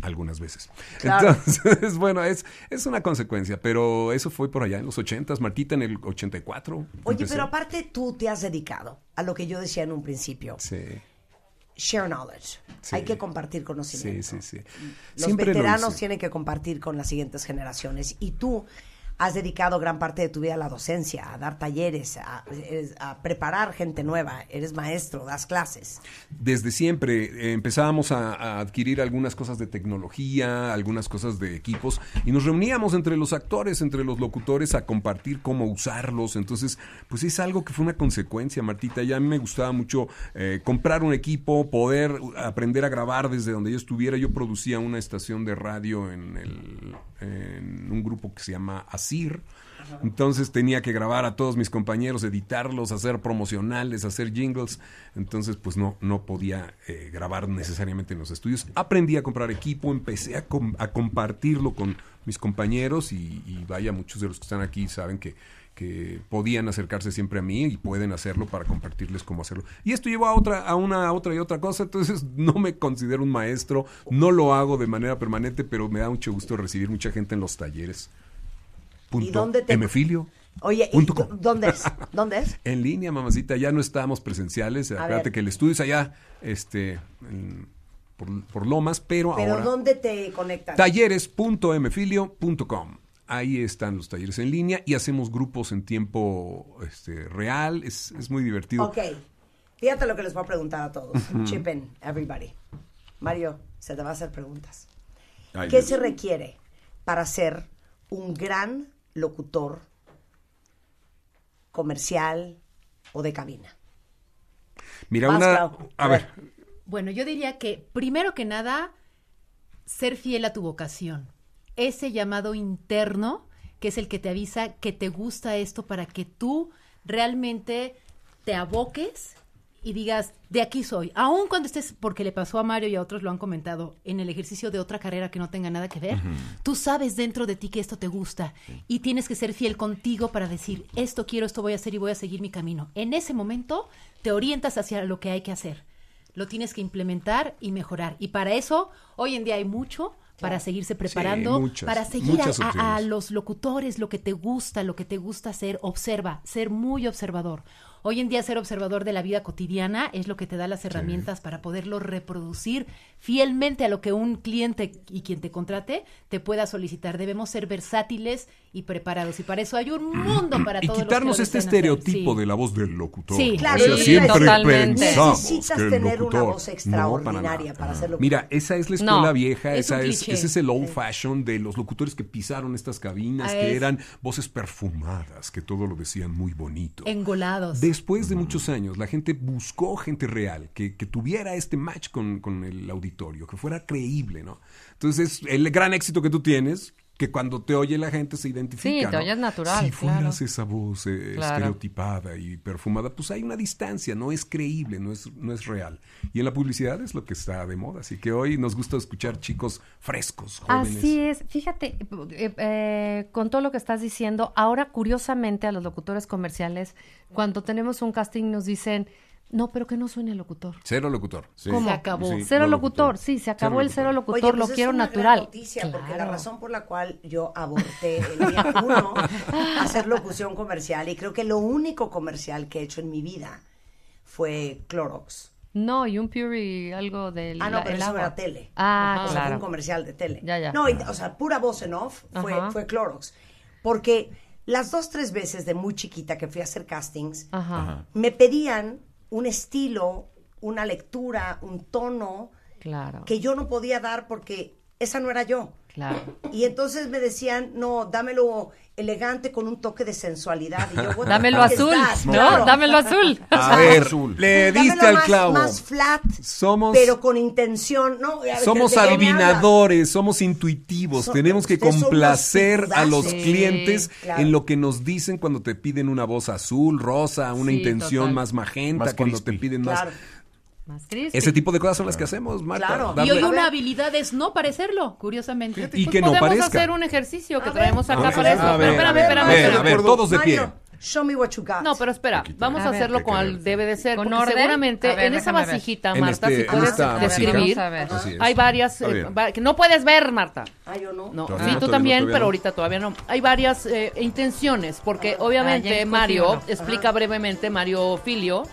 Algunas veces.
Claro.
Entonces, bueno, es, es una consecuencia, pero eso fue por allá en los 80s, Martita en el 84.
Oye,
empecé.
pero aparte tú te has dedicado a lo que yo decía en un principio,
Sí,
share knowledge.
Sí.
Hay que compartir
sí,
conocimiento.
sí, sí.
Los
Siempre lo
veteranos
hice.
tienen que compartir con las siguientes generaciones y tú has dedicado gran parte de tu vida a la docencia, a dar talleres, a, eres- a preparar gente nueva. Eres maestro, das clases.
Desde siempre eh, empezábamos a, a adquirir algunas cosas de tecnología, algunas cosas de equipos, y nos reuníamos entre los actores, entre los locutores, a compartir cómo usarlos. Entonces, pues es algo que fue una consecuencia, Martita. Ya a mí me gustaba mucho eh, comprar un equipo, poder uh, aprender a grabar desde donde yo estuviera. Yo producía una estación de radio en, el- en un grupo que se llama ASIR. Entonces tenía que grabar a todos mis compañeros, editarlos, hacer promocionales, hacer jingles. Entonces, pues no, no podía eh, grabar necesariamente en los estudios. Aprendí a comprar equipo, empecé a, com- a compartirlo con mis compañeros y, y vaya, muchos de los que están aquí saben que, que podían acercarse siempre a mí y pueden hacerlo para compartirles cómo hacerlo. Y esto llevó a otra, a una, a otra y otra cosa. Entonces, no me considero un maestro, no lo hago de manera permanente, pero me da mucho gusto recibir mucha gente en los talleres. Punto.
dónde te-
Mfilio.
Oye, ¿y
Punto
dó-
com.
¿dónde es? ¿Dónde es?
En línea, mamacita, ya no estábamos presenciales.
A
Acuérdate
ver.
que el estudio es allá, este, en- por, por Lomas, pero,
Pero
ahora
¿dónde te conectas?
talleres.mfilio.com. Ahí están los talleres en línea y hacemos grupos en tiempo este, real. Es, es muy divertido.
Ok, fíjate lo que les voy a preguntar a todos.
Ujú.
Chipen, everybody. Mario, se te va a hacer preguntas.
Ay,
¿Qué
Dios.
se requiere para ser un gran locutor comercial o de cabina?
Mira,
Vas,
una.
Clau.
A ver,
Bueno, yo diría que primero que nada, ser fiel a tu vocación. Ese llamado interno que es el que te avisa que te gusta esto para que tú realmente te aboques y digas, de aquí soy. Aún cuando estés, porque le pasó a Mario y a otros lo han comentado, en el ejercicio de otra carrera que no tenga nada que ver,
Ujú.
tú sabes dentro de ti que esto te gusta y tienes que ser fiel contigo para decir, esto quiero, esto voy a hacer y voy a seguir mi camino. En ese momento te orientas hacia lo que hay que hacer. Lo tienes que implementar y mejorar. Y para eso, hoy en día hay mucho para seguirse preparando,
muchas,
para seguir a-
muchas
a- a
opciones.
los locutores, lo que te gusta, lo que te gusta hacer, observa, ser muy observador. Hoy en día ser observador de la vida cotidiana es lo que te da las herramientas para poderlo reproducir fielmente a lo que un cliente y quien te contrate te pueda solicitar. Debemos ser versátiles y preparados. Y para eso hay un mundo para
Y
todos los que
quitarnos
lo
este
desean hacer.
estereotipo
Sí.
de la voz del locutor.
Sí,
O
claro,
sea,
sí,
siempre
totalmente.
pensamos
Necesitas
que el
tener una
locutor-
voz
No, para
extraordinaria
nada.
para hacer locutor.
Mira, esa es la escuela
No,
vieja,
es un
esa es,
cliché.
ese es el old fashion de los locutores que pisaron estas cabinas,
Ah,
que
es.
eran voces perfumadas, que todo lo decían muy bonito.
Engolados.
Después de muchos años, la gente buscó gente real, que, que tuviera este match con, con el auditorio, que fuera creíble, ¿no? Entonces, el gran éxito que tú tienes, que cuando te oye la gente se identifica.
Sí, te
¿no?
oyes natural,
Si fueras
claro.
esa voz eh,
Claro.
estereotipada y perfumada, pues hay una distancia, no es creíble, no es, no es real. Y en la publicidad es lo que está de moda, así que hoy nos gusta escuchar chicos frescos, jóvenes.
Así es. Fíjate, eh, eh, con todo lo que estás diciendo, ahora curiosamente a los locutores comerciales, cuando tenemos un casting nos dicen, no, pero que no suene el locutor.
Cero locutor.
¿Cómo? cero locutor. sí, se acabó el cero locutor,
Oye, pues
lo
es
quiero
una gran
natural.
noticia, porque la razón por la cual yo aborté el día uno hacer locución comercial, y creo que lo único comercial que he hecho en mi vida fue Clorox.
No, y un pure algo del
Ah, no, pero
el
eso
agua.
era tele.
Ah,
O sea, fue
claro.
un comercial de tele.
Ya, ya.
No, y- o sea, pura voz en off fue,
Ajá.
fue Clorox. Porque las dos, tres veces de muy chiquita que fui a hacer castings,
Ajá.
me pedían un estilo, una lectura, un tono
Claro,
que yo no podía dar porque esa no era yo.
claro.
Y entonces me decían, no, dámelo elegante con un toque de sensualidad. Y yo, bueno,
Dámelo
¿qué
azul,
estás?
¿no?
Claro.
Dámelo azul.
A ver, le
Dámelo
diste al
más-
clavo.
Más flat,
Somos-
pero con intención, ¿no? A ver,
Somos
¿de qué me
adivinadores, somos intuitivos,
So-
tenemos que
ustedes son los
complacer a los
tipaces.
clientes
Claro.
en lo que nos dicen cuando te piden una voz azul, rosa, una
Sí,
intención
total.
más magenta,
Más
cuando te
crispy.
piden
Claro.
más...
Más crispy.
Ese tipo de cosas son las que hacemos, Marta.
Claro.
Darle-
Y hoy una habilidad es no parecerlo, curiosamente. Pues
Fíjate, y que no
Podemos
parezca.
hacer un ejercicio que traemos
A
acá
ver,
para
a
eso. Pero
ver,
espérame,
a ver,
espérame.
a ver,
espérame.
a ver, todos de pie.
Mario, show me what you got.
No, pero espera, vamos a
A ver.
hacerlo
Hay
como al- debe de ser.
¿Con
porque
orden?
seguramente
A ver,
en esa
déjame ver.
vasijita,
En
Marta,
este-
si
en
puedes
esta vasija.
describir,
Vamos a ver. Así es.
hay varias
Está
eh,
bien.
va- que no puedes ver, Marta.
Ah, yo no.
No,
Todavía
sí,
no,
tú
todavía
también,
no, todavía
pero
no.
ahorita todavía no. Hay varias eh, intenciones, porque
Ah, ya
obviamente
escogí
Mario
uno. Ajá.
explica brevemente, Mario Filio,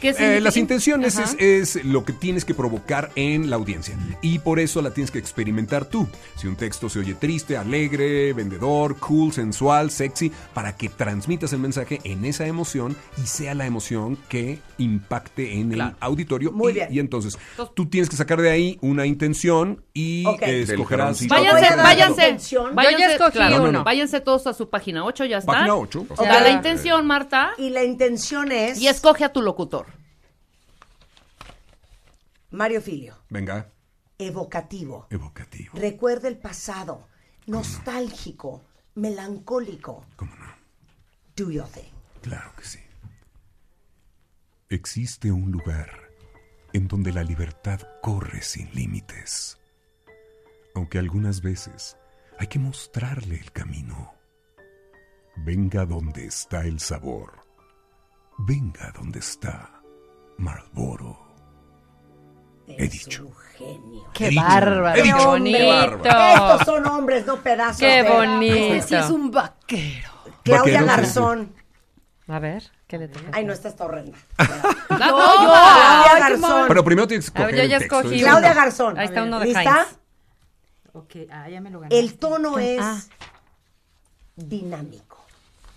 que
Eh, las intenciones es, es lo que tienes que provocar en la audiencia y por eso la tienes que experimentar tú. Si un texto se oye triste, alegre, vendedor, cool, sensual, sexy, para que transmitas el mensaje en esa emoción y sea la emoción que impacte en el auditorio.
Muy
y,
bien.
y entonces tú tienes que sacar de ahí una intención y
Ok.
eh,
Del
escogerás.
jarroncito.
Váyanse,
Voy a dar la
váyanse,
intención.
váyanse,
Yo ya escogí
claro,
uno.
no, no, váyanse todos a su página 8, ya está.
Página 8.
Da la intención, Marta.
Y la intención es
Y escoge a tu locutor.
Mario Filio,
Venga,
evocativo.
evocativo.
Recuerda el pasado, nostálgico, melancólico. ¿Cómo no? Do your thing.
Claro que sí. Existe un lugar en donde la libertad corre sin límites. Aunque algunas veces hay que mostrarle el camino. Venga donde está el sabor. Venga donde está Marlboro. He dicho.
¡Qué
He dicho,
bárbaro!
he dicho.
¡Qué bonito!
Estos son hombres, no pedazos.
¡Qué
de-
bonito!
Este sí es un
vaquero.
Vaquero,
Claudia
sí,
Garzón.
A ver, ¿qué le toca?
Ay, no, esta está horrenda.
No,
yo,
ay,
Claudia
qué
Garzón.
mal.
Pero primero tienes que
A ver,
escoger
yo ya
el texto,
escogí
¿eh?
uno.
Claudia Garzón.
Ahí está uno de
¿Lista?
Heinz.
Ok, ah, ya me lo gané.
El tono es
Ah.
dinámico.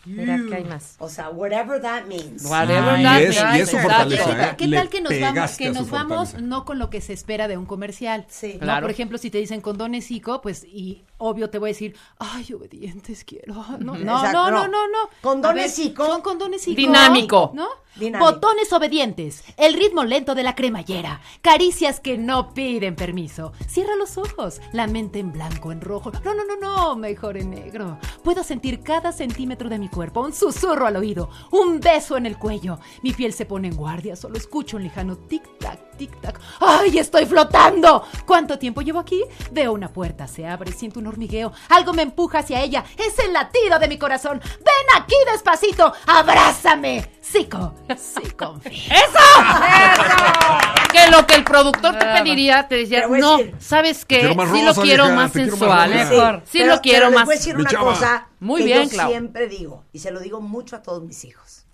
Mira, que hay más.
O sea, whatever that means.
Whatever
Ay, that y es- means. y es su fortaleza, ¿eh?
¿Qué
Le
tal que nos vamos,
pegaste
que
a su
nos vamos
fortaleza.
no con lo que se espera de un comercial? Sí.
Claro.
Por ejemplo, si te dicen condones psico, pues y obvio te voy a decir, ay, obedientes quiero. Ah, No,
Ujú.
no, no,
Exacto,
no,
no.
no, no.
Condones
A ver,
psico.
Son condones psico.
Dinámico.
¿No?
Dinámico.
Botones obedientes. El ritmo lento de la cremallera. Caricias que no piden permiso. Cierra los ojos. La mente en blanco, en rojo. No, no, no, no. Mejor en negro. Puedo sentir cada centímetro de mi cuerpo. Un susurro al oído. Un beso en el cuello. Mi piel se pone en guardia. Solo escucho un lejano tic-tac, tic-tac. ¡Ay, estoy flotando! ¿Cuánto tiempo llevo aquí? Veo una puerta. Se abre. Siento un hormigueo. Algo me empuja hacia ella. Es el latido de mi corazón. ¡Ven aquí despacito! ¡Abrázame! Sico. Sí, confío.
Que lo que el productor te
Bravo.
pediría, te decía,
Pero voy a
no,
decir-
¿sabes
Te
qué?
quiero más
Sí
rosa,
lo quiero
vieja,
más
te quiero más
sensual,
rosa.
mejor. Sí lo quiero
pero
más.
Les voy a decir
Mi
una
chava.
cosa
Muy
que
bien,
yo
Clau.
siempre digo, y se lo digo mucho a todos mis hijos.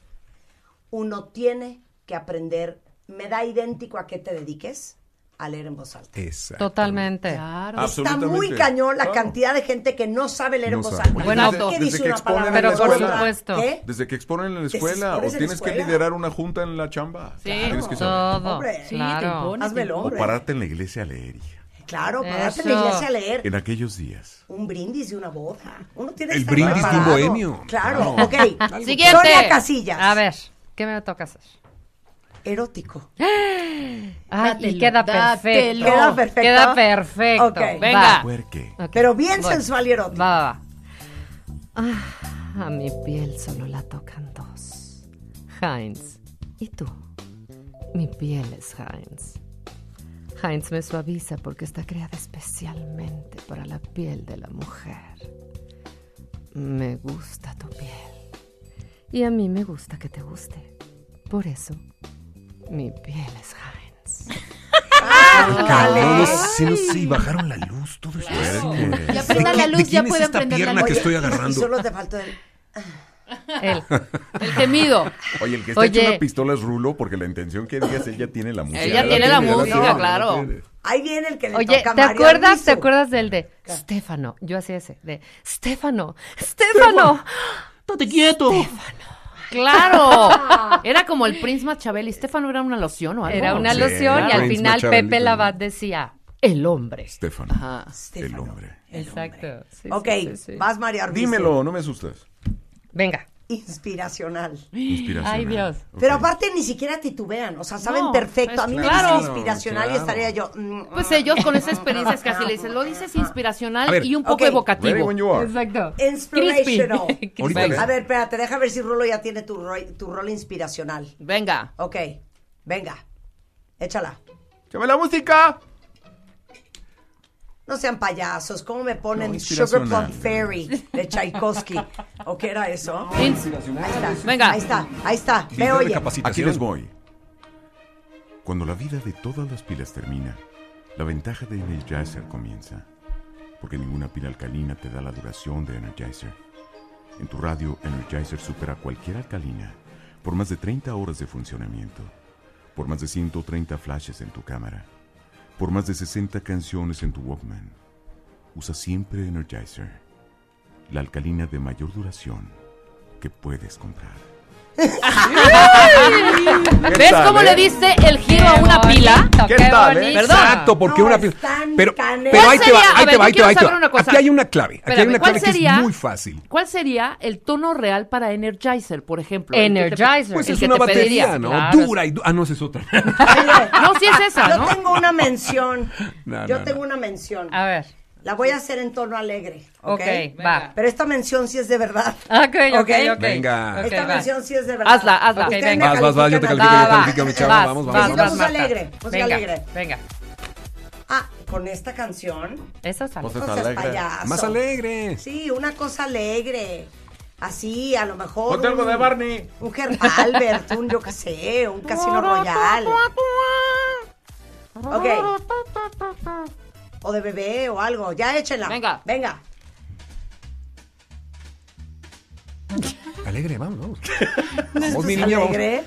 uno tiene que aprender, me da idéntico a qué te dediques, a leer en voz alta.
Exacto.
Totalmente.
Está muy cañón la cantidad de gente que no sabe leer en
No
voz
sabe.
alta.
Bueno,
¿Por qué
desde
dice
que
una
exponen
palabra
en la
en ¿Eh? voz
escuela.
alta? ¿Qué?
Desde que exponen en la
Desde
escuela, o
expones en la
tienes que
escuela.
liderar una junta en la chamba.
Sí,
tienes que
todo.
saber.
Hombre, Sí,
claro. te impones,
Hazme el
O
hombre.
pararte en la iglesia a leer. hija.
Claro, pararte en la
Eso.
iglesia a leer.
En aquellos días.
Un brindis de una boda. Uno tiene que
El
estar
brindis de un
preparado.
bohemio.
Claro,
Claro.
ok.
Algo. Siguiente.
Sonia Casillas.
A ver, ¿qué me toca hacer?
Erótico.
Ah, y
Dátelo,
queda
dátelo.
perfecto.
Queda perfecto.
Queda perfecto.
Ok.
Venga.
Puerque.
Ok,
Pero bien
voy.
sensual y erótico.
Va, va, va. Ah, a mi piel solo la tocan dos. Heinz, ¿y tú? Mi piel es Heinz. Heinz me suaviza porque está creada especialmente para la piel de la mujer. Me gusta tu piel. Y a mí me gusta que te guste. Por eso, mi piel es Heinz.
No, no sé, no sé, y bajaron la luz, todo esto.
Ya prendan la luz, ya pueden prender la
pierna
luz.
que estoy
Oye,
Y
agarrando?
solo te faltó el...
Él. El temido.
Oye, el que está
Oye.
hecho una pistola es Rulo porque la intención que digas, ella tiene la música.
Ella tiene la música, claro.
Ahí viene el que le
Oye,
toca a
¿te
Mario
acuerdas? ¿Te
Alviso.
acuerdas del de Stefano? Yo hacía ese, de Stefano, Stefano.
¡Estate quieto! ¡Claro! Era como el Prince Machabel y Stefano era una loción o algo.
Era una
Sí,
alusión y al
Prince
final
Machiavelli
Pepe
también.
Labat decía, el hombre.
Stefano.
Ajá.
El hombre.
Exacto. Sí,
Ok,
sí, sí, sí.
vas Mario Arbizu.
Dímelo, no me asustas.
Venga.
Inspiracional.
Inspiracional.
Ay, Dios.
Pero aparte ni siquiera titubean, o sea, saben
No,
perfecto.
pues
a mí me
claro.
dicen inspiracional y
Claro.
estaría yo. mm,
Pues
mm.
ellos con esa experiencia es casi le dicen, lo dices
A
inspiracional
ver,
y un poco
ok.
Ready
evocativo.
when you are.
Exacto.
Inspirational.
Crispy.
Ahorita Venga.
A ver, espérate, deja ver si Rulo ya tiene tu, rol- tu rol inspiracional.
Venga.
Ok, venga, échala.
¡Llame la música!
No sean payasos, ¿cómo me ponen
No,
Sugar
inspiracional.
Plum Fairy de Tchaikovsky? ¿O qué era eso? Ahí
Inspiracional.
está,
Venga.
ahí está, ahí está, me
Video de
oye.
capacitación.
Aquí les voy. Cuando la vida de todas las pilas termina, la ventaja de Energizer comienza. Porque ninguna pila alcalina te da la duración de Energizer. En tu radio, Energizer supera cualquier alcalina por más de 30 horas de funcionamiento, por más de 130 flashes en tu cámara, por más de 60 canciones en tu Walkman. Usa siempre Energizer, la alcalina de mayor duración que puedes comprar.
¿Ves cómo le diste el giro a una pila?
eh? ¿Qué tal, eh?
¿Verdad?
Exacto, porque
No,
una pila.
están
Pero,
canela.
pero ahí te va,
¿Cuál sería?
ahí
A
te
ver,
va,
yo
ahí te
quiero
va. ahí te
saber
va.
una cosa.
Aquí hay una clave. Aquí hay
Espérame,
una
¿cuál
clave que es
sería?
muy fácil.
¿Cuál sería el tono real para Energizer, por ejemplo? El que te-
Energizer.
Pues
el
es
que
una
te
batería,
pedirías,
¿no?
claro.
Dura y. du- Ah, no, esa es otra.
No, sí es esa,
Yo
¿no?
tengo una mención.
No,
Yo
no,
tengo una mención.
A ver.
La voy a hacer en tono alegre. Ok,
Ok, va.
Pero esta mención sí es de verdad.
Ok, ok, ok.
Ok.
Venga.
Ok,
esta
va.
mención sí es de verdad.
Hazla, hazla.
Ustedes
Ok,
me
venga.
Vas, vas, vas, yo te
califican
califico,
a-
yo califico, mi chava.
Vas,
Vamos,
vas,
vamos,
vas,
vamos.
música alegre, música
venga,
alegre.
Venga.
Ah, con esta canción.
Eso es algo.
No seas payaso.
Más alegre.
Sí, una cosa alegre. Así, a lo mejor.
Ponte
un-
algo de Barney.
Un Herbalbert, un yo qué sé, eh, un Casino Royal. Ok. O de bebé o algo. Ya échenla.
Venga.
Venga.
Alegre, vamos, vamos.
Esto
Vamos, mi
es
niña, vamos.
alegre.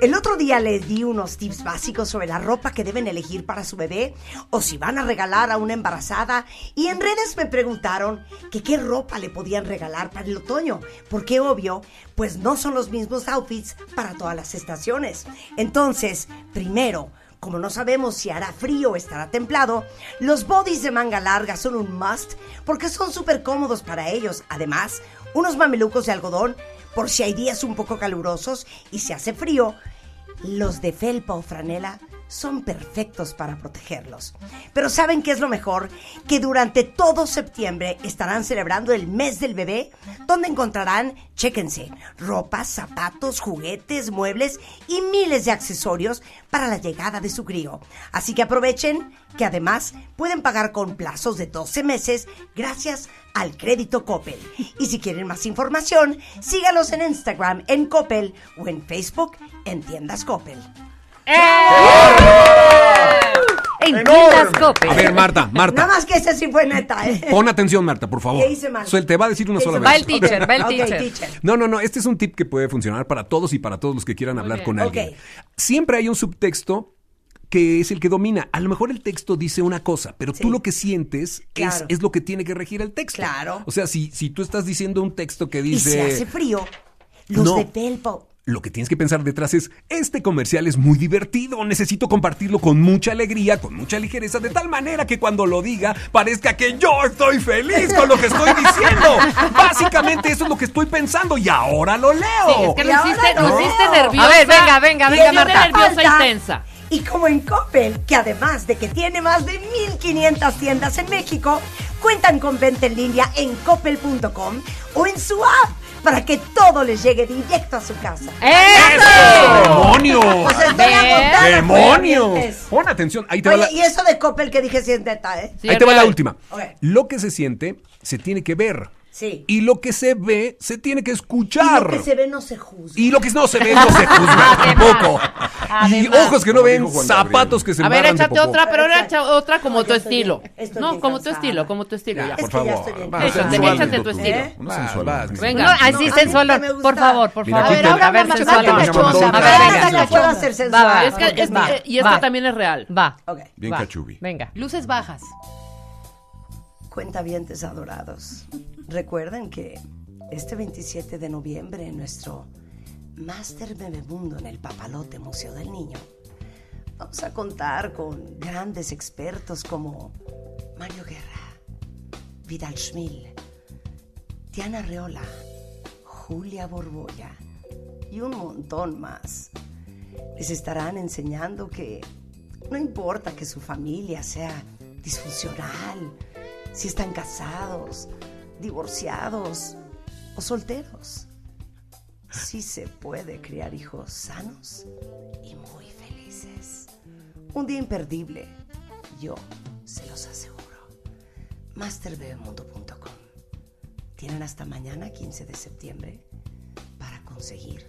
El otro día les di unos tips básicos sobre la ropa que deben elegir para su bebé o si van a regalar a una embarazada y en redes me preguntaron que qué ropa le podían regalar para el otoño, porque obvio, pues no son los mismos outfits para todas las estaciones. Entonces, primero, como no sabemos si hará frío o estará templado, los bodys de manga larga son un must porque son súper cómodos para ellos. Además, unos mamelucos de algodón por si hay días un poco calurosos y se hace frío, los de felpa o franela son perfectos para protegerlos. Pero ¿saben qué es lo mejor? Que durante todo septiembre estarán celebrando el mes del bebé, donde encontrarán, chéquense, ropas, zapatos, juguetes, muebles y miles de accesorios para la llegada de su crío. Así que aprovechen que además pueden pagar con plazos de 12 meses gracias al crédito Coppel. Y si quieren más información, sígalos en Instagram en Coppel o en Facebook en tiendas Coppel. en
Enorme. A ver, Marta, Marta.
Nada más que ese sí fue neta, ¿eh?
Pon atención, Marta, por favor.
¿Qué hice mal?
Suelte, va a decir una
¿Qué
sola
hice
vez.
mal? Va el teacher, va el Ok, teacher. teacher.
No, no, no. Este es un tip que puede funcionar para todos y para todos los que quieran hablar
bien.
con alguien.
Ok.
Siempre hay un subtexto que es el que domina. A lo mejor el texto dice una cosa, pero tú lo que sientes es,
Claro.
es lo que tiene que regir el texto.
Claro.
O sea, si, si tú estás diciendo un texto que
Y
dice...
se hace frío. Luz
No.
de pelpo.
Lo que tienes que pensar detrás es, este comercial es muy divertido, necesito compartirlo con mucha alegría, con mucha ligereza, de tal manera que cuando lo diga parezca que yo estoy feliz con lo que estoy diciendo. Básicamente eso es lo que estoy pensando y ahora lo leo.
Sí, es que lo hiciste, lo hiciste nerviosa.
A ver, venga, venga,
Lo
venga,
hiciste
Marta.
nerviosa y
Falta.
tensa.
Y como en Coppel, que además de que tiene más de 1.500 tiendas en México, cuentan con venta en línea en coppel.com o en su app para que todo les llegue directo a su casa.
¡Demonio!
Pues estoy agotada, pues,
¡Demonio!
dientes.
Pon atención, ahí te
Oye,
va la...
y eso de Coppel que dije sí es neta, ¿eh?
Ahí te va la última.
Ok,
Lo que se siente se tiene que ver.
Sí.
Y lo que se ve se tiene que
Y
escuchar.
lo que se ve no se juzga.
Y lo que no se ve no se juzga tampoco. Y ojos que no ven, zapatos que se
A ver,
embarran de
échate
popó.
otra, pero ahora echa otra como tu estilo. No, como tu estilo, como tu estilo. ya.
por Es que ya favor, estoy bien va, cansada.
Échate,
sensual,
échate
lo
tu
tuyo.
estilo.
¿Eh? Una sensual, una sensual.
Venga.
No, así sensual, por favor, por
Mira,
favor.
aquí te- A ver, sensual,
mamá,
vamos,
cachonda.
vamos.
A ver,
Va,
venga,
va, la
cachonda.
puedo hacer sensual,
Va, va, es que-
porque
es-
es más.
eh, y esta
también es real.
Va.
Bien
Va.
cachubi.
Venga.
Luces bajas.
Cuenta Cuentavientes adorados, recuerden que este 27 de noviembre en nuestro Master Bebemundo en el Papalote Museo del Niño vamos a contar con grandes expertos como Mario Guerra, Vidal Schmil, Diana Reola, Julia Borbolla y un montón más. Les estarán enseñando que no importa que su familia sea disfuncional, si están casados, divorciados o solteros. Sí se puede criar hijos sanos y muy felices. Un día imperdible, yo se los aseguro. Masterbebemundo.com Tienen hasta mañana, 15 de septiembre, para conseguir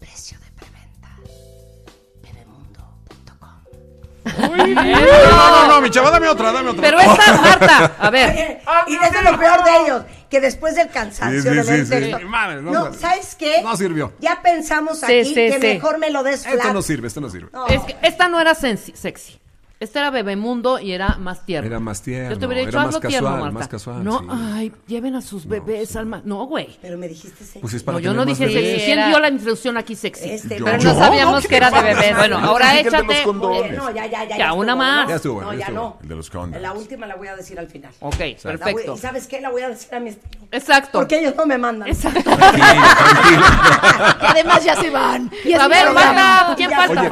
precio de preventa.
No, no, no, mi chava, dame otra, dame otra.
Pero
esta,
Marta, a ver.
y eso es lo peor de ellos, que después del
Sí,
cansancio
sí,
de
sí,
ver
sí.
texto-
Sí, madre, no
no,
sirve.
¿sabes qué?
No sirvió.
Ya pensamos
Sí,
aquí
sí,
que
sí.
mejor me lo des
Esto
flat.
no sirve, esto no sirve.
Es que esta no era sensi- sexy. Esta era Bebemundo y era más tierno.
Era más tierno,
Yo te hubiera dicho
era más
algo tierno,
casual,
Marta.
más casual,
No,
sí.
ay, lleven a sus bebés al ma- No, güey.
Pero me dijiste sexy.
Pues es para
no, yo
tener
no
más
dije
bebés.
sexy. ¿Quién
Era-
dio la introducción aquí sexy?
Este,
Yo.
pero
¿Yo?
no sabíamos
¿Qué
que era de
pasa?
bebés. Bueno,
Yo
ahora
pensé que el de los
échate.
condones.
Oye,
No, ya, ya, ya.
Ya,
estuvo,
una más.
¿no?
Ya estuvo,
no,
ya
ya
estuvo.
no.
El de los condones.
La última la voy a decir al final.
Ok,
La voy-
perfecto.
¿Y sabes qué? La voy a decir a mi estilo.
Exacto.
Porque ellos no me mandan. Exacto.
Que además ya se van. Y es
A
un
ver,
programa.
Marta, ¿quién
Ya.
falta?
Oye.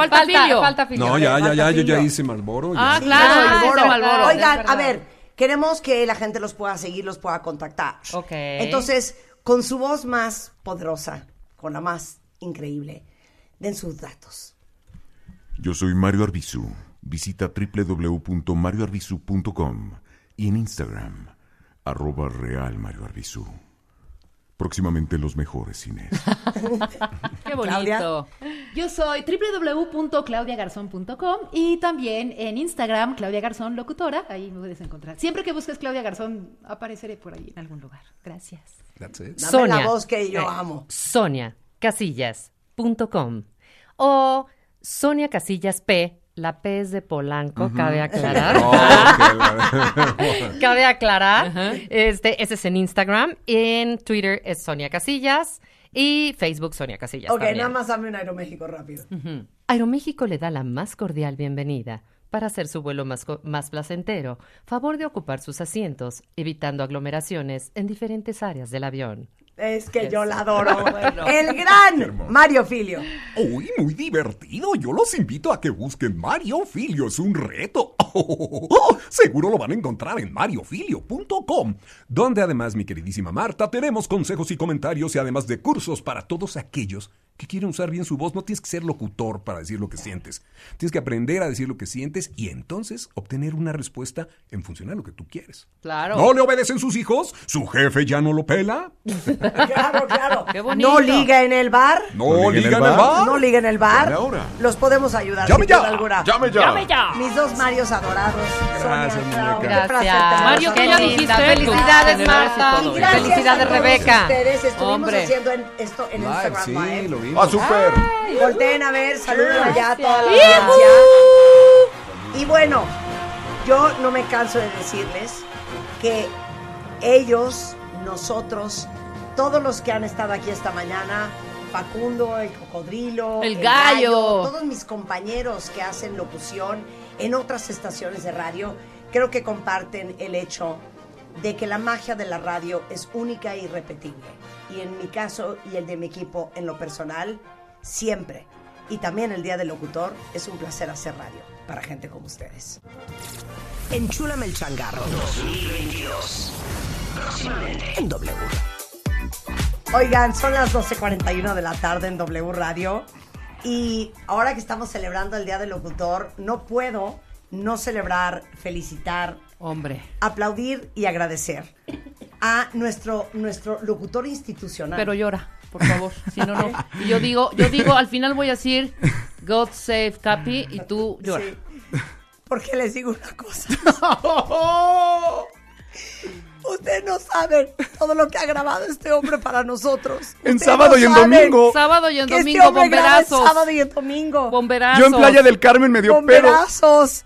falta Filio.
No, ya, ya, ya, yo ya hice Marlboro. ya.
Ah, claro,
Ah,
el
Malboro.
Malboro.
Oigan,
Es
a
verdad.
ver, queremos que la gente los pueda seguir, los pueda contactar.
Ok.
Entonces, con su voz más poderosa, con la más increíble, den sus datos.
Yo soy Mario Arbizu. Visita www.marioarbizu.com y en Instagram, arroba real Mario Arbizu. Próximamente los mejores cines.
Qué bonito.
Yo soy www.claudiagarzón.com y también en Instagram, Claudia Garzón Locutora. Ahí me puedes encontrar. Siempre que busques Claudia Garzón, apareceré por ahí en algún lugar. Gracias.
That's it.
Dame
Sonia. Eh,
la voz que yo amo.
soniacasillas.com o Sonia Casillas P, la P es de Polanco, cabe aclarar. cabe aclarar. Este, ese es en Instagram, en Twitter es Sonia Casillas y Facebook Sonia Casillas.
ok,
también.
nada más dame un Aeroméxico rápido.
Aeroméxico le da la más cordial bienvenida. Para hacer su vuelo más, co- más placentero, favor de ocupar sus asientos, evitando aglomeraciones en diferentes áreas del avión.
Es que
Yes.
yo la adoro.
Bueno.
El
Qué
gran
hermoso.
Mario Filio.
Uy, muy divertido. Yo los invito a que busquen Mario Filio. Es un reto.
Oh, Seguro lo van a encontrar en mariofilio.com, donde además, mi queridísima Marta, tenemos consejos y comentarios y además de cursos para todos aquellos que quieren usar bien su voz. No tienes que ser locutor para decir lo que sientes. Tienes que aprender a decir lo que sientes y entonces obtener una respuesta en función a lo que tú quieres.
Claro.
¿No le obedecen sus hijos? ¿Su jefe ya no lo pela?
Claro, claro.
Qué
bonito.
No liga en el bar.
No, liga en el bar.
No liga en el bar.
Llame ahora.
Los podemos ayudar.
Llame
sin duda
ya.
alguna.
Llame ya. Llame ya.
Mis dos Marios adorados.
Gracias, muñeca.
Gracias.
Mario,
Qué
¿qué ya
linda.
dijiste?
Felicidades, Marta.
Y gracias
Felicidades,
a todos
Rebeca.
Ustedes estuvimos
Hombre.
haciendo en- esto en Instagram Live.
lo
vimos. Ah, súper.
Volteen a ver, saludos allá a toda la
¡Yujú!
audiencia. Y bueno, yo no me canso de decirles que ellos, nosotros, todos los que han estado aquí esta mañana, Facundo, el cocodrilo,
El gallo.
todos mis compañeros que hacen locución en otras estaciones de radio, creo que comparten el hecho de que la magia de la radio es única e irrepetible. Y en mi caso y el de mi equipo en lo personal, siempre. Y también el Día del Locutor es un placer hacer radio para gente como ustedes. Enchúlame el changarro.
2022. Próximamente.
En W. Oigan, son las 12.41 de la tarde en W Radio. Y ahora que estamos celebrando el Día del Locutor, no puedo no celebrar, felicitar,
Hombre.
aplaudir y agradecer a nuestro, nuestro locutor institucional.
Pero llora, por favor. Si no, no. Y yo digo, yo digo, al final voy a decir God save Capi y tú llora.
Sí. Porque les digo una cosa. Ustedes no saben todo lo que ha grabado este hombre para nosotros.
En
Ustedes
sábado
no
y en
saben
domingo. Sábado y en
que este
domingo,
hombre graba en
bomberazos.
sábado y en domingo.
Bomberazos.
Yo en Playa del Carmen me dio pero.
Bomberazos.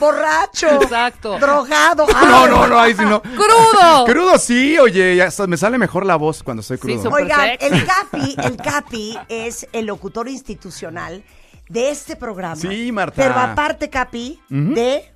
Borracho.
Exacto.
Drogado.
No, no, no, ahí sí no.
¡Crudo!
Crudo sí, oye, ya hasta me sale mejor la voz cuando estoy crudo.
Oigan, el Capi, el Capi es el locutor institucional de este programa.
Sí, Marta.
Pero aparte, Capi,
Ujú.
de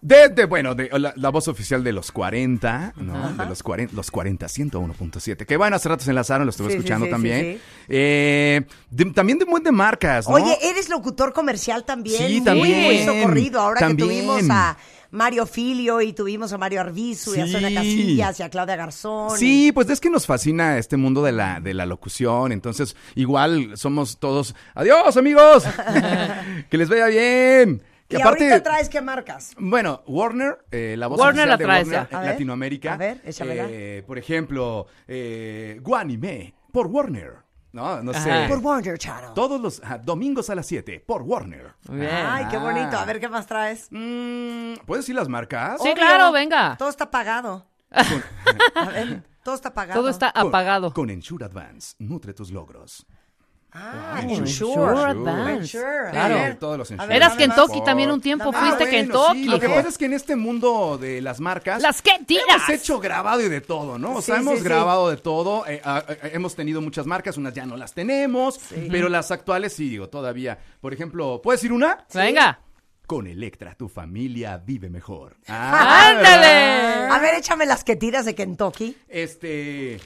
De, de, bueno, de la, la voz oficial de los 40, ¿no? De los 40, los 40, 101.7. Que bueno, hace rato se enlazaron, lo estuve
Sí, sí,
escuchando
sí,
también.
sí, sí.
Eh, de- también de un buen de marcas, ¿no?
Oye, eres locutor comercial también.
Sí,
muy,
también,
Muy socorrido. Ahora
también.
que tuvimos a Mario Filio y tuvimos a Mario Arbizu y a
Sí.
Sonia Casillas y a Claudia Garzón.
Sí, pues es que nos fascina este mundo de la, de la locución. Entonces, igual somos todos. ¡Adiós, amigos! que les vaya bien.
Y,
Que aparte.
ahorita traes qué marcas.
Bueno, Warner, eh, la voz
Warner
oficial
la
de
traes
Warner
ya.
en
A ver,
Latinoamérica.
a ver, échamela.
Eh, por ejemplo, eh, Guanime por Warner. No, no sé.
Ajá. Por Warner Channel.
Todos los ajá, domingos a las 7 por Warner.
Ay, qué bonito.
Ah.
A ver qué más traes. Mm,
¿Puedes decir las marcas?
Obvio.
claro, venga.
Todo está apagado. a ver, todo está apagado.
Todo está
Con-
apagado.
Con Ensure Advance, nutre tus logros.
Ah,
Wow.
Ensure.
Ensure
Advance.
Ensure.
Claro,
A ver.
todos los
A ver,
Ensure
Eras
Advance.
Kentucky también un tiempo,
Ah,
fuiste
bueno,
Kentucky.
sí, Lo que pasa es que en este mundo de las marcas.
Las que tiras.
Hemos hecho grabado y de todo, ¿no? O sea,
Sí,
hemos
sí, sí.
grabado de todo. eh, ah, eh, hemos tenido muchas marcas, unas ya no las tenemos. Pero las actuales sí, digo, todavía. Por ejemplo, ¿puedes ir una?
Venga.
Con Electra, tu familia vive mejor. Ah,
A ver, échame las que tiras de Kentucky.
Este.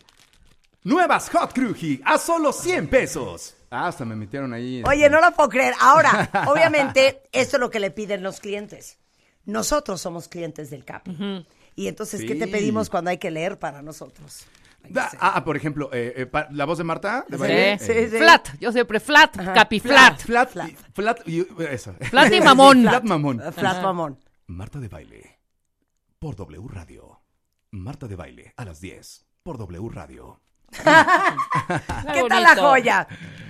Nuevas Hot Cruji a solo 100 pesos. Ah, hasta me metieron ahí.
Oye, no lo puedo creer. Ahora, obviamente, esto es lo que le piden los clientes. Nosotros somos clientes del CAPI. Y entonces, ¿qué te
Sí.
pedimos cuando hay que leer para nosotros?
Da- ah, ah, por ejemplo, eh, eh, pa- la voz de Marta. ¿De
Sí,
baile?
sí,
Eh,
sí. Flat, yo siempre flat, Capi, flat.
Flat, flat, y- flat, y- eso.
Flat y mamón.
Flat mamón.
Flat mamón.
Marta de baile. Por W Radio. Marta de baile a las 10. Por W Radio.
¿Qué tal la joya?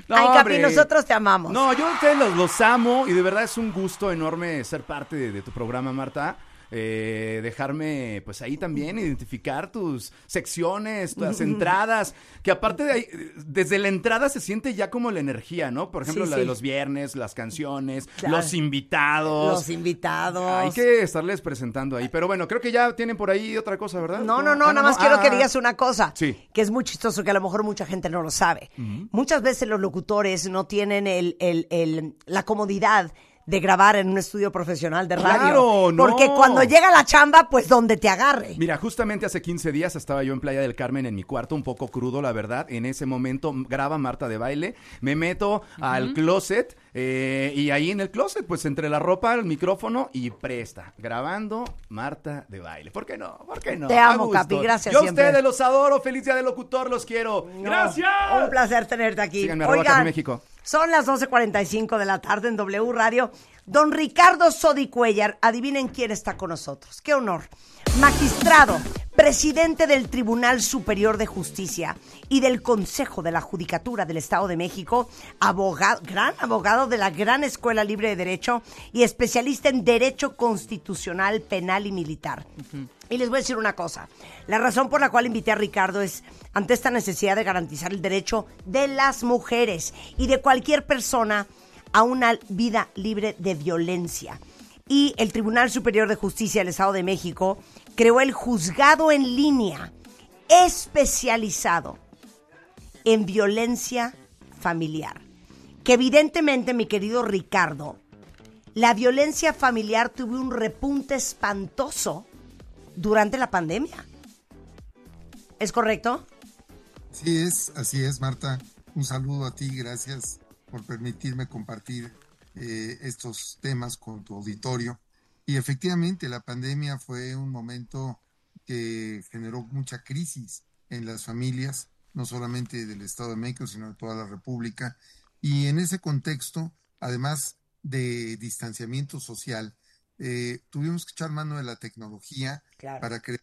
No,
Ay, Capi,
hombre.
nosotros te amamos.
No, yo a ustedes los, los amo y de verdad es un gusto enorme ser parte de, de tu programa, Marta. Eh, dejarme pues ahí también identificar tus secciones, las entradas, que aparte de ahí, eh, desde la entrada se siente ya como la energía, ¿no? Por ejemplo,
Sí,
la
sí.
de los viernes, las canciones,
Claro.
los invitados.
Los invitados.
Hay que estarles presentando ahí, pero bueno, creo que ya tienen por ahí otra cosa, ¿verdad?
No, no, no,
Ah,
nada más quiero
ah,
que
ah.
digas una cosa,
Sí.
que es muy chistoso, que a lo mejor mucha gente no lo sabe. Muchas veces los locutores no tienen el, el- el- la comodidad de grabar en un estudio profesional de radio.
Claro, no.
Porque cuando llega la chamba, pues donde te agarre.
Mira, justamente hace 15 días estaba yo en Playa del Carmen en mi cuarto, un poco crudo, la verdad. En ese momento m- graba Marta de baile, me meto al closet eh, y ahí en el closet, pues entre la ropa, el micrófono y presta, grabando Marta de baile. ¿Por qué no? ¿Por qué no?
Te
A
amo,
gusto.
Capi, gracias
Yo a
siempre.
ustedes los adoro, feliz día del locutor, los quiero.
No,
Gracias.
Un placer tenerte aquí.
Síganme, arroba
Oigan,
Capi México.
Son las 12.45 de la tarde en W Radio. Don Ricardo Sodi Cuellar, adivinen quién está con nosotros. Qué honor. Magistrado, presidente del Tribunal Superior de Justicia y del Consejo de la Judicatura del Estado de México, abogado, gran abogado de la Gran Escuela Libre de Derecho y especialista en Derecho Constitucional, Penal y Militar. Y les voy a decir una cosa. La razón por la cual invité a Ricardo es ante esta necesidad de garantizar el derecho de las mujeres y de cualquier persona a una vida libre de violencia. Y el Tribunal Superior de Justicia del Estado de México creó el juzgado en línea especializado en violencia familiar. Que evidentemente, mi querido Ricardo, la violencia familiar tuvo un repunte espantoso durante la pandemia. ¿Es correcto?
Así es, así es, Marta. Un saludo a ti, gracias por permitirme compartir eh, estos temas con tu auditorio. Y efectivamente, la pandemia fue un momento que generó mucha crisis en las familias, no solamente del Estado de México, sino de toda la República. Y en ese contexto, además de distanciamiento social, eh, tuvimos que echar mano de la tecnología
Claro.
para crear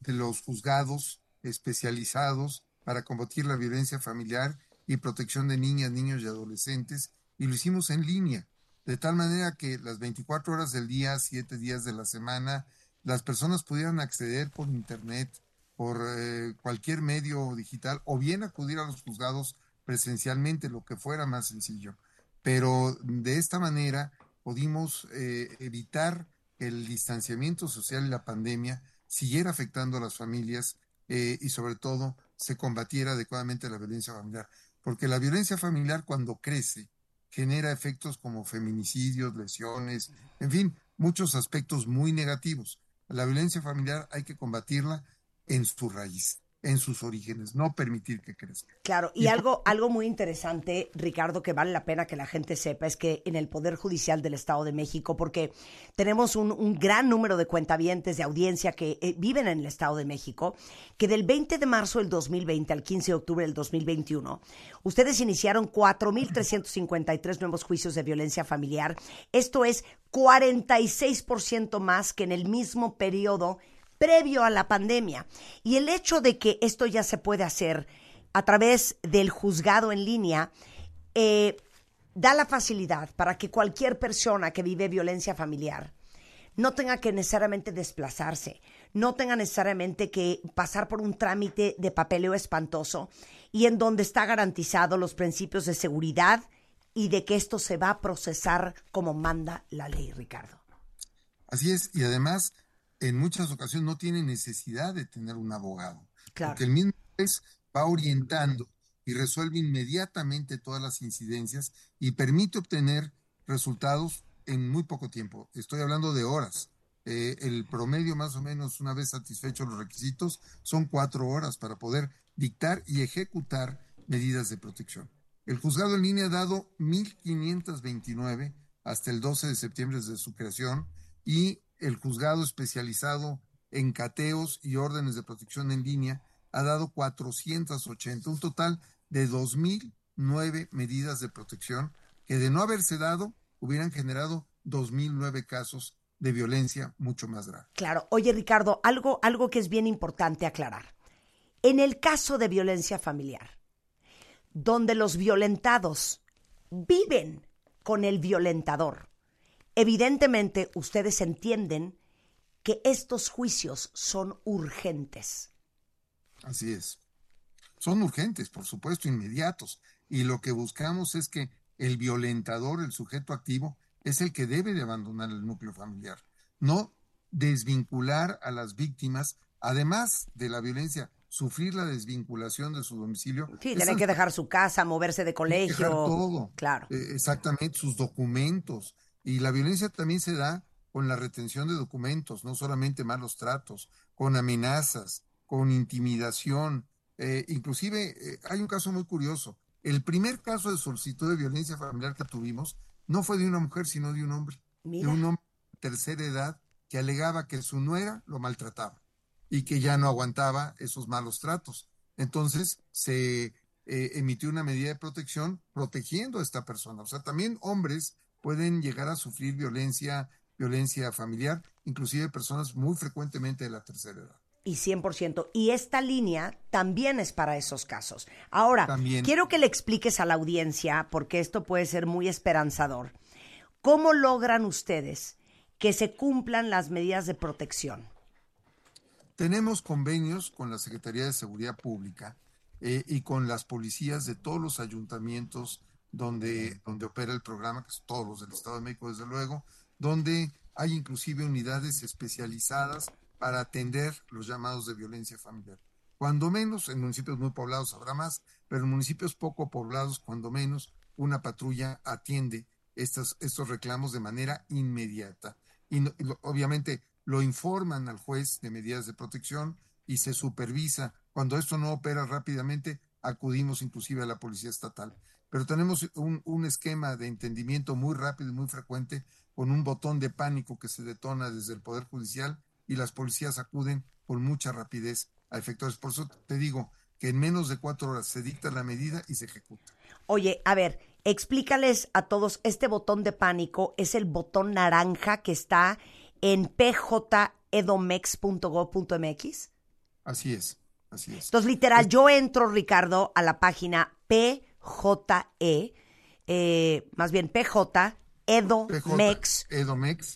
de los juzgados especializados para combatir la violencia familiar y protección de niñas, niños y adolescentes, y lo hicimos en línea, de tal manera que las 24 horas del día, 7 días de la semana, las personas pudieran acceder por internet, por eh, cualquier medio digital, o bien acudir a los juzgados presencialmente, lo que fuera más sencillo. Pero de esta manera pudimos eh, evitar que el distanciamiento social y la pandemia siguiera afectando a las familias eh, y sobre todo se combatiera adecuadamente la violencia familiar. Porque la violencia familiar cuando crece genera efectos como feminicidios, lesiones, en fin, muchos aspectos muy negativos. La violencia familiar hay que combatirla en su raíz, en sus orígenes, no permitir que crezca.
Claro, y algo, algo muy interesante, Ricardo, que vale la pena que la gente sepa, es que en el Poder Judicial del Estado de México, porque tenemos un, un gran número de cuentavientes de audiencia que eh, viven en el Estado de México, que del 20 de marzo del 2020 al 15 de octubre del 2021, ustedes iniciaron 4.353 nuevos juicios de violencia familiar. Esto es 46% más que en el mismo periodo previo a la pandemia. Y el hecho de que esto ya se puede hacer a través del juzgado en línea, eh, da la facilidad para que cualquier persona que vive violencia familiar no tenga que necesariamente desplazarse, no tenga necesariamente que pasar por un trámite de papeleo espantoso y en donde está garantizado los principios de seguridad y de que esto se va a procesar como manda la ley, Ricardo.
Así es, y además en muchas ocasiones no tiene necesidad de tener un abogado,
Claro.
porque el mismo juez va orientando y resuelve inmediatamente todas las incidencias y permite obtener resultados en muy poco tiempo. Estoy hablando de horas. Eh, el promedio más o menos, una vez satisfechos los requisitos, son cuatro horas para poder dictar y ejecutar medidas de protección. El juzgado en línea ha dado 1.529 hasta el 12 de septiembre desde su creación y el juzgado especializado en cateos y órdenes de protección en línea ha dado 480, un total de 2.009 medidas de protección que de no haberse dado hubieran generado 2.009 casos de violencia mucho más grave.
Claro. Oye, Ricardo, algo, algo que es bien importante aclarar. En el caso de violencia familiar, donde los violentados viven con el violentador, evidentemente ustedes entienden que estos juicios son urgentes.
Así es. Son urgentes, por supuesto, inmediatos. Y lo que buscamos es que el violentador, el sujeto activo, es el que debe de abandonar el núcleo familiar, no desvincular a las víctimas, además de la violencia, sufrir la desvinculación de su domicilio.
Sí,
Es
tienen que dejar su casa, moverse de colegio.
dejar todo.
Claro.
Eh, exactamente, sus documentos, Y la violencia también se da con la retención de documentos, no solamente malos tratos, con amenazas, con intimidación. Eh, inclusive eh, hay un caso muy curioso. El primer caso de solicitud de violencia familiar que tuvimos no fue de una mujer, sino de un hombre.
Mira.
De un hombre de tercera edad que alegaba que su nuera lo maltrataba y que ya no aguantaba esos malos tratos. Entonces se eh, emitió una medida de protección protegiendo a esta persona. O sea, también hombres pueden llegar a sufrir violencia, violencia familiar, inclusive personas muy frecuentemente de la tercera edad.
Y 100%. Y esta línea también es para esos casos. Ahora,
También.
quiero que le expliques a la audiencia, porque esto puede ser muy esperanzador, cómo logran ustedes que se cumplan las medidas de protección.
Tenemos convenios con la Secretaría de Seguridad Pública eh, y con las policías de todos los ayuntamientos donde, donde opera el programa, que son todos los del Estado de México, desde luego, donde hay inclusive unidades especializadas para atender los llamados de violencia familiar. Cuando menos, en municipios muy poblados habrá más, pero en municipios poco poblados, cuando menos, una patrulla atiende estos, estos reclamos de manera inmediata. Y, no- y lo- obviamente lo informan al juez de medidas de protección y se supervisa. Cuando esto no opera rápidamente, acudimos inclusive a la policía estatal. Pero tenemos un, un esquema de entendimiento muy rápido y muy frecuente con un botón de pánico que se detona desde el Poder Judicial y las policías acuden con mucha rapidez a efectuar. Por eso te digo que en menos de cuatro horas se dicta la medida y se ejecuta.
Oye, a ver, explícales a todos, este botón de pánico es el botón naranja que está en E pjedomex.gov.mx.
Así es, así es.
Entonces, literal, yo entro, Ricardo, a la página PJE, eh, más bien PJ, edomex.gov.mx
Edomex.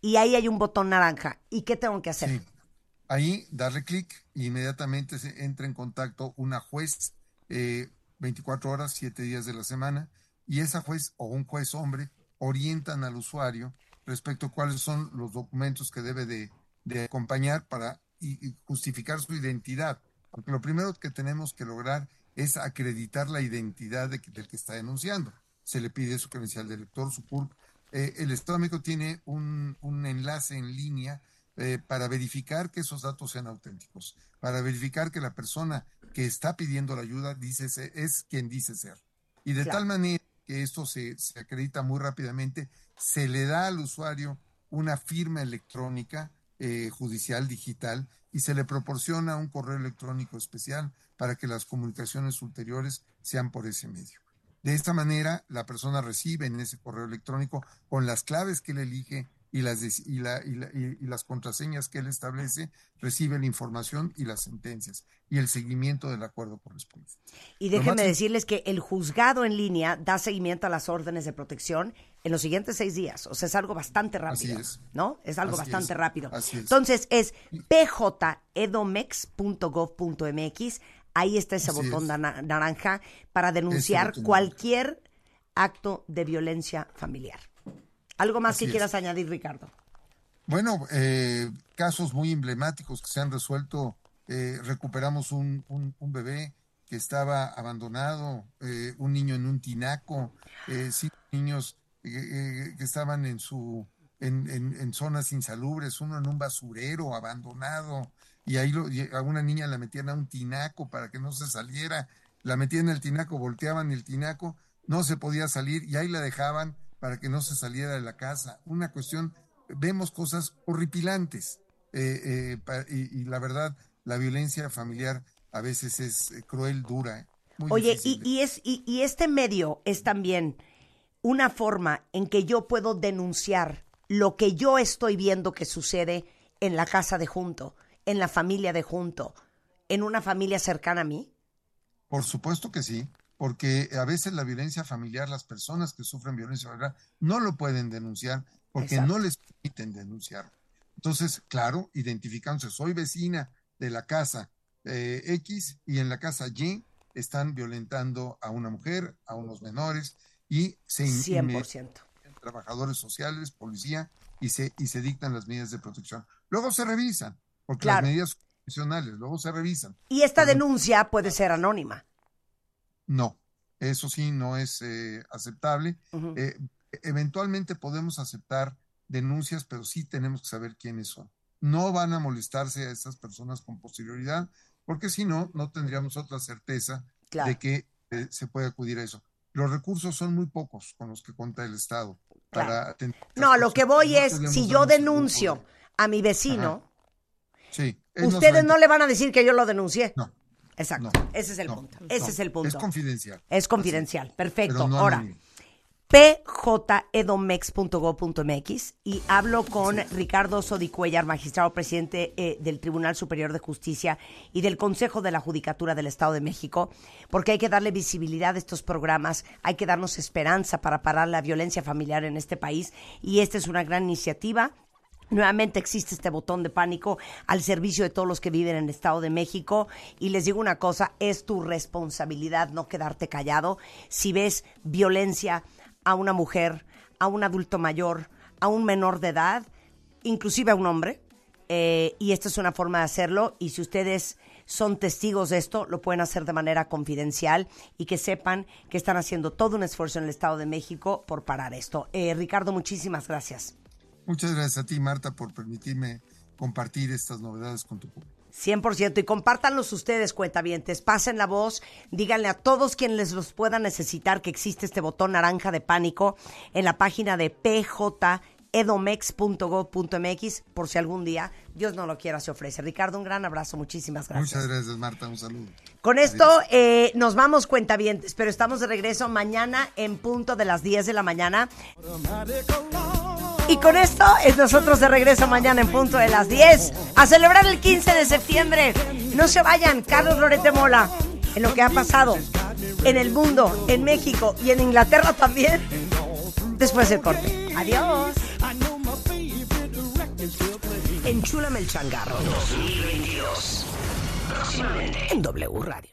y ahí hay un botón naranja. ¿Y qué tengo que hacer?
Ahí, darle clic y inmediatamente se entra en contacto una juez eh, 24 horas, 7 días de la semana, y esa juez o un juez hombre orientan al usuario respecto a cuáles son los documentos que debe de, de acompañar para y- y justificar su identidad. Porque lo primero que tenemos que lograr es acreditar la identidad de que- del que está denunciando. Se le pide su credencial de lector, su CURP. Eh, el Estado de México tiene un, un enlace en línea eh, para verificar que esos datos sean auténticos, para verificar que la persona que está pidiendo la ayuda dice se- es quien dice ser. Y de
Claro.
tal manera que esto se, se acredita muy rápidamente, se le da al usuario una firma electrónica eh, judicial digital y se le proporciona un correo electrónico especial para que las comunicaciones ulteriores sean por ese medio. De esta manera, la persona recibe en ese correo electrónico con las claves que él elige y las, des- y la- y la- y- y las contraseñas que él establece, recibe la información y las sentencias y el seguimiento del acuerdo correspondiente.
Y
Lo
déjenme
más
decirles que el juzgado en línea da seguimiento a las órdenes de protección en los siguientes seis días. O sea, es algo bastante rápido.
es.
¿No? Es algo
Así
bastante
es,
rápido.
así es.
Entonces es pjedomex.gov.mx. Ahí está ese
Así
botón
es.
dana- naranja para denunciar
botón naranja.
cualquier acto de violencia familiar. ¿Algo más
Así
que
es.
quieras añadir, Ricardo?
Bueno, eh, casos muy emblemáticos que se han resuelto. eh, recuperamos un, un- un bebé que estaba abandonado, eh, un niño en un tinaco, eh, cinco niños eh, eh, que estaban en su en, en- en zonas insalubres, uno en un basurero abandonado y ahí lo- y a una niña la metían a un tinaco para que no se saliera, la metían en el tinaco, volteaban el tinaco, no se podía salir y ahí la dejaban para que no se saliera de la casa. Una cuestión vemos cosas horripilantes. eh, eh, pa- y, y la verdad, la violencia familiar a veces es eh, cruel, dura. eh, muy
Oye,
difícil
y,
de-
y es, y, y este medio es también una forma en que yo puedo denunciar lo que yo estoy viendo que sucede en la casa de junto, en la familia de junto, en una familia cercana a mí.
Por supuesto que sí, porque a veces la violencia familiar, las personas que sufren violencia familiar no lo pueden denunciar porque
Exacto.
no les permiten denunciarlo. Entonces, claro, identificándose, soy vecina de la casa eh, X y en la casa Y están violentando a una mujer, a unos menores y se in-
100%.
trabajadores sociales, policía, y se, y se dictan las medidas de protección. Luego se revisan, porque
Claro.
las medidas profesionales luego se revisan.
Y esta denuncia puede ser anónima.
No, eso sí no es eh, aceptable. Eh, eventualmente podemos aceptar denuncias, pero sí tenemos que saber quiénes son. No van a molestarse a estas personas con posterioridad, porque si no, no tendríamos otra certeza
Claro.
de que eh, se puede acudir a eso. Los recursos son muy pocos con los que cuenta el Estado para
Claro.
atender.
No, lo que voy
No
es,
tenemos
si
a
yo
nuestro
denuncio a mi vecino,
Sí, él nos
ustedes
va a-
no le van a decir que yo lo denuncié.
No.
Exacto. Ese es el punto. Ese
no,
es el punto.
Es confidencial.
Es confidencial. Perfecto.
Pero no
Ahora, E
anónimo.
pjedomex.gov.mx y hablo con Ricardo Sodicuellar, magistrado presidente eh, del Tribunal Superior de Justicia y del Consejo de la Judicatura del Estado de México, porque hay que darle visibilidad a estos programas, hay que darnos esperanza para parar la violencia familiar en este país y esta es una gran iniciativa. Nuevamente existe este botón de pánico al servicio de todos los que viven en el Estado de México. Y les digo una cosa, es tu responsabilidad no quedarte callado. Si ves violencia a una mujer, a un adulto mayor, a un menor de edad, inclusive a un hombre, eh, y esta es una forma de hacerlo. Y si ustedes son testigos de esto, lo pueden hacer de manera confidencial y que sepan que están haciendo todo un esfuerzo en el Estado de México por parar esto. Eh, Ricardo, muchísimas gracias.
Muchas gracias a ti, Marta, por permitirme compartir estas novedades con tu público.
100% y compártanlos ustedes, cuentavientes. Pasen la voz, díganle a todos quienes les los puedan necesitar que existe este botón naranja de pánico en la página de E pjedomex.gov.mx E por si algún día Dios no lo quiera se ofrece. Ricardo, un gran abrazo, muchísimas gracias.
Muchas gracias, Marta. Un saludo.
Con esto eh, nos vamos cuentavientes, pero estamos de regreso mañana en punto de las 10 de la mañana. Y con esto es nosotros de regreso mañana en punto de las 10 a celebrar el 15 de septiembre. No se vayan, Carlos Lorete Mola, en lo que ha pasado en el mundo, en México y en Inglaterra también. Después del corte. Adiós. Enchúlame el changarro.
2022. Próximamente.
En W Radio.